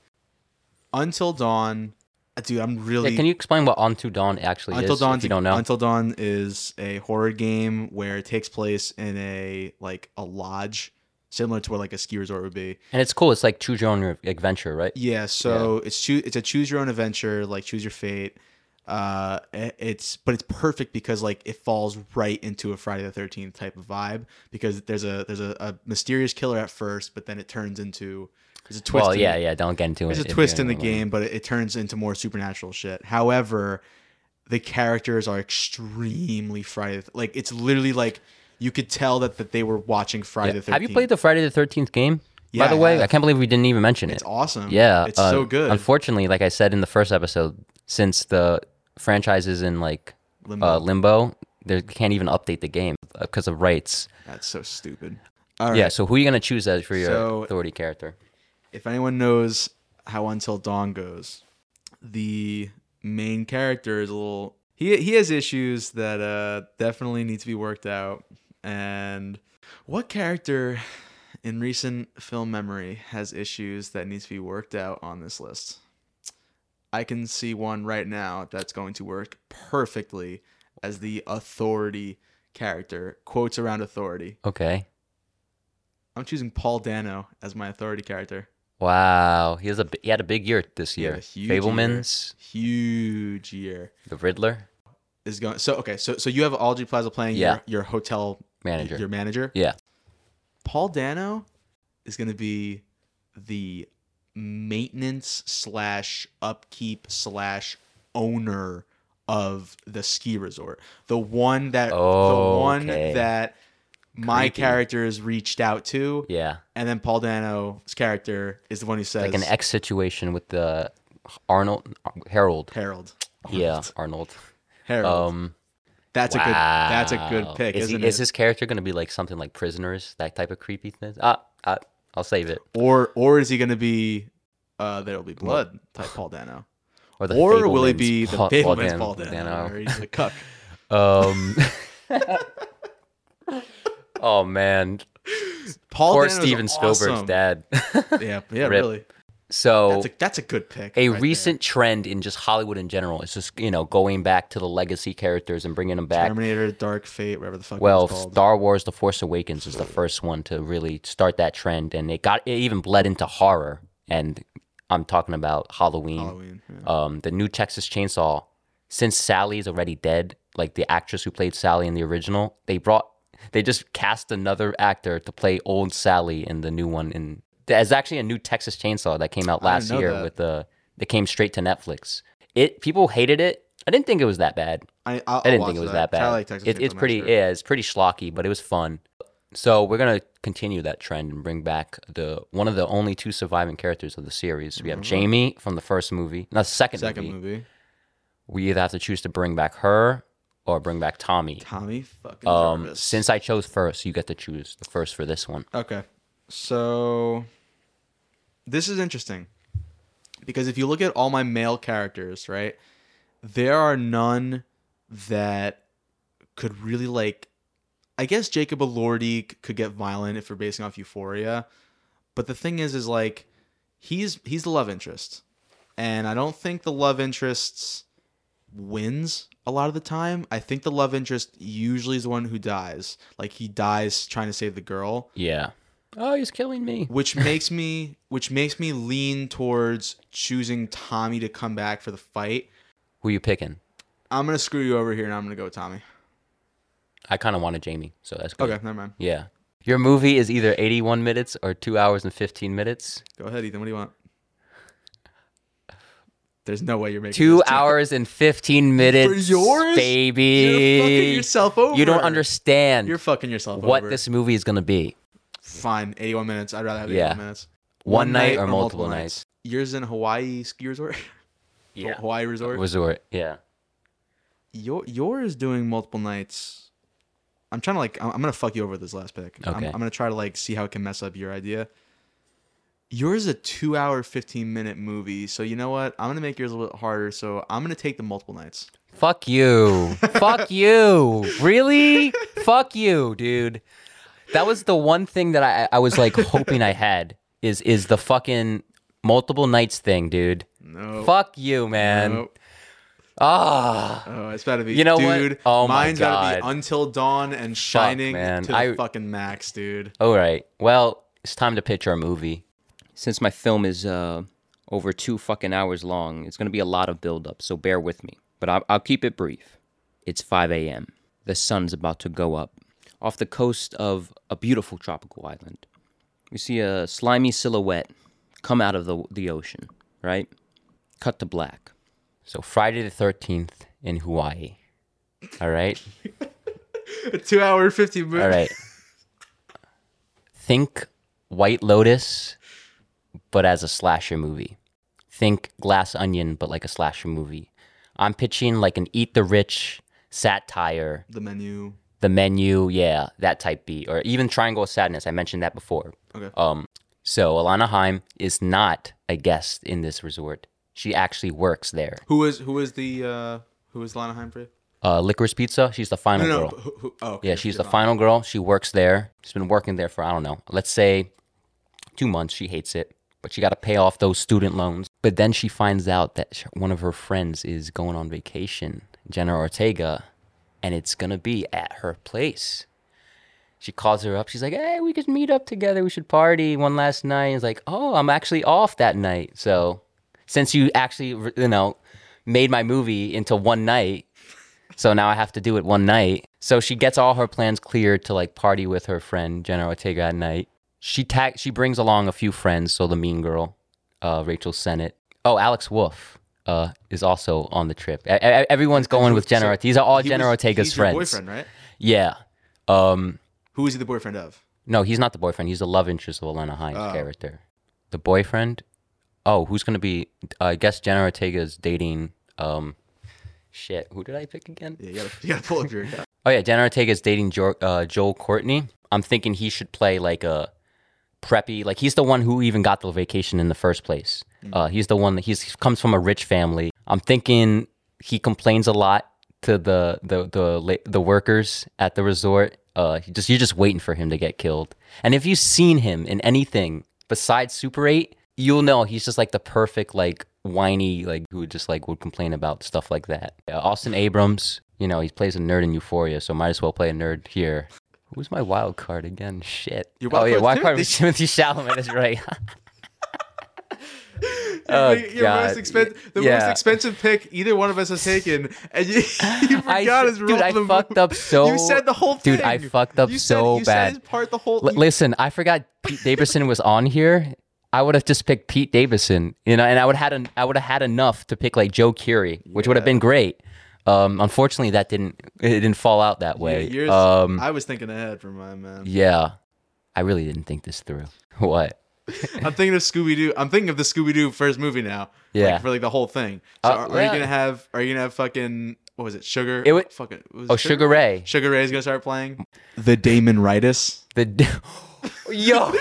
Until Dawn, Uh, dude. I'm really.
Yeah, can you explain what Unto Dawn actually
Until
is?
Dawn,
if you don't know.
Until Dawn is a horror game where it takes place in a like a lodge, similar to where like a ski resort would be.
and it's cool. It's like choose your own adventure, right?
Yeah, so it's choo- it's a choose your own adventure, like choose your fate. Uh, i- it's but it's perfect because like it falls right into a Friday the Thirteenth type of vibe because there's a there's a, a mysterious killer at first, but then it turns into there's a twist.
Well,
in
yeah,
it.
yeah. Don't get into it.
There's a
if you
twist in
don't
the
know.
game, but it, it turns into more supernatural shit. However, the characters are extremely Friday. th- Like it's literally like you could tell that that they were watching
Yeah.
Friday the Thirteenth.
Have you played the Friday the Thirteenth game?
Yeah,
By the
I
way, I
have.
can't believe we didn't even mention
It's
it.
awesome.
Yeah,
it's
uh,
so good.
Unfortunately, like I said in the first episode, since the franchise is in like
Limbo.
uh, limbo, they can't even update the game because of rights.
That's so stupid. All right.
Yeah. So who are you gonna choose as for your
So-
authority character?
if anyone knows how Until Dawn goes, the main character is a little he he has issues that uh definitely need to be worked out. And what character in recent film memory has issues that needs to be worked out on this list? I can see one right now that's going to work perfectly as the authority character. Quotes around authority.
Okay.
I'm choosing Paul Dano as my authority character.
Wow, he has a bi- he had a big year this
He had
year.
a huge year.
Fablemans,
huge year
the Riddler
is going. So okay, so so you have Aldrich Plaza playing
Yeah.
your, your hotel
manager.
your manager.
yeah.
Paul Dano is going to be the maintenance slash upkeep slash owner of the ski resort. The one that the one
Oh, Okay.
that my
Creepy.
characters reached out to,
Yeah.
and then Paul Dano's character is the one who says
Like an X situation with the Arnold Harold.
Harold.
Yeah, Arnold.
Harold.
Um,
that's a good. That's a good
wow.
pick,
Is,
isn't
he,
it?
is his character going to be like something like Prisoners, that type of creepiness? Ah, I, I'll save it.
or or is he going to be uh there'll be blood type Paul Dano?
Or, the
or will he
Fablemans,
be the
Paul- Paul
Fableman's
Dan-
Paul Dano?
Dano.
where he's a cuck.
Um, oh man,
Paul
poor
Dano's
Steven Spielberg's
awesome.
dad.
Yeah, yeah,
Rip.
really.
so
That's a, that's a good pick.
a
right there.
recent trend in just Hollywood in general is just you know going back to the legacy characters and bringing them back.
Terminator, Dark Fate, whatever the fuck.
Well,
it was called.
Star Wars: The Force Awakens is the first one to really start that trend, and it got it even bled into horror. And I'm talking about Halloween,
Halloween. yeah.
Um, the new Texas Chainsaw. Since Sally is already dead, like the actress who played Sally in the original, they brought they just cast another actor to play old Sally in the new one. And there's actually a new Texas Chainsaw that came out
I
last
didn't know
year
that.
with the that came straight to Netflix. It people hated it. I didn't think it was that bad.
I, I'll,
I didn't
I'll
think it
watch
was that, bad.
I like Texas
It- it's
Chainsaw
pretty,
Massacre.
yeah, it's pretty schlocky, but it was fun. So we're gonna continue that trend and bring back the one of the only two surviving characters of the series. We have Jamie from the first movie, not the second,
Mm-hmm. Second
movie.
movie.
We either have to choose to bring back her or bring back Tommy.
Tommy fucking
Um,
Jarvis.
since I chose first, you get to choose the first for this one.
Okay. So this is interesting because if you look at all my male characters, right, there are none that could really like. I guess Jacob Elordi c- could get violent if we're basing off Euphoria, but the thing is, is like he's he's the love interest, and I don't think the love interests wins a lot of the time. I think the love interest usually is the one who dies. Like he dies trying to save the girl
Yeah. Oh, he's killing me.
which makes me which makes me lean towards choosing Tommy to come back for the fight.
Who you picking?
I'm gonna screw you over here, and I'm gonna go with Tommy.
I kind of wanted Jamie, so that's good.
Okay, never mind.
Yeah. Your movie is either 81 minutes or two hours and 15 minutes.
Go ahead, Ethan. What do you want? There's no way you're making
Two
this, Tom.
hours and fifteen minutes,
yours?
baby.
You're fucking yourself over.
You don't understand
You're fucking yourself
what
over.
this movie is gonna be.
Fine, 81 minutes. I'd rather have
Yeah.
81 minutes.
One night or multiple nights.
Yours in Hawaii ski resort. Hawaii resort.
resort. Yeah,
Your yours doing multiple nights. I'm trying to like I'm, I'm gonna fuck you over with this last pick. I'm-
Okay.
I'm, gonna try to like see how it can mess up your idea. Yours is a two hour fifteen minute movie, so you know what? I'm gonna make yours a little bit harder. So I'm gonna take the multiple nights.
Fuck you. Fuck you. Really? Fuck you, dude. That was the one thing that I, I was like hoping I had is is the fucking multiple nights thing, dude.
No.
Fuck you, man.
Oh. Nope.
Ah,
Oh, it's better be.
You know what?
dude,
Oh my
mine's gotta be
God.
Until Dawn and Shining
man.
to the
I-
fucking max, dude.
all right. Well, it's time to pitch our movie.
Since my film is uh, over two fucking hours long, it's going to be a lot of buildup, so bear with me. But I'll, I'll keep it brief. It's 5 a.m. The sun's about to go up. Off the coast of a beautiful tropical island, we see a slimy silhouette come out of the, the ocean, right? Cut to black.
So Friday the thirteenth in Hawaii. All right.
A two hour fifteen minute.
All right. Think White Lotus, but as a slasher movie. Think Glass Onion, but like a slasher movie. I'm pitching like an Eat the Rich satire,
The menu.
the menu, yeah, that type beat, or even Triangle of Sadness. I mentioned that before.
Okay.
Um, so Alana Heim is not a guest in this resort. She actually works there.
Who is who is the uh who is Lana Heim for you?
Uh, Licorice Pizza, she's the final
No, no,
girl.
but Who, who, oh, okay,
Yeah, she's the final girl. She works there. She's been working there for I don't know, let's say two months. She hates it, but she got to pay off those student loans. But then she finds out that sh- one of her friends is going on vacation, Jenna Ortega, and it's gonna be at her place. She calls her up. She's like, "Hey, we could meet up together. We should party one last night." It's like, "Oh, I'm actually off that night." So, since you actually, r- you know, made my movie into one night, so now I have to do it one night. So she gets all her plans cleared to like party with her friend Jenna Ortega at night. She tag she brings along a few friends, so the mean girl, uh, Rachel Sennett. Oh, Alex Wolf uh, is also on the trip. E- e- Everyone's going with Jenna. Ortega. These are all
He
Jenna
was-
Ortega's
he's your
friends.
boyfriend, right?
Yeah. Um,
Who is he the boyfriend of?
no, he's not the boyfriend. He's the love interest of Alana Himes'
Oh.
character. The boyfriend? Oh, who's going to be? I guess Jenna Ortega's dating. Um, shit, who did I pick again?
Yeah, you gotta, you gotta pull up your.
Oh, yeah, Jenna Ortega's dating jo- uh, Joel Courtney. I'm thinking he should play like a preppy. Like, he's the one who even got the vacation in the first place. Uh, he's the one that he's, he comes from a rich family. I'm thinking he complains a lot to the the the la- the workers at the resort. Uh, he just you're just waiting for him to get killed. And if you've seen him in anything besides Super Eight, you'll know he's just like the perfect like whiny like who just like would complain about stuff like that. Uh, Austin Abrams, you know, he plays a nerd in Euphoria, so might as well play a nerd here. Who's my wild card again? Shit.
Your
oh
wild
yeah,
card's
wild card was
Timothy.
Timothy Chalamet. That's right. Oh,
your
God.
most expensive, the most
Yeah.
expensive pick either one of us has taken, and you, you forgot
I
his
dude,
role
I
in the
fucked
movie.
up so-
You said the whole thing.
Dude, I fucked up
you
so
said, you
bad.
Said his part the whole.
L-
you-
listen, I forgot Pete Davidson was on here. I would have just picked Pete Davidson, you know, and I would had an, I would have had enough to pick like Joe Curie, which would have been great. Um, unfortunately, that didn't it didn't fall out that
your-
way.
yours-
um,
I was thinking ahead for mine, man.
yeah, I really didn't think this through. What?
I'm thinking of Scooby Doo. I'm thinking of the Scooby Doo first movie now.
Yeah.
like, for like the whole thing. So
Uh,
are, are
yeah.
you gonna have? Are you gonna have fucking? What was it? Sugar.
It would-
fucking. was it
Oh, Sugar Ray.
Sugar Ray's gonna start playing. The Damon Ritus.
The d- yo,
The,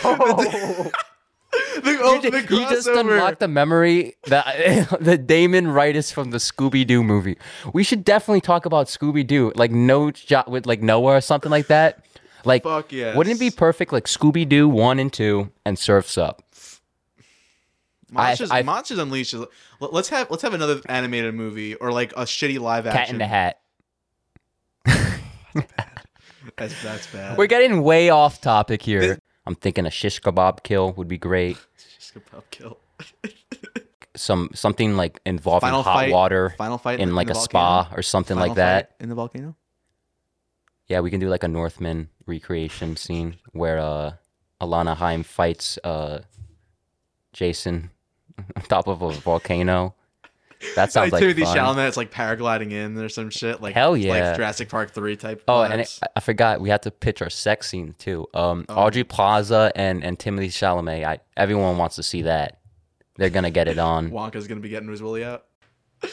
oh,
you,
the
ju- you just
crossover.
unlocked the memory that the Damon Ritus from the Scooby Doo movie. We should definitely talk about Scooby Doo, like no shot with like Noah or something like that. Like,
Fuck yes.
wouldn't it be perfect? Like Scooby Doo one and two and Surfs Up.
Monsters,
I- I-
Monsters Unleashed. Is, l- let's have let's have another animated movie or like a shitty live
Cat in
action.
the Hat.
That's that's bad.
We're getting way off topic here. I'm thinking a shish kebab kill would be great.
Just gonna pop kill.
Some something like involving
Final
hot
fight-
water
Final fight
in like
the
a
volcano?
spa or something
Final
like that.
fight in the volcano.
Yeah, we can do like a Northman recreation scene where uh Alana Heim fights uh Jason on top of a volcano. That
It's like,
sounds like
Timothy
fun.
Chalamet. It's like paragliding in or some shit. Like
Hell
like
yeah.
Jurassic Park three type.
Oh, and it,
vibes.
I- I forgot we had to pitch our sex scene too. Um,
Oh.
Audrey Plaza and and Timothy Chalamet. I, everyone wants to see that. They're gonna get it on.
Wonka's gonna be getting his willy out.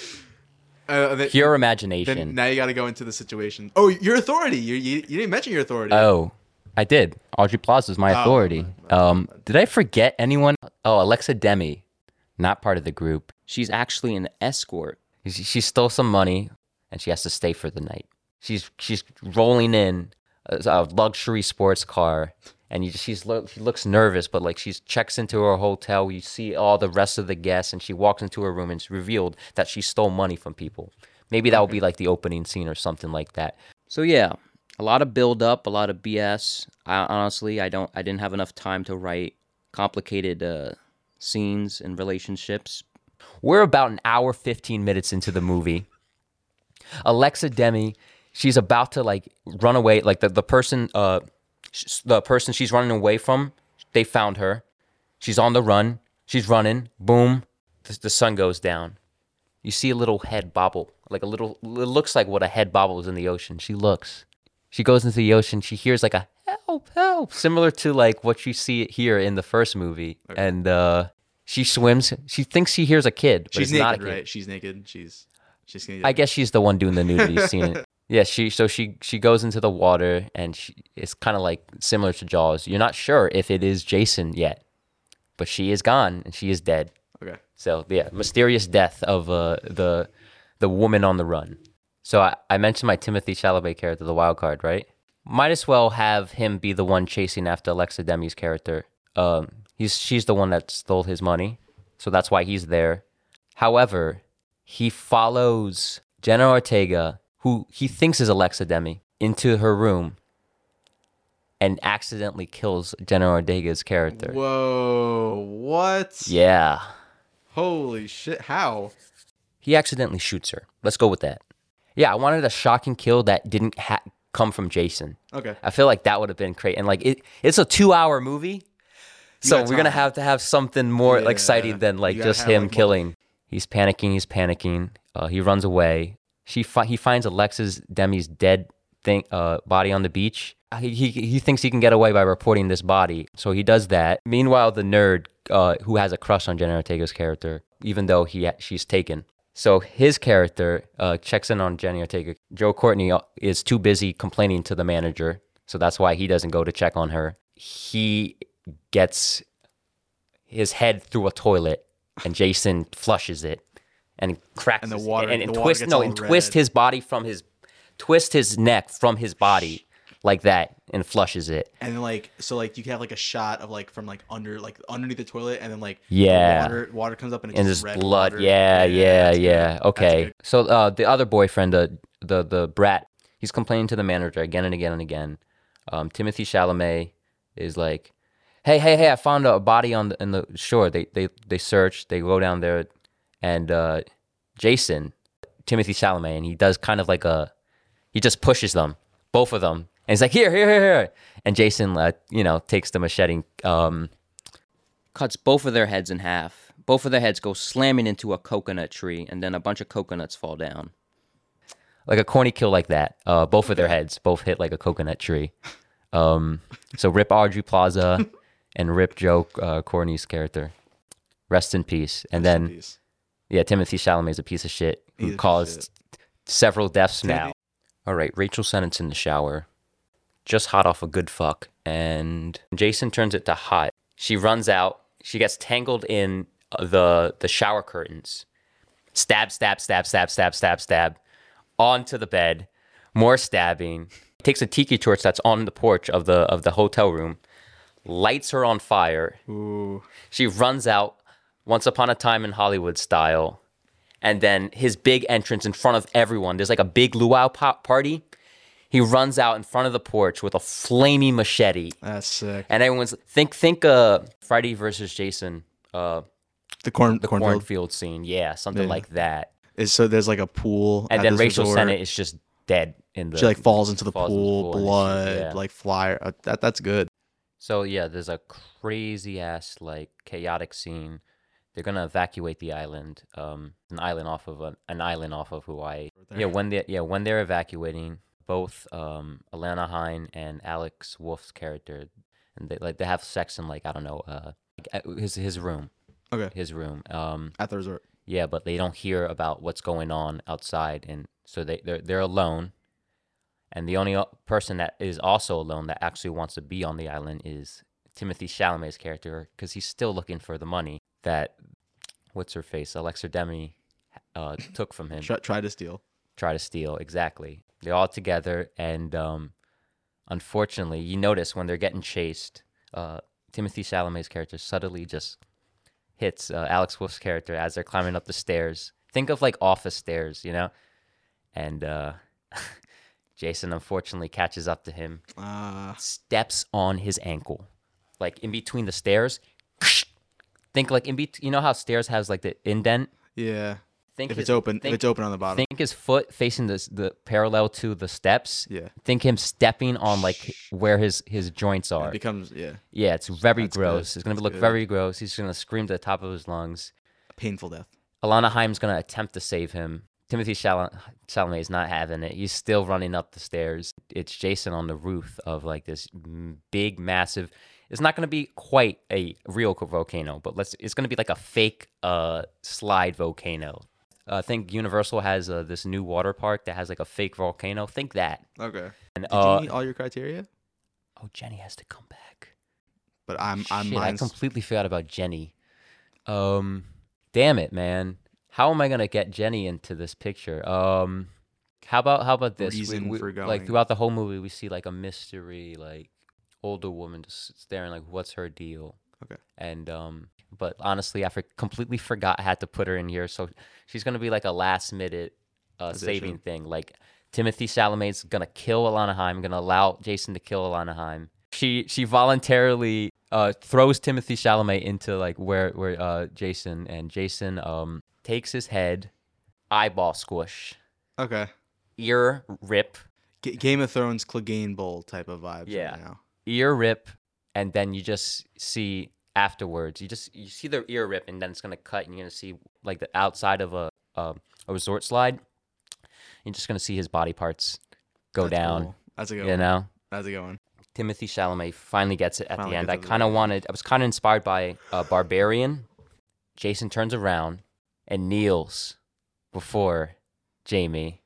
Uh, that-
Pure imagination.
then now you got to go into the situation. Oh, your authority. You, you, you didn't mention your authority.
Oh, I did. Audrey Plaza is my authority. Um, did I forget anyone? Oh, Alexa Demi, not part of the group.
She's actually an escort.
She, she stole some money, and she has to stay for the night. She's she's rolling in a, a luxury sports car, and you, she's lo- she looks nervous, but like she checks into her hotel. You see all the rest of the guests, and she walks into her room, and it's revealed that she stole money from people. Maybe that will be like the opening scene or something like that.
So yeah, a lot of build up, a lot of BS. I, honestly, I don't, I didn't have enough time to write complicated uh, scenes and relationships.
We're about an hour 15 minutes into the movie. Alexa Demi, she's about to like run away. Like the, the person uh sh- the person she's running away from, they found her. She's on the run. She's running. Boom. The, the sun goes down. You see a little head bobble. Like a little it looks like what a head bobbles in the ocean. She looks. She goes into the ocean. She hears like a help, help, similar to like what you see here in the first movie. And uh she swims. She thinks she hears a kid, but it's
she's naked,
not a kid.
right? She's naked. She's she's gonna.
I guess she's the one doing the nudity scene. Yeah, she so she she goes into the water and she it's kind of like similar to Jaws. You're not sure if it is Jason yet, but she is gone and she is dead.
okay.
So yeah, mysterious death of uh, the the woman on the run. So I, I mentioned my Timothy Chalamet character, the wild card, right? Might as well have him be the one chasing after Alexa Demi's character. Um, he's she's the one that stole his money, so that's why he's there. However, he follows Jenna Ortega, who he thinks is Alexa Demi, into her room, and accidentally kills Jenna Ortega's character.
Whoa! What?
Yeah.
Holy shit! How?
He accidentally shoots her. Let's go with that. Yeah, I wanted a shocking kill that didn't ha- come from Jason.
Okay.
I feel like that would have been great. And like it, it's a two-hour movie, so
got
we're gonna
time.
have to have something more
Yeah.
exciting than like
You gotta
just
have,
him
like, more-
killing. He's panicking. He's panicking. Uh, he runs away. She fi- he finds Alexis Demi's dead thing uh, body on the beach. Uh, He, he he thinks he can get away by reporting this body, so he does that. Meanwhile, the nerd uh, who has a crush on Jenna Ortega's character, even though he ha- she's taken. So his character uh, checks in on Jenna Ortega. Joe Courtney uh, is too busy complaining to the manager, so that's why he doesn't go to check on her. He gets his head through a toilet, and Jason flushes it and cracks
And the
his-
water-
and, and
the water
twist
gets
no
all
and twist
red.
his body from his twist his neck from his body like that and flushes it.
And then like so like you can have like a shot of like from like under like underneath the toilet and then like the
Yeah.
water water comes up and it's
and
just
there's
red
blood.
water.
Yeah, yeah, yeah.
that's good.
Okay. So uh, the other boyfriend, the, the the brat, he's complaining to the manager again and again and again. Um, Timothy Chalamet is like, "Hey, hey, hey! I found a body on the in the shore. They they they search. They go down there, and uh, Jason, Timothy Chalamet, and he does kind of like a, he just pushes them, both of them, and he's like, "Here, here, here, here!" And Jason, uh, you know, takes the machete. Um,
Cuts both of their heads in half. Both of their heads go slamming into a coconut tree, and then a bunch of coconuts fall down.
like a corny kill like that. Uh, both of their heads both hit like a coconut tree. Um, so rip Audrey Plaza and rip Joe uh, Corney's character. Rest in peace. And then
Jeez.
yeah, Timothy Chalamet is a piece of shit who
He's a piece of
caused several deaths now. All right, Rachel sentence in the shower, just hot off a good fuck, and Jason turns it to hot. She runs out. She gets tangled in uh, the the shower curtains. Stab, stab, stab, stab, stab, stab, stab, onto the bed. More stabbing. Takes a tiki torch that's on the porch of the of the hotel room, lights her on fire. She runs out, Once Upon a Time in Hollywood style, and then his big entrance in front of everyone. There's like a big luau pop party. He runs out in front of the porch with a flaming machete,
That's sick.
and everyone's think think uh Freddy versus Jason, uh
The corn the cornfield
cornfield scene, yeah, something
Yeah.
like that.
is so there's like a pool
And
at
then
this
Rachel
resort.
Sennett is just dead in the.
She like falls into the
falls into the
pool,
pool and
blood,
shit, yeah.
like flyer. Uh, that that's good.
So yeah, there's a crazy ass like chaotic scene. They're gonna evacuate the island, um, an island off of an, an island off of Hawaii. Yeah, when they yeah when they're evacuating, both um, Alana Hine and Alex Wolf's character, and they like they have sex in like I don't know, uh, like, uh, his his room,
Okay.
his room. Um,
At the resort.
Yeah, but they don't hear about what's going on outside, and so they they're, they're alone. And the only o- person that is also alone that actually wants to be on the island is Timothy Chalamet's character because he's still looking for the money that what's her face Alexa Demi uh, took from him
Try, try to steal.
try to steal. Exactly. They're all together, and um, unfortunately, you notice when they're getting chased, uh, Timothy Chalamet's character subtly just hits uh, Alex Wolf's character as they're climbing up the stairs. Think of like office stairs, you know? And uh, Jason unfortunately catches up to him,
Uh,
steps on his ankle, like in between the stairs. Think like in between, you know how stairs has like the indent?
yeah.
Think
If
his-
it's open, if
think-
it's open on the bottom.
think his foot facing this the parallel to the steps.
Yeah.
Think him stepping on like where his his joints
It
are.
becomes yeah
Yeah, it's very
That's good.
gross. It's gonna
That's
look
good.
very gross. He's gonna scream to the top of his lungs.
a painful death.
Alana Haim's gonna attempt to save him. Timothy Chalamet, Chalamet is not having it. He's still running up the stairs. It's Jason on the roof of like this m- big, massive. It's not gonna be quite a real co- volcano, but let's. It's gonna be like a fake uh, slide volcano. Uh, I think Universal has uh, this new water park that has like a fake volcano. Think that.
Okay.
And
Did
uh,
you meet all your criteria?
oh, Jenny has to come back.
But I'm I'm
Shit, I
mine's,
completely forgot about Jenny. Um, damn it, man. How am I gonna get Jenny into this picture? Um, how about how about this?
Reason for
Like
going.
throughout the whole movie, we see like a mystery, like older woman just staring, like what's her deal?
Okay.
And um, but honestly, I for- completely forgot I had to put her in here, so she's gonna be like a last minute uh, saving thing. Like Timothy Chalamet's gonna kill Alana Haim, gonna allow Jason to kill Alana Haim. She she voluntarily uh, throws Timothy Chalamet into like where where uh, Jason and Jason um, takes his head, eyeball squish,
okay.
ear rip,
G- Game of Thrones Clegane Bowl type of vibes.
Yeah.
Right now.
ear rip, and then you just see afterwards. You just you see their ear rip, and then it's gonna cut, and you're gonna see like the outside of a a, a resort slide. You're just gonna see his body parts go
That's
down.
cool. That's a good
You
one.
know.
That's a good one.
Timothy Chalamet finally gets it at
Finally
the end.
gets
I
it at the
kind of wanted, I was kind of inspired by uh, Barbarian. Jason turns around and kneels before Jamie.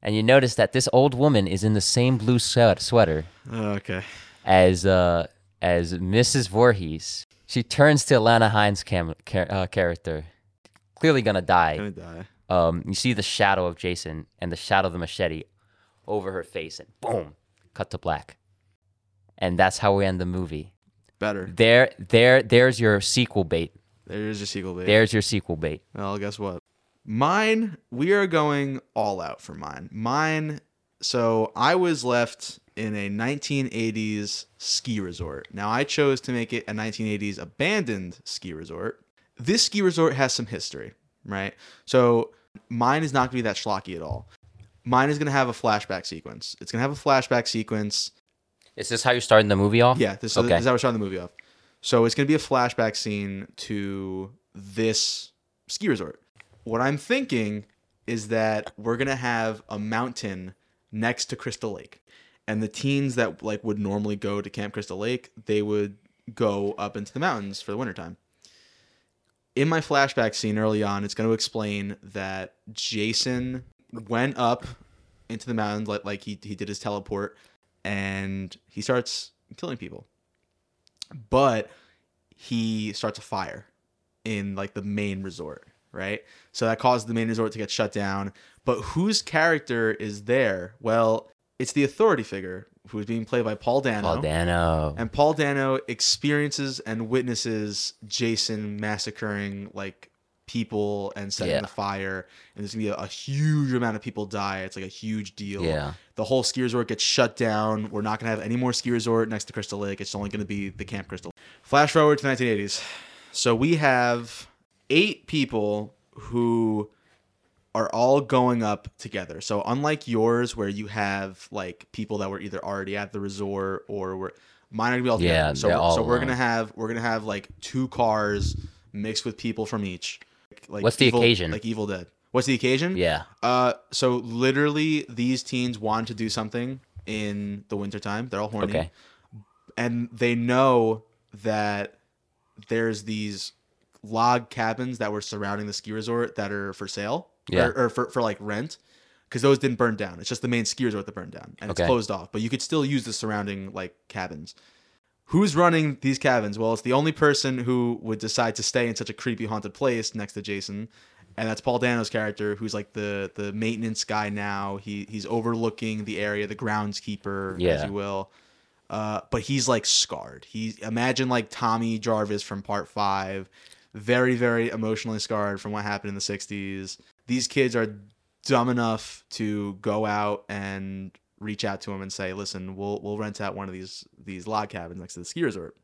And you notice that this old woman is in the same blue sweat- sweater
Oh, okay.
as uh, as Mrs. Voorhees. She turns to Alana Hines' cam- char- uh, character, clearly gonna die.
Gonna die.
Um, you see the shadow of Jason and the shadow of the machete over her face, and boom, cut to black. And that's how we end the movie.
Better.
There, there, there's your sequel bait.
There's your sequel, baby.
There's your sequel bait.
Well, guess what? Mine, we are going all out for mine. Mine, so I was left in a 1980s ski resort. Now I chose to make it a 1980s abandoned ski resort. This ski resort has some history, right? So mine is not going to be that schlocky at all. Mine is going to have a flashback sequence. It's going to have a flashback sequence
Is this how you're starting the movie off?
yeah, this,
okay.
this is how we're starting the movie off. So it's going to be a flashback scene to this ski resort. What I'm thinking is that we're going to have a mountain next to Crystal Lake. And the teens that like would normally go to Camp Crystal Lake, they would go up into the mountains for the wintertime. In my flashback scene early on, it's going to explain that Jason went up into the mountains like like he he did his teleport and he starts killing people. But he starts a fire in like the main resort, right? So that caused the main resort to get shut down. But whose character is there? Well, it's the authority figure who's being played by Paul Dano.
Paul Dano.
And Paul Dano experiences and witnesses Jason massacring like people and setting
Yeah.
the fire. And there's gonna be a, a huge amount of people die. It's like a huge deal.
Yeah.
The whole ski resort gets shut down. We're not gonna have any more ski resort next to Crystal Lake. It's only gonna be the Camp Crystal. Flash forward to 1980s. So we have eight people who are all going up together. So unlike yours, where you have like people that were either already at the resort or were mine are gonna be all together.
Yeah,
so
they're all
so we're gonna
alone.
have we're gonna have like two cars mixed with people from each. Like
What's the
Evil-
occasion?
Like Evil Dead. What's the occasion?
Yeah.
Uh, so literally, these teens want to do something in the wintertime. They're all horny,
Okay.
and they know that there's these log cabins that were surrounding the ski resort that are for sale
Yeah.
or, or for, for like rent because those didn't burn down. It's just the main ski resort that burned down and
Okay.
it's closed off, but you could still use the surrounding like cabins. Who's running these cabins? Well, it's the only person who would decide to stay in such a creepy haunted place next to Jason, and that's Paul Dano's character, who's like the the maintenance guy now. He he's overlooking the area, the groundskeeper, as
Yeah.
you will. Uh, but he's like scarred. He imagine like Tommy Jarvis from Part Five, very very emotionally scarred from what happened in the '60s. These kids are dumb enough to go out and reach out to him and say, "Listen, we'll we'll rent out one of these these log cabins next to the ski resort."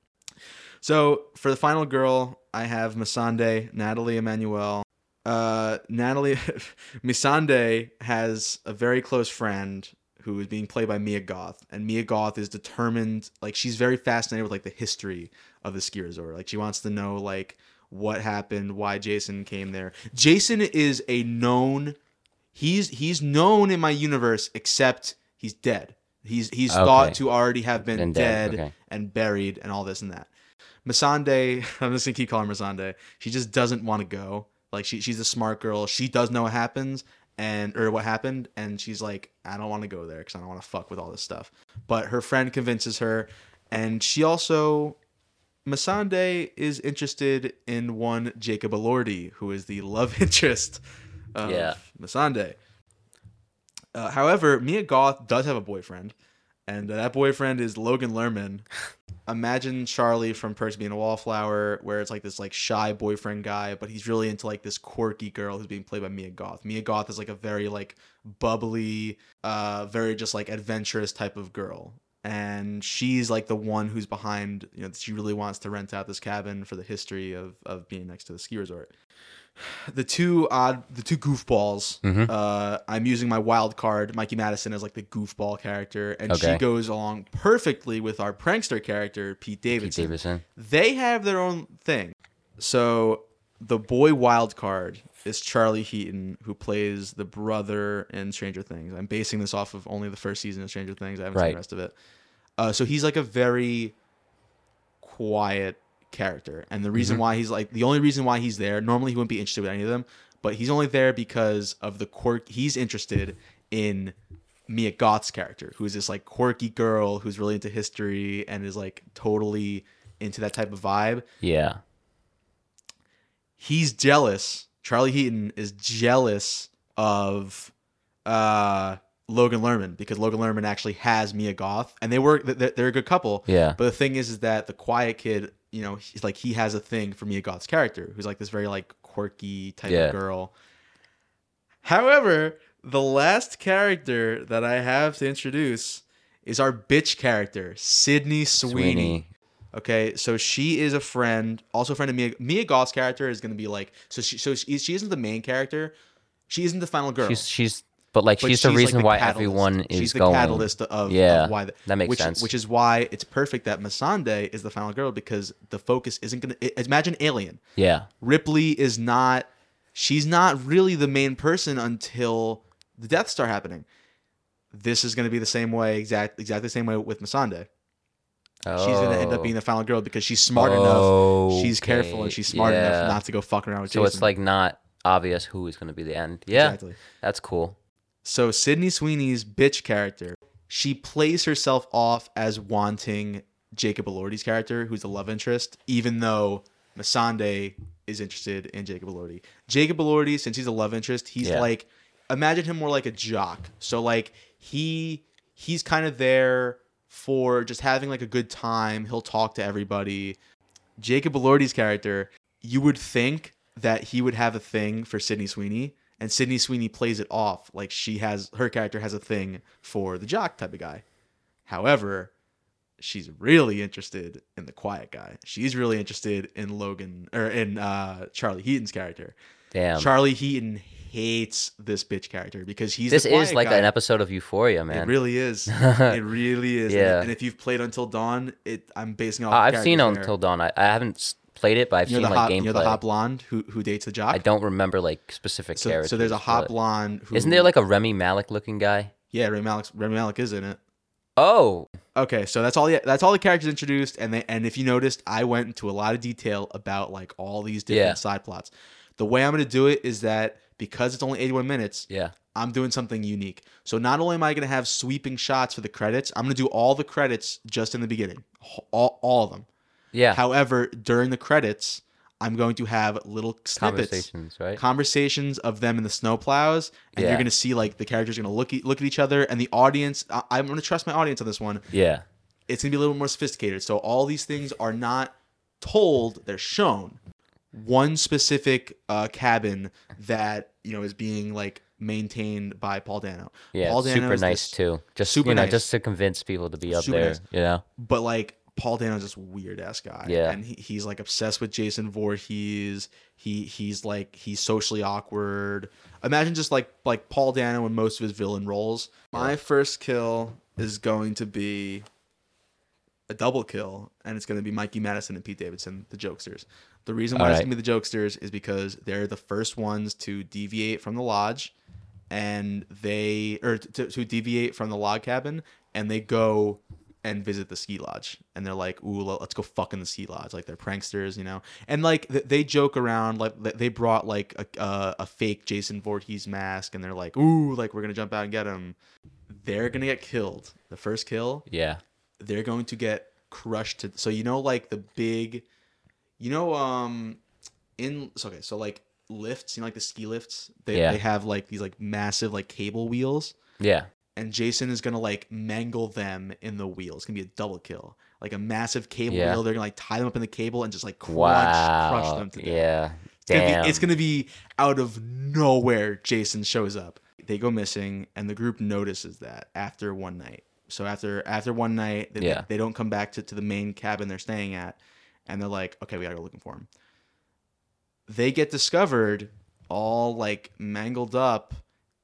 So for the final girl, I have Masande, Natalie Emmanuel. Uh, Natalie Misande has a very close friend who is being played by Mia Goth, and Mia Goth is determined. Like she's very fascinated with like the history of the ski resort. Like she wants to know like what happened, why Jason came there. Jason is a known. He's he's known in my universe, except he's dead. He's he's
Okay.
thought to already have been
Been
dead,
dead, okay.
and buried and all this and that. Masande, I'm just gonna keep calling her Masande. She just doesn't want to go. Like she, she's a smart girl. She does know what happens and or what happened, and she's like, I don't want to go there because I don't want to fuck with all this stuff. But her friend convinces her, and she also Masande is interested in one Jacob Elordi, who is the love interest of
Yeah.
Masande. Uh, however, Mia Goth does have a boyfriend, and uh, that boyfriend is Logan Lerman. Imagine Charlie from Perks of Being a Wallflower, where it's like this like shy boyfriend guy, but he's really into like this quirky girl who's being played by Mia Goth. Mia Goth is like a very like bubbly, uh, very just like adventurous type of girl, and she's like the one who's behind. You know, she really wants to rent out this cabin for the history of of being next to the ski resort the two odd the two goofballs uh i'm using my wild card mikey madison as like the goofball character and she
Okay.
goes along perfectly with our prankster character
Pete
pete davidson
Davidson.
they have their own thing so the boy wild card is charlie heaton who plays the brother in stranger things i'm basing this off of only the first season of stranger things i haven't seen
Right.
the rest of it uh, so he's like a very quiet character. And the reason why he's like the only reason why he's there, normally he wouldn't be interested with any of them, but he's only there because of the quirk he's interested in Mia Goth's character, who's this like quirky girl who's really into history and is like totally into that type of vibe.
Yeah.
He's jealous. Charlie Heaton is jealous of uh Logan Lerman because Logan Lerman actually has Mia Goth and they work they're, they're a good couple.
Yeah.
But the thing is, is that the quiet kid, you know, he's like he has a thing for Mia Goth's character, who's like this very like quirky type
Yeah.
of girl. However, the last character that I have to introduce is our bitch character, Sydney Sweeney.
Sweeney.
Okay, so she is a friend, also a friend of Mia. Mia Goth's character is gonna be like, so she, so she, she isn't the main character. She isn't the final girl.
She's she's but like
But
she's, the
like,
reason why
catalyst.
everyone is
she's the
going.
catalyst of,
Yeah,
of why the,
that makes
which,
sense.
Which is why it's perfect that Masande is the final girl because the focus isn't gonna i- imagine Alien.
Yeah.
Ripley is not she's not really the main person until the Death Star happening. This is gonna be the same way, exact exactly the same way with Masande. She's gonna end up
Oh.
being the final girl because she's smart enough, she's careful, and
Okay,
she's smart
yeah.
enough not to go fucking around with
So
Jason.
it's like not obvious who is gonna be the end. Yeah.
Exactly.
That's cool.
So Sydney Sweeney's bitch character, she plays herself off as wanting Jacob Elordi's character, who's the love interest, even though Masande is interested in Jacob Elordi. Jacob Elordi, since he's a love interest, he's
Yeah.
like imagine him more like a jock. So like he he's kind of there for just having like a good time. He'll talk to everybody. Jacob Elordi's character, you would think that he would have a thing for Sydney Sweeney, and Sydney Sweeney plays it off like she has her character has a thing for the jock type of guy. However, she's really interested in the quiet guy. She's really interested in Logan or in uh, Charlie Heaton's character.
Damn.
Charlie Heaton hates this bitch character because he's
this
the quiet
is like
guy.
an episode of Euphoria, man.
It really is. it really is.
Yeah.
And if you've played Until Dawn, it I'm basing it off.
Uh,
the
I've seen
characters
Until
there.
Dawn. I, I haven't s- played it, but I've
You
seen
know the
like
hot, you
gameplay.
know the hot blonde who who dates the jock.
I don't remember like specific
So,
characters.
so there's a hot
but-
blonde. Who,
Isn't there like a Remy Malik looking guy?
yeah? Remy Malek. Remy Malek is in it.
Oh,
Okay, so that's all. The, that's all the characters introduced, and they, and if you noticed, I went into a lot of detail about like all these different
Yeah.
side plots. The way I'm going to do it is that because it's only 81 minutes,
yeah.
I'm doing something unique. So not only am I going to have sweeping shots for the credits, I'm going to do all the credits just in the beginning, H- all, all of them.
Yeah.
However, during the credits, I'm going to have little snippets,
Conversations, right?
conversations of them in the snowplows, and
Yeah.
you're going to see like the characters are going to look e- look at each other, and the audience. I- I'm going to trust my audience on this one
yeah.
it's gonna be a little more sophisticated. So all these things are not told; they're shown. One specific uh, cabin that you know is being like maintained by Paul Dano.
Yeah,
Paul
it's super
is
nice
this-
too. Just
super
you know,
nice.
just to convince people to be up
Super
there.
nice.
You know,
but like Paul Dano's this weird ass guy.
Yeah.
and he, he's like obsessed with Jason Voorhees. He he's like he's socially awkward. Imagine just like like Paul Dano in most of his villain roles. My first kill is going to be a double kill, and it's going to be Mikey Madison and Pete Davidson, the jokesters. The reason why
All
it's
right.
going to be the jokesters is because they're the first ones to deviate from the lodge, and they or to, to deviate from the log cabin, and they go and visit the ski lodge, and they're like, "Ooh, le- let's go fuck in the ski lodge!" Like they're pranksters, you know. And like th- they joke around, like th- they brought like a, a a fake Jason Voorhees mask, and they're like, "Ooh, like we're gonna jump out and get him." They're gonna get killed. The first kill
Yeah.
they're going to get crushed to so you know like the big you know um in so, okay so like lifts you know like the ski lifts they,
Yeah.
they have like these like massive like cable wheels
Yeah.
and jason is gonna like mangle them in the wheel it's gonna be a double kill like a massive cable
Yeah.
wheel they're gonna like tie them up in the cable and just like crunch
Wow.
crush them to death
Yeah.
it's gonna be-
Damn.
it's gonna be out of nowhere. Jason shows up. They go missing, and the group notices that after one night. So after after one night, they,
Yeah.
they don't come back to, to the main cabin they're staying at, and they're like, okay, we gotta go looking for him. They get discovered, all like mangled up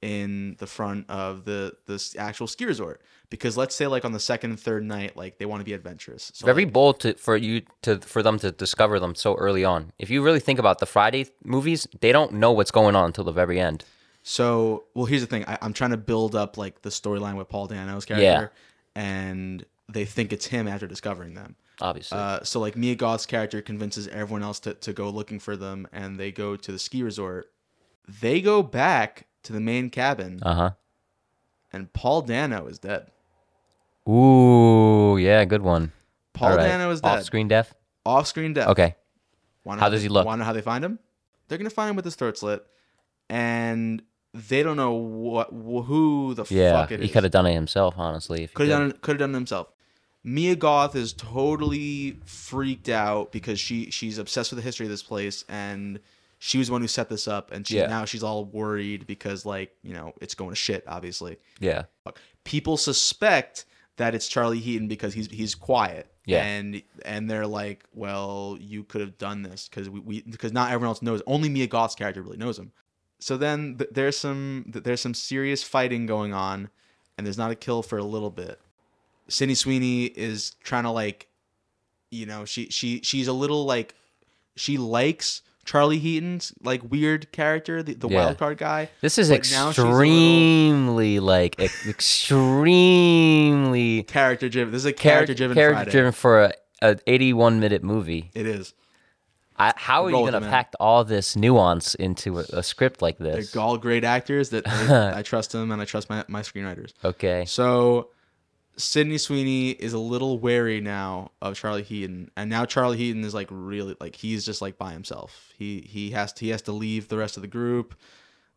in the front of the the actual ski resort because let's say like on the second and third night like they want to be adventurous so
very
like,
bold to, for you to for them to discover them so early on. If you really think about the Friday movies, they don't know what's going on until the very end.
So, well, here's the thing. I, I'm trying to build up like the storyline with Paul Dano's character, and they think it's him after discovering them.
Obviously,
Uh, so, like Mia Goth's character convinces everyone else to, to go looking for them, and they go to the ski resort. They go back to the main cabin,
uh
and Paul Dano is dead.
huh. Ooh, yeah, good one.
Paul
All right.
Dano is dead.
off screen death.
Off screen death.
Okay,
Wanna
How
know-
does he look?
Wanna know how they find him? They're gonna find him with his throat slit, and they don't know what wh- who the
yeah,
fuck it is.
he could have done it himself, honestly. If he
Could have
did.
done it, could have done it himself. Mia Goth is totally freaked out because she she's obsessed with the history of this place and she was the one who set this up and she
Yeah.
now she's all worried because like, you know, it's going to shit obviously.
yeah,
People suspect that it's Charlie Heaton because he's he's quiet.
Yeah.
And and they're like, well, you could have done this because we, we because not everyone else knows. Only Mia Goth's character really knows him. So then th- there's some th- there's some serious fighting going on, and there's not a kill for a little bit. Sydney Sweeney is trying to like, you know, she she she's a little like, she likes Charlie Heaton's like weird character, the, the
Yeah.
wild card guy.
this is
But now she's a little-
extremely like ex- extremely
Character driven. This is a
character
character driven
character
Friday.
driven for a, a 81 minute movie.
It is.
I, how are
Roll
you
with it,
going to
man.
pack all this nuance into a, a script like
They're
this?
all great actors that I, I trust them and I trust my, my screenwriters.
Okay.
So Sydney Sweeney is a little wary now of Charlie Heaton, and now Charlie Heaton is like really like he's just like by himself. He he has to, he has to leave the rest of the group.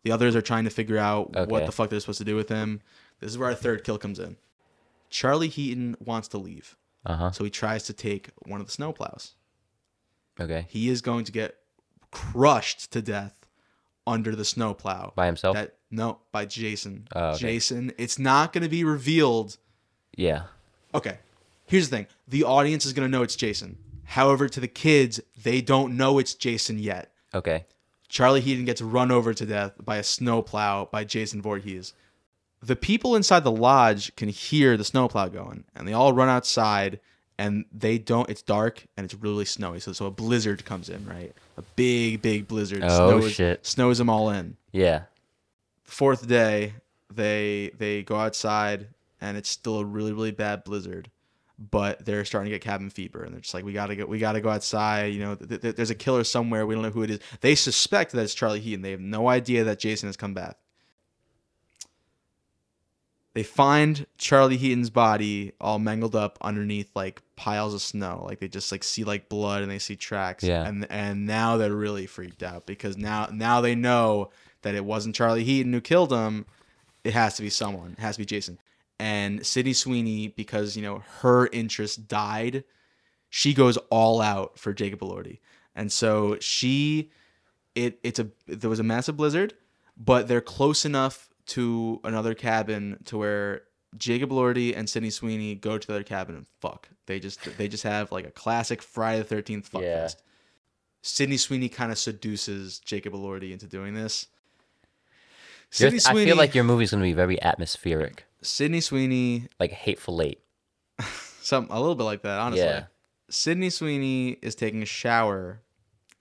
The others are trying to figure out what
Okay.
the fuck they're supposed to do with him. This is where our third kill comes in. Charlie Heaton wants to leave,
Uh huh.
so he tries to take one of the snowplows.
Okay.
He is going to get crushed to death under the snowplow.
By himself.
That no, by Jason.
Oh, okay.
Jason. It's not going to be revealed
yeah.
Okay. Here's the thing. The audience is going to know it's Jason. However, to the kids, they don't know it's Jason yet.
Okay.
Charlie Heaton gets run over to death by a snowplow by Jason Voorhees. The people inside the lodge can hear the snowplow going, and they all run outside. And they don't. It's dark and it's really snowy. So, so a blizzard comes in, right? A big, big blizzard.
Oh,
snows,
shit.
Snows them all in
Yeah.
fourth day they they go outside and it's still a really really bad blizzard but they're starting to get cabin fever and they're just like we gotta go we gotta go outside you know th- th- there's a killer somewhere we don't know who it is they suspect that it's charlie heaton they have no idea that jason has come back they find charlie heaton's body all mangled up underneath like piles of snow like they just like see like blood and they see tracks
Yeah.
and and now they're really freaked out because now now they know that it wasn't charlie heaton who killed him it has to be someone. It has to be Jason. And Sydney Sweeney, because you know her interest died, she goes all out for Jacob Elordi, and so she, it it's a there was a massive blizzard, but they're close enough to another cabin to where Jacob Elordi and Sydney Sweeney go to their cabin and fuck. They just they just have like a classic Friday the Thirteenth fuck
Yeah.
fest. Sydney Sweeney kind of seduces Jacob Elordi into doing this.
Your-
Sydney
I feel like your movie's gonna be very atmospheric,
Sydney Sweeney,
like Hateful Eight.
some a little bit like that, honestly.
Yeah.
Sydney Sweeney is taking a shower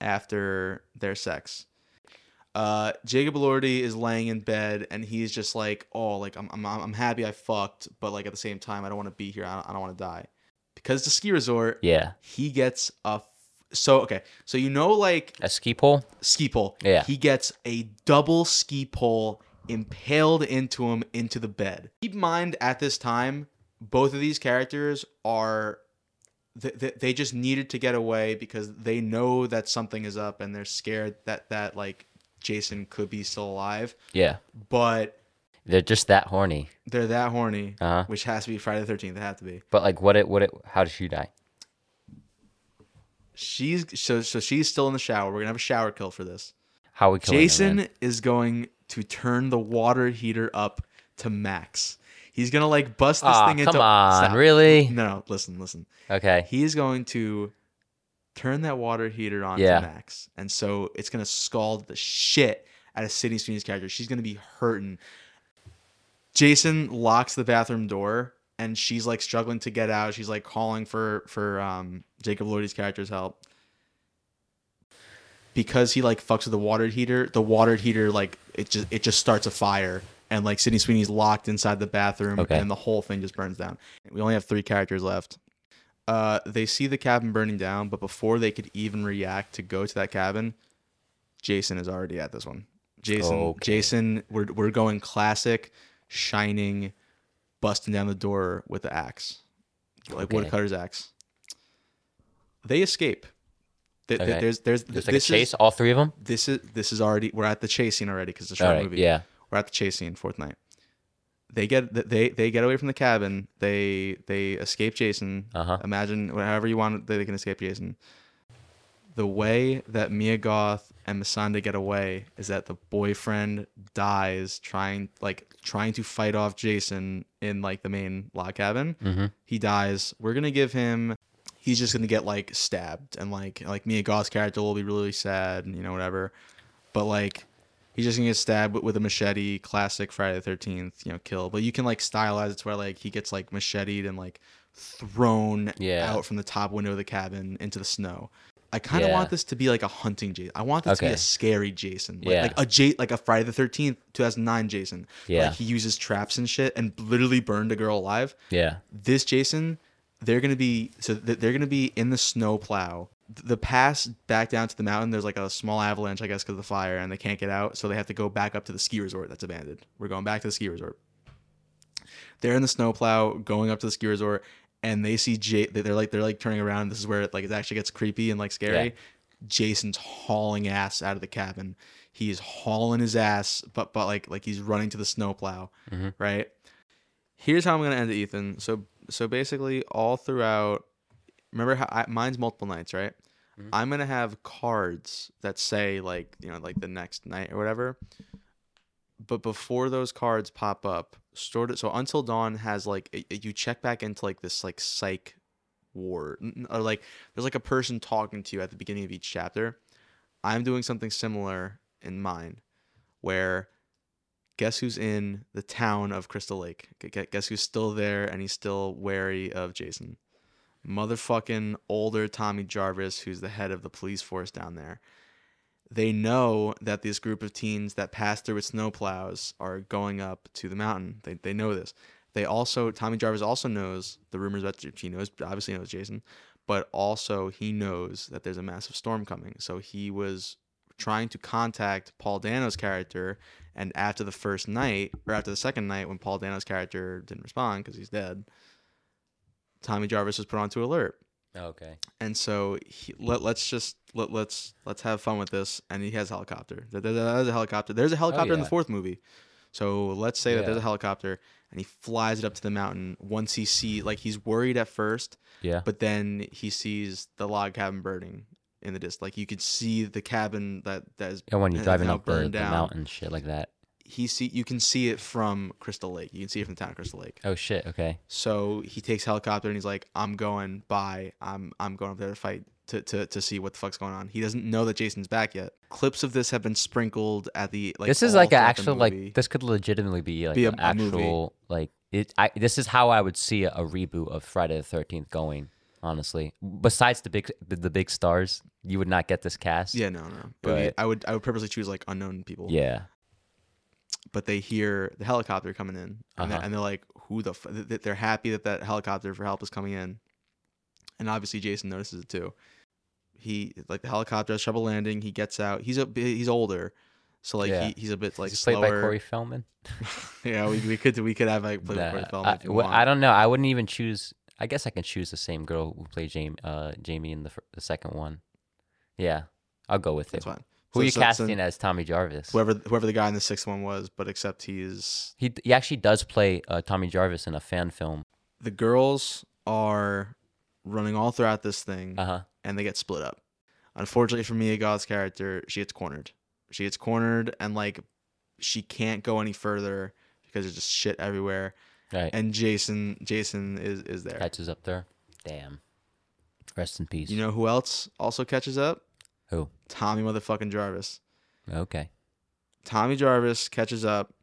after their sex. Uh, Jacob Elordi is laying in bed and he's just like, "Oh, like I'm, I'm, I'm happy I fucked, but like at the same time, I don't want to be here. I don't, I don't want to die." Because it's a ski resort,
Yeah,
he gets a f- so okay. So you know, like
a ski pole.
ski pole.
Yeah.
He gets a double ski pole impaled into him into the bed. Keep in mind at this time, both of these characters are. th- th- They just needed to get away because they know that something is up and they're scared that that like Jason could be still alive.
Yeah,
But
they're just that horny.
they're that horny,
Uh-huh.
which has to be Friday the Thirteenth. They have to be.
But like, what it, what it, how did she die?
She's so so she's still in the shower. We're gonna have a shower kill for this.
How we killing her,
Jason
man?
is going to turn the water heater up to max. He's gonna like bust this
Aw,
thing into.
Ah, come on,
Stop.
really?
No, no, listen, listen.
Okay,
He is going to turn that water heater on
Yeah.
to max, and so it's gonna scald the shit out of Sydney Sweeney's character. She's gonna be hurting. Jason locks the bathroom door, and she's like struggling to get out. She's like calling for for um, Jacob Lordy's character's help because he like fucks with the water heater, the water heater like it just it just starts a fire and like Sydney Sweeney's locked inside the bathroom
Okay.
and the whole thing just burns down. We only have three characters left. Uh, they see the cabin burning down, but before they could even react to go to that cabin, Jason is already at this one. Jason, Jason, we're we're going classic, shining, busting down the door with the axe, like
Okay.
woodcutter's axe. They escape. Th- th-
Okay.
There's there's
there's like a
this
chase.
Is,
all three of them.
this is this is already we're at the chase scene already because it's a
All
short
right,
movie.
yeah.
we're at the chase scene. Fourth night. They get th- they they get away from the cabin. They they escape Jason.
Uh-huh.
Imagine however you want that they can escape Jason. The way that Mia Goth and Masanda get away is that the boyfriend dies trying like trying to fight off Jason in like the main log cabin. Mm-hmm. He dies. We're gonna give him he's just gonna get like stabbed and like like Mia Goth's character will be really sad and you know whatever, but like he's just gonna get stabbed with, with a machete, classic Friday the Thirteenth, you know, kill. But you can like stylize it to where like he gets like macheted and like thrown
Yeah.
out from the top window of the cabin into the snow. I kind of
Yeah.
want this to be like a hunting Jason. I want this to be
Okay.
a scary Jason, like,
Yeah.
like a J- like a Friday the Thirteenth, two thousand nine Jason.
Yeah.
like he uses traps and shit and literally burned a girl alive
Yeah,
this Jason, they're gonna be so th- they're gonna be in the snow plow. Th- The pass back down to the mountain. There's like a small avalanche, I guess, because of the fire, and they can't get out, so they have to go back up to the ski resort that's abandoned. We're going back to the ski resort. They're in the snow plow, going up to the ski resort, and they see J. They're like they're like turning around. This is where it, like it actually gets creepy and like scary.
Yeah.
Jason's hauling ass out of the cabin. He's hauling his ass, but but like like he's running to the snowplow, right? Here's how I'm gonna end it, Ethan. So so basically, all throughout, remember how I, mine's multiple nights, right? I'm gonna have cards that say like you know like the next night or whatever. But before those cards pop up, stored it. So until dawn has like it- it- you check back into like this like psych ward n- or like there's like a person talking to you at the beginning of each chapter. I'm doing something similar in mine, where guess who's in the town of Crystal Lake? Gu- gu- Guess who's still there and he's still wary of Jason? Motherfucking older Tommy Jarvis, who's the head of the police force down there. They know that this group of teens that passed through with snowplows are going up to the mountain. They, they know this. They also Tommy Jarvis also knows the rumors about she knows obviously knows Jason, but also he knows that there's a massive storm coming. So he was trying to contact Paul Dano's character, and after the first night or after the second night when Paul Dano's character didn't respond because he's dead, Tommy Jarvis was put onto alert
Okay.
and so he, let, let's just let, let's let's have fun with this and he has a helicopter There- there- there's a helicopter there's a helicopter in the
Oh, yeah.
fourth movie so let's say that there's a
Yeah.
helicopter and he flies it up to the mountain once he see like he's worried at first
Yeah.
but then he sees the log cabin burning in the distance like you could see the cabin that that is
Yeah, Oh, when you're
has
driving
now
up the,
burned
the
down.
mountain, shit like that.
he see you can see it from crystal lake you can see it from the town of crystal lake
Oh shit. Okay.
so he takes helicopter and he's like, "I'm going. Bye. I'm I'm going up there to fight to to to see what the fuck's going on." He doesn't know that Jason's back yet. Clips of this have been sprinkled at the like.
this is
all
like an
throughout the
actual like
movie.
this could legitimately be like
Be a-
an
a movie.
actual like it. I this is how I would see a, a reboot of Friday the Thirteenth going. Honestly, besides the big the, the big stars, you would not get this cast.
Yeah, no, no. It would be-
But-
I would I would purposely choose like unknown people.
Yeah.
But they hear the helicopter coming in, and, they're,
Uh-huh.
and they're like, "Who the?" F-? th- th- They're happy that that helicopter for help is coming in, and obviously Jason notices it too. He like the helicopter has trouble landing. He gets out. He's a he's older, so like
Yeah.
he, he's a bit like
Is this
slower.
played by Corey Feldman.
Yeah, we, we could we could have like play
Nah,
with Corey
I,
Feldman. if you
well,
want.
I don't know. I wouldn't even choose. I guess I can choose the same girl who played Jamie, uh, Jamie in the, fir- the second one. Yeah, I'll go with
That's
it.
fine.
Who
So-
are you
so- so
casting as Tommy Jarvis?
Whoever whoever the guy in the sixth one was, but except he's
He, he actually does play uh, Tommy Jarvis in a fan film.
the girls are running all throughout this thing,
Uh huh.
and they get split up. Unfortunately for Mia Goth's character, she gets cornered. She gets cornered, and like she can't go any further because there's just shit everywhere.
Mm-hmm. Right.
And Jason Jason is is there.
Catches up there. Damn. Rest in peace.
You know who else also catches up?
Who?
Tommy motherfucking Jarvis.
Okay.
Tommy Jarvis catches up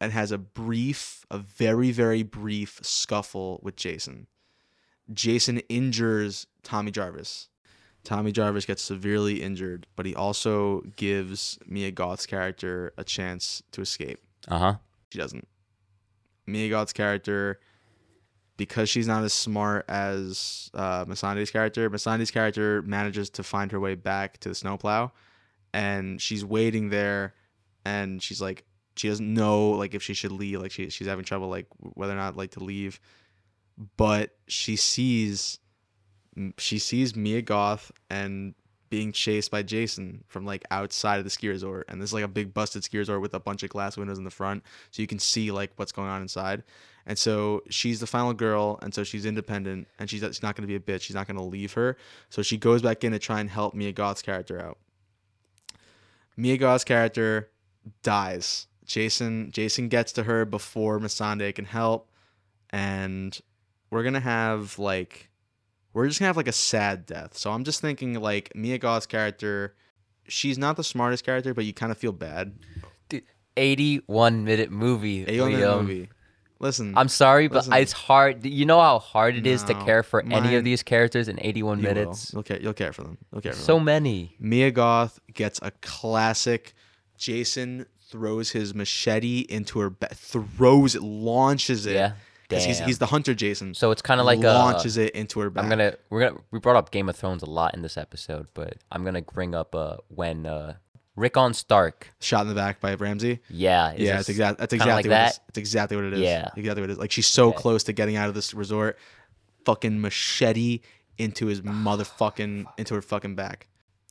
and has a brief, a very, very brief scuffle with Jason. Jason injures Tommy Jarvis. Tommy Jarvis gets severely injured, but he also gives Mia Goth's character a chance to escape.
Uh huh.
She doesn't. Mia Goth's character, because she's not as smart as uh, Masande's character, Masande's character manages to find her way back to the snowplow, and she's waiting there, and she's like, she doesn't know like if she should leave, like she, she's having trouble like whether or not like to leave, but she sees, she sees Mia Goth and being chased by Jason from like outside of the ski resort. And this is like a big busted ski resort with a bunch of glass windows in the front. So you can see like what's going on inside. And so she's the final girl. And so she's independent and she's, she's not going to be a bitch. She's not going to leave her. So she goes back in to try and help Mia Goth's character out. Mia Goth's character dies. Jason Jason gets to her before Masande can help. And we're going to have like we're just gonna have like a sad death. So I'm just thinking like Mia Goth's character, she's not the smartest character, but you kind of feel bad.
Dude, 81 minute movie.
Alien in the
Liam.
movie. Listen,
I'm sorry, but
Listen.
it's hard. You know how hard it is
No,
to care for any
mine-
of these characters in 81
you will.
minutes.
You'll care. You'll care for them. You'll care for
So
them.
many.
Mia Goth gets a classic. Jason throws his machete into her. Ba- throws it, launches it.
Yeah.
Because he's,
Damn.
he's the hunter Jason.
So it's kind of like a,
launches it into her back.
I'm gonna we're gonna we brought up Game of Thrones a lot in this episode, but I'm gonna bring up uh when uh Rickon Stark.
shot in the back by Ramsey.
Yeah, is
yeah,
this
it's exact. That's
kinda
exactly
like
what
that.
It is. It's exactly what it is.
Yeah.
exactly what it is. Like she's so
Okay.
close to getting out of this resort. Fucking machete into his motherfucking into her fucking back.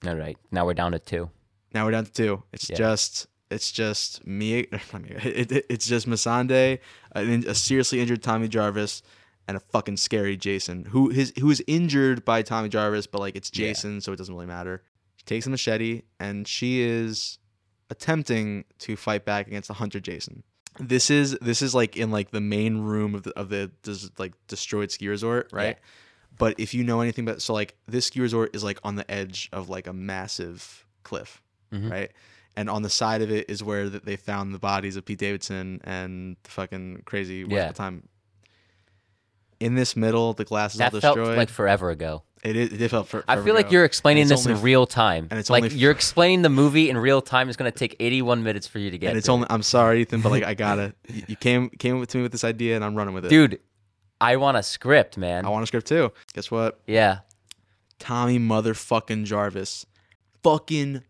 All right, now we're down to two.
Now we're down to two. It's
Yeah.
just it's just me. not me, It, it- it's just Masande, an- a, seriously injured Tommy Jarvis, and a fucking scary Jason who his who is injured by Tommy Jarvis, but like it's Jason, so it doesn't really matter. She takes a machete and she is attempting to fight back against the hunter Jason. This is this is like in like the main room of the of the des, like destroyed ski resort, right? But if you know anything about so like this ski resort is like on the edge of like a massive cliff,
Mhm.
right? And on the side of it is where th- they found the bodies of Pete Davidson and the fucking crazy what's
Yeah.
the time. In this middle, the glass is all
that felt
destroyed.
like forever ago.
It is. It felt for.
I feel like you're explaining this in real time.
and it's
like
only f-
you're explaining the movie in real time. It's gonna take 81 minutes for you to get.
And it's
through.
only. I'm sorry, Ethan, but like I gotta. you you came came to me with this idea, and I'm running with it.
dude. I want a script, man.
I want a script too. Guess what?
yeah,
Tommy motherfucking Jarvis, fucking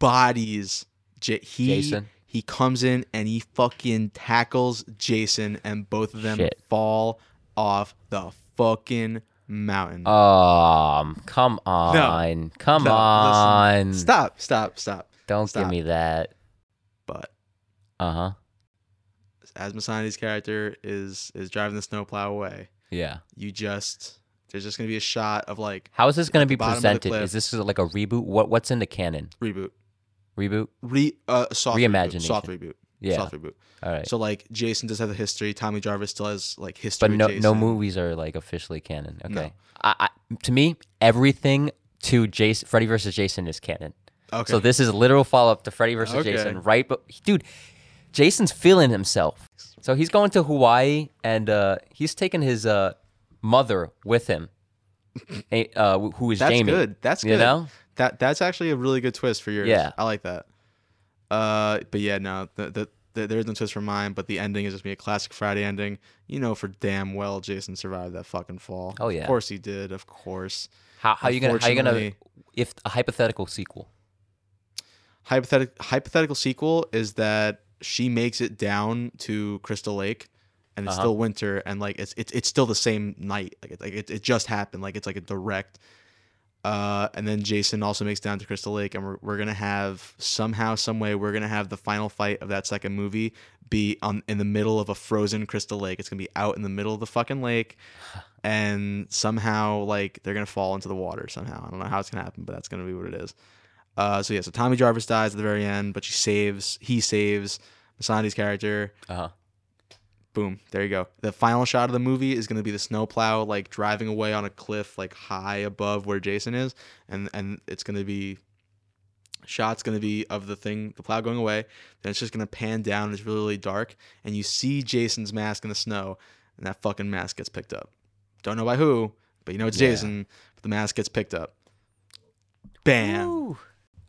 bodies. J- he,
Jason.
He comes in and he fucking tackles Jason, and both of them
Shit.
fall off the fucking mountain.
Um, come on, come
No, listen.
on.
Stop! Stop! Stop!
Don't
Stop.
give me that.
But
Uh huh.
as Masani's character is is driving the snowplow away,
Yeah.
you just there's just gonna be a shot of like
How is this going to be
bottom of the
presented?
cliff.
Is this like a reboot? What What's in the canon?
reboot,
Reboot.
re uh soft reboot,
Reimagination.
soft reboot,
Yeah.
soft reboot.
All right.
So like Jason does have the history. Tommy Jarvis still has like history.
but no,
with
no
Jason.
movies are like officially canon. Okay.
No.
I, I, to me, everything to Jason, Freddy versus Jason is canon.
Okay.
So this is a literal follow up to Freddy versus
Okay.
Jason, right? But dude, Jason's feeling himself. So he's going to Hawaii and uh, he's taking his uh, mother with him, eh, uh, who is
that's
Jamie.
good. That's good.
You know?
that that's actually a really good twist for yours.
Yeah.
I like that. Uh, but yeah, no, the, the, the, there is no twist for mine. But the ending is just be a classic Friday ending. You know for damn well Jason survived that fucking fall.
Oh, yeah.
of course he did. Of course.
How, how you gonna how you gonna
Unfortunately-
if a hypothetical sequel?
hypothetical hypothetical sequel is that she makes it down to Crystal Lake, and it's still winter, and like it's it's it's still the same night, like it, like it, it just happened, like it's like a direct. Uh, and then Jason also makes down to Crystal Lake, and we're, we're gonna have somehow, some way, we're gonna have the final fight of that second movie be on in the middle of a frozen Crystal Lake. It's gonna be out in the middle of the fucking lake, and somehow like they're gonna fall into the water somehow. I don't know how it's gonna happen, but that's gonna be what it is. Uh, so yeah, so Tommy Jarvis dies at the very end, but she saves. He saves Masani's character.
Uh huh.
Boom. There you go. The final shot of the movie is gonna be the snowplow like driving away on a cliff like high above where Jason is, and and it's gonna be shots gonna be of the thing the plow going away. Then it's just gonna pan down. And it's really really dark, and you see Jason's mask in the snow, and that fucking mask gets picked up. Don't know by who, but you know it's Jason. But the mask gets picked up. Bam.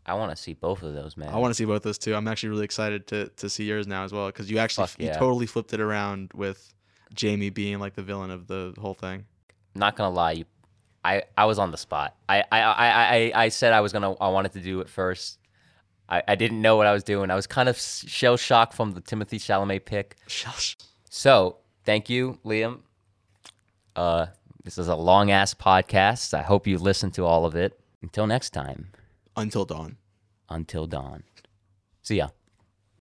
I want to see both of those, man.
I want to see both those two. I'm actually really excited to to see yours now as well because you actually
Fuck
you
yeah.
totally flipped it around with Jamie being like the villain of the whole thing.
Not gonna lie, you, I I was on the spot. I I I I, I said I was gonna I wanted to do it first. I, I didn't know what I was doing. I was kind of shell shocked from the Timothy Chalamet pick.
Shush.
So thank you, Liam. Uh, this is a long ass podcast. I hope you listen to all of it. Until next time.
Until dawn.
Until dawn. See ya.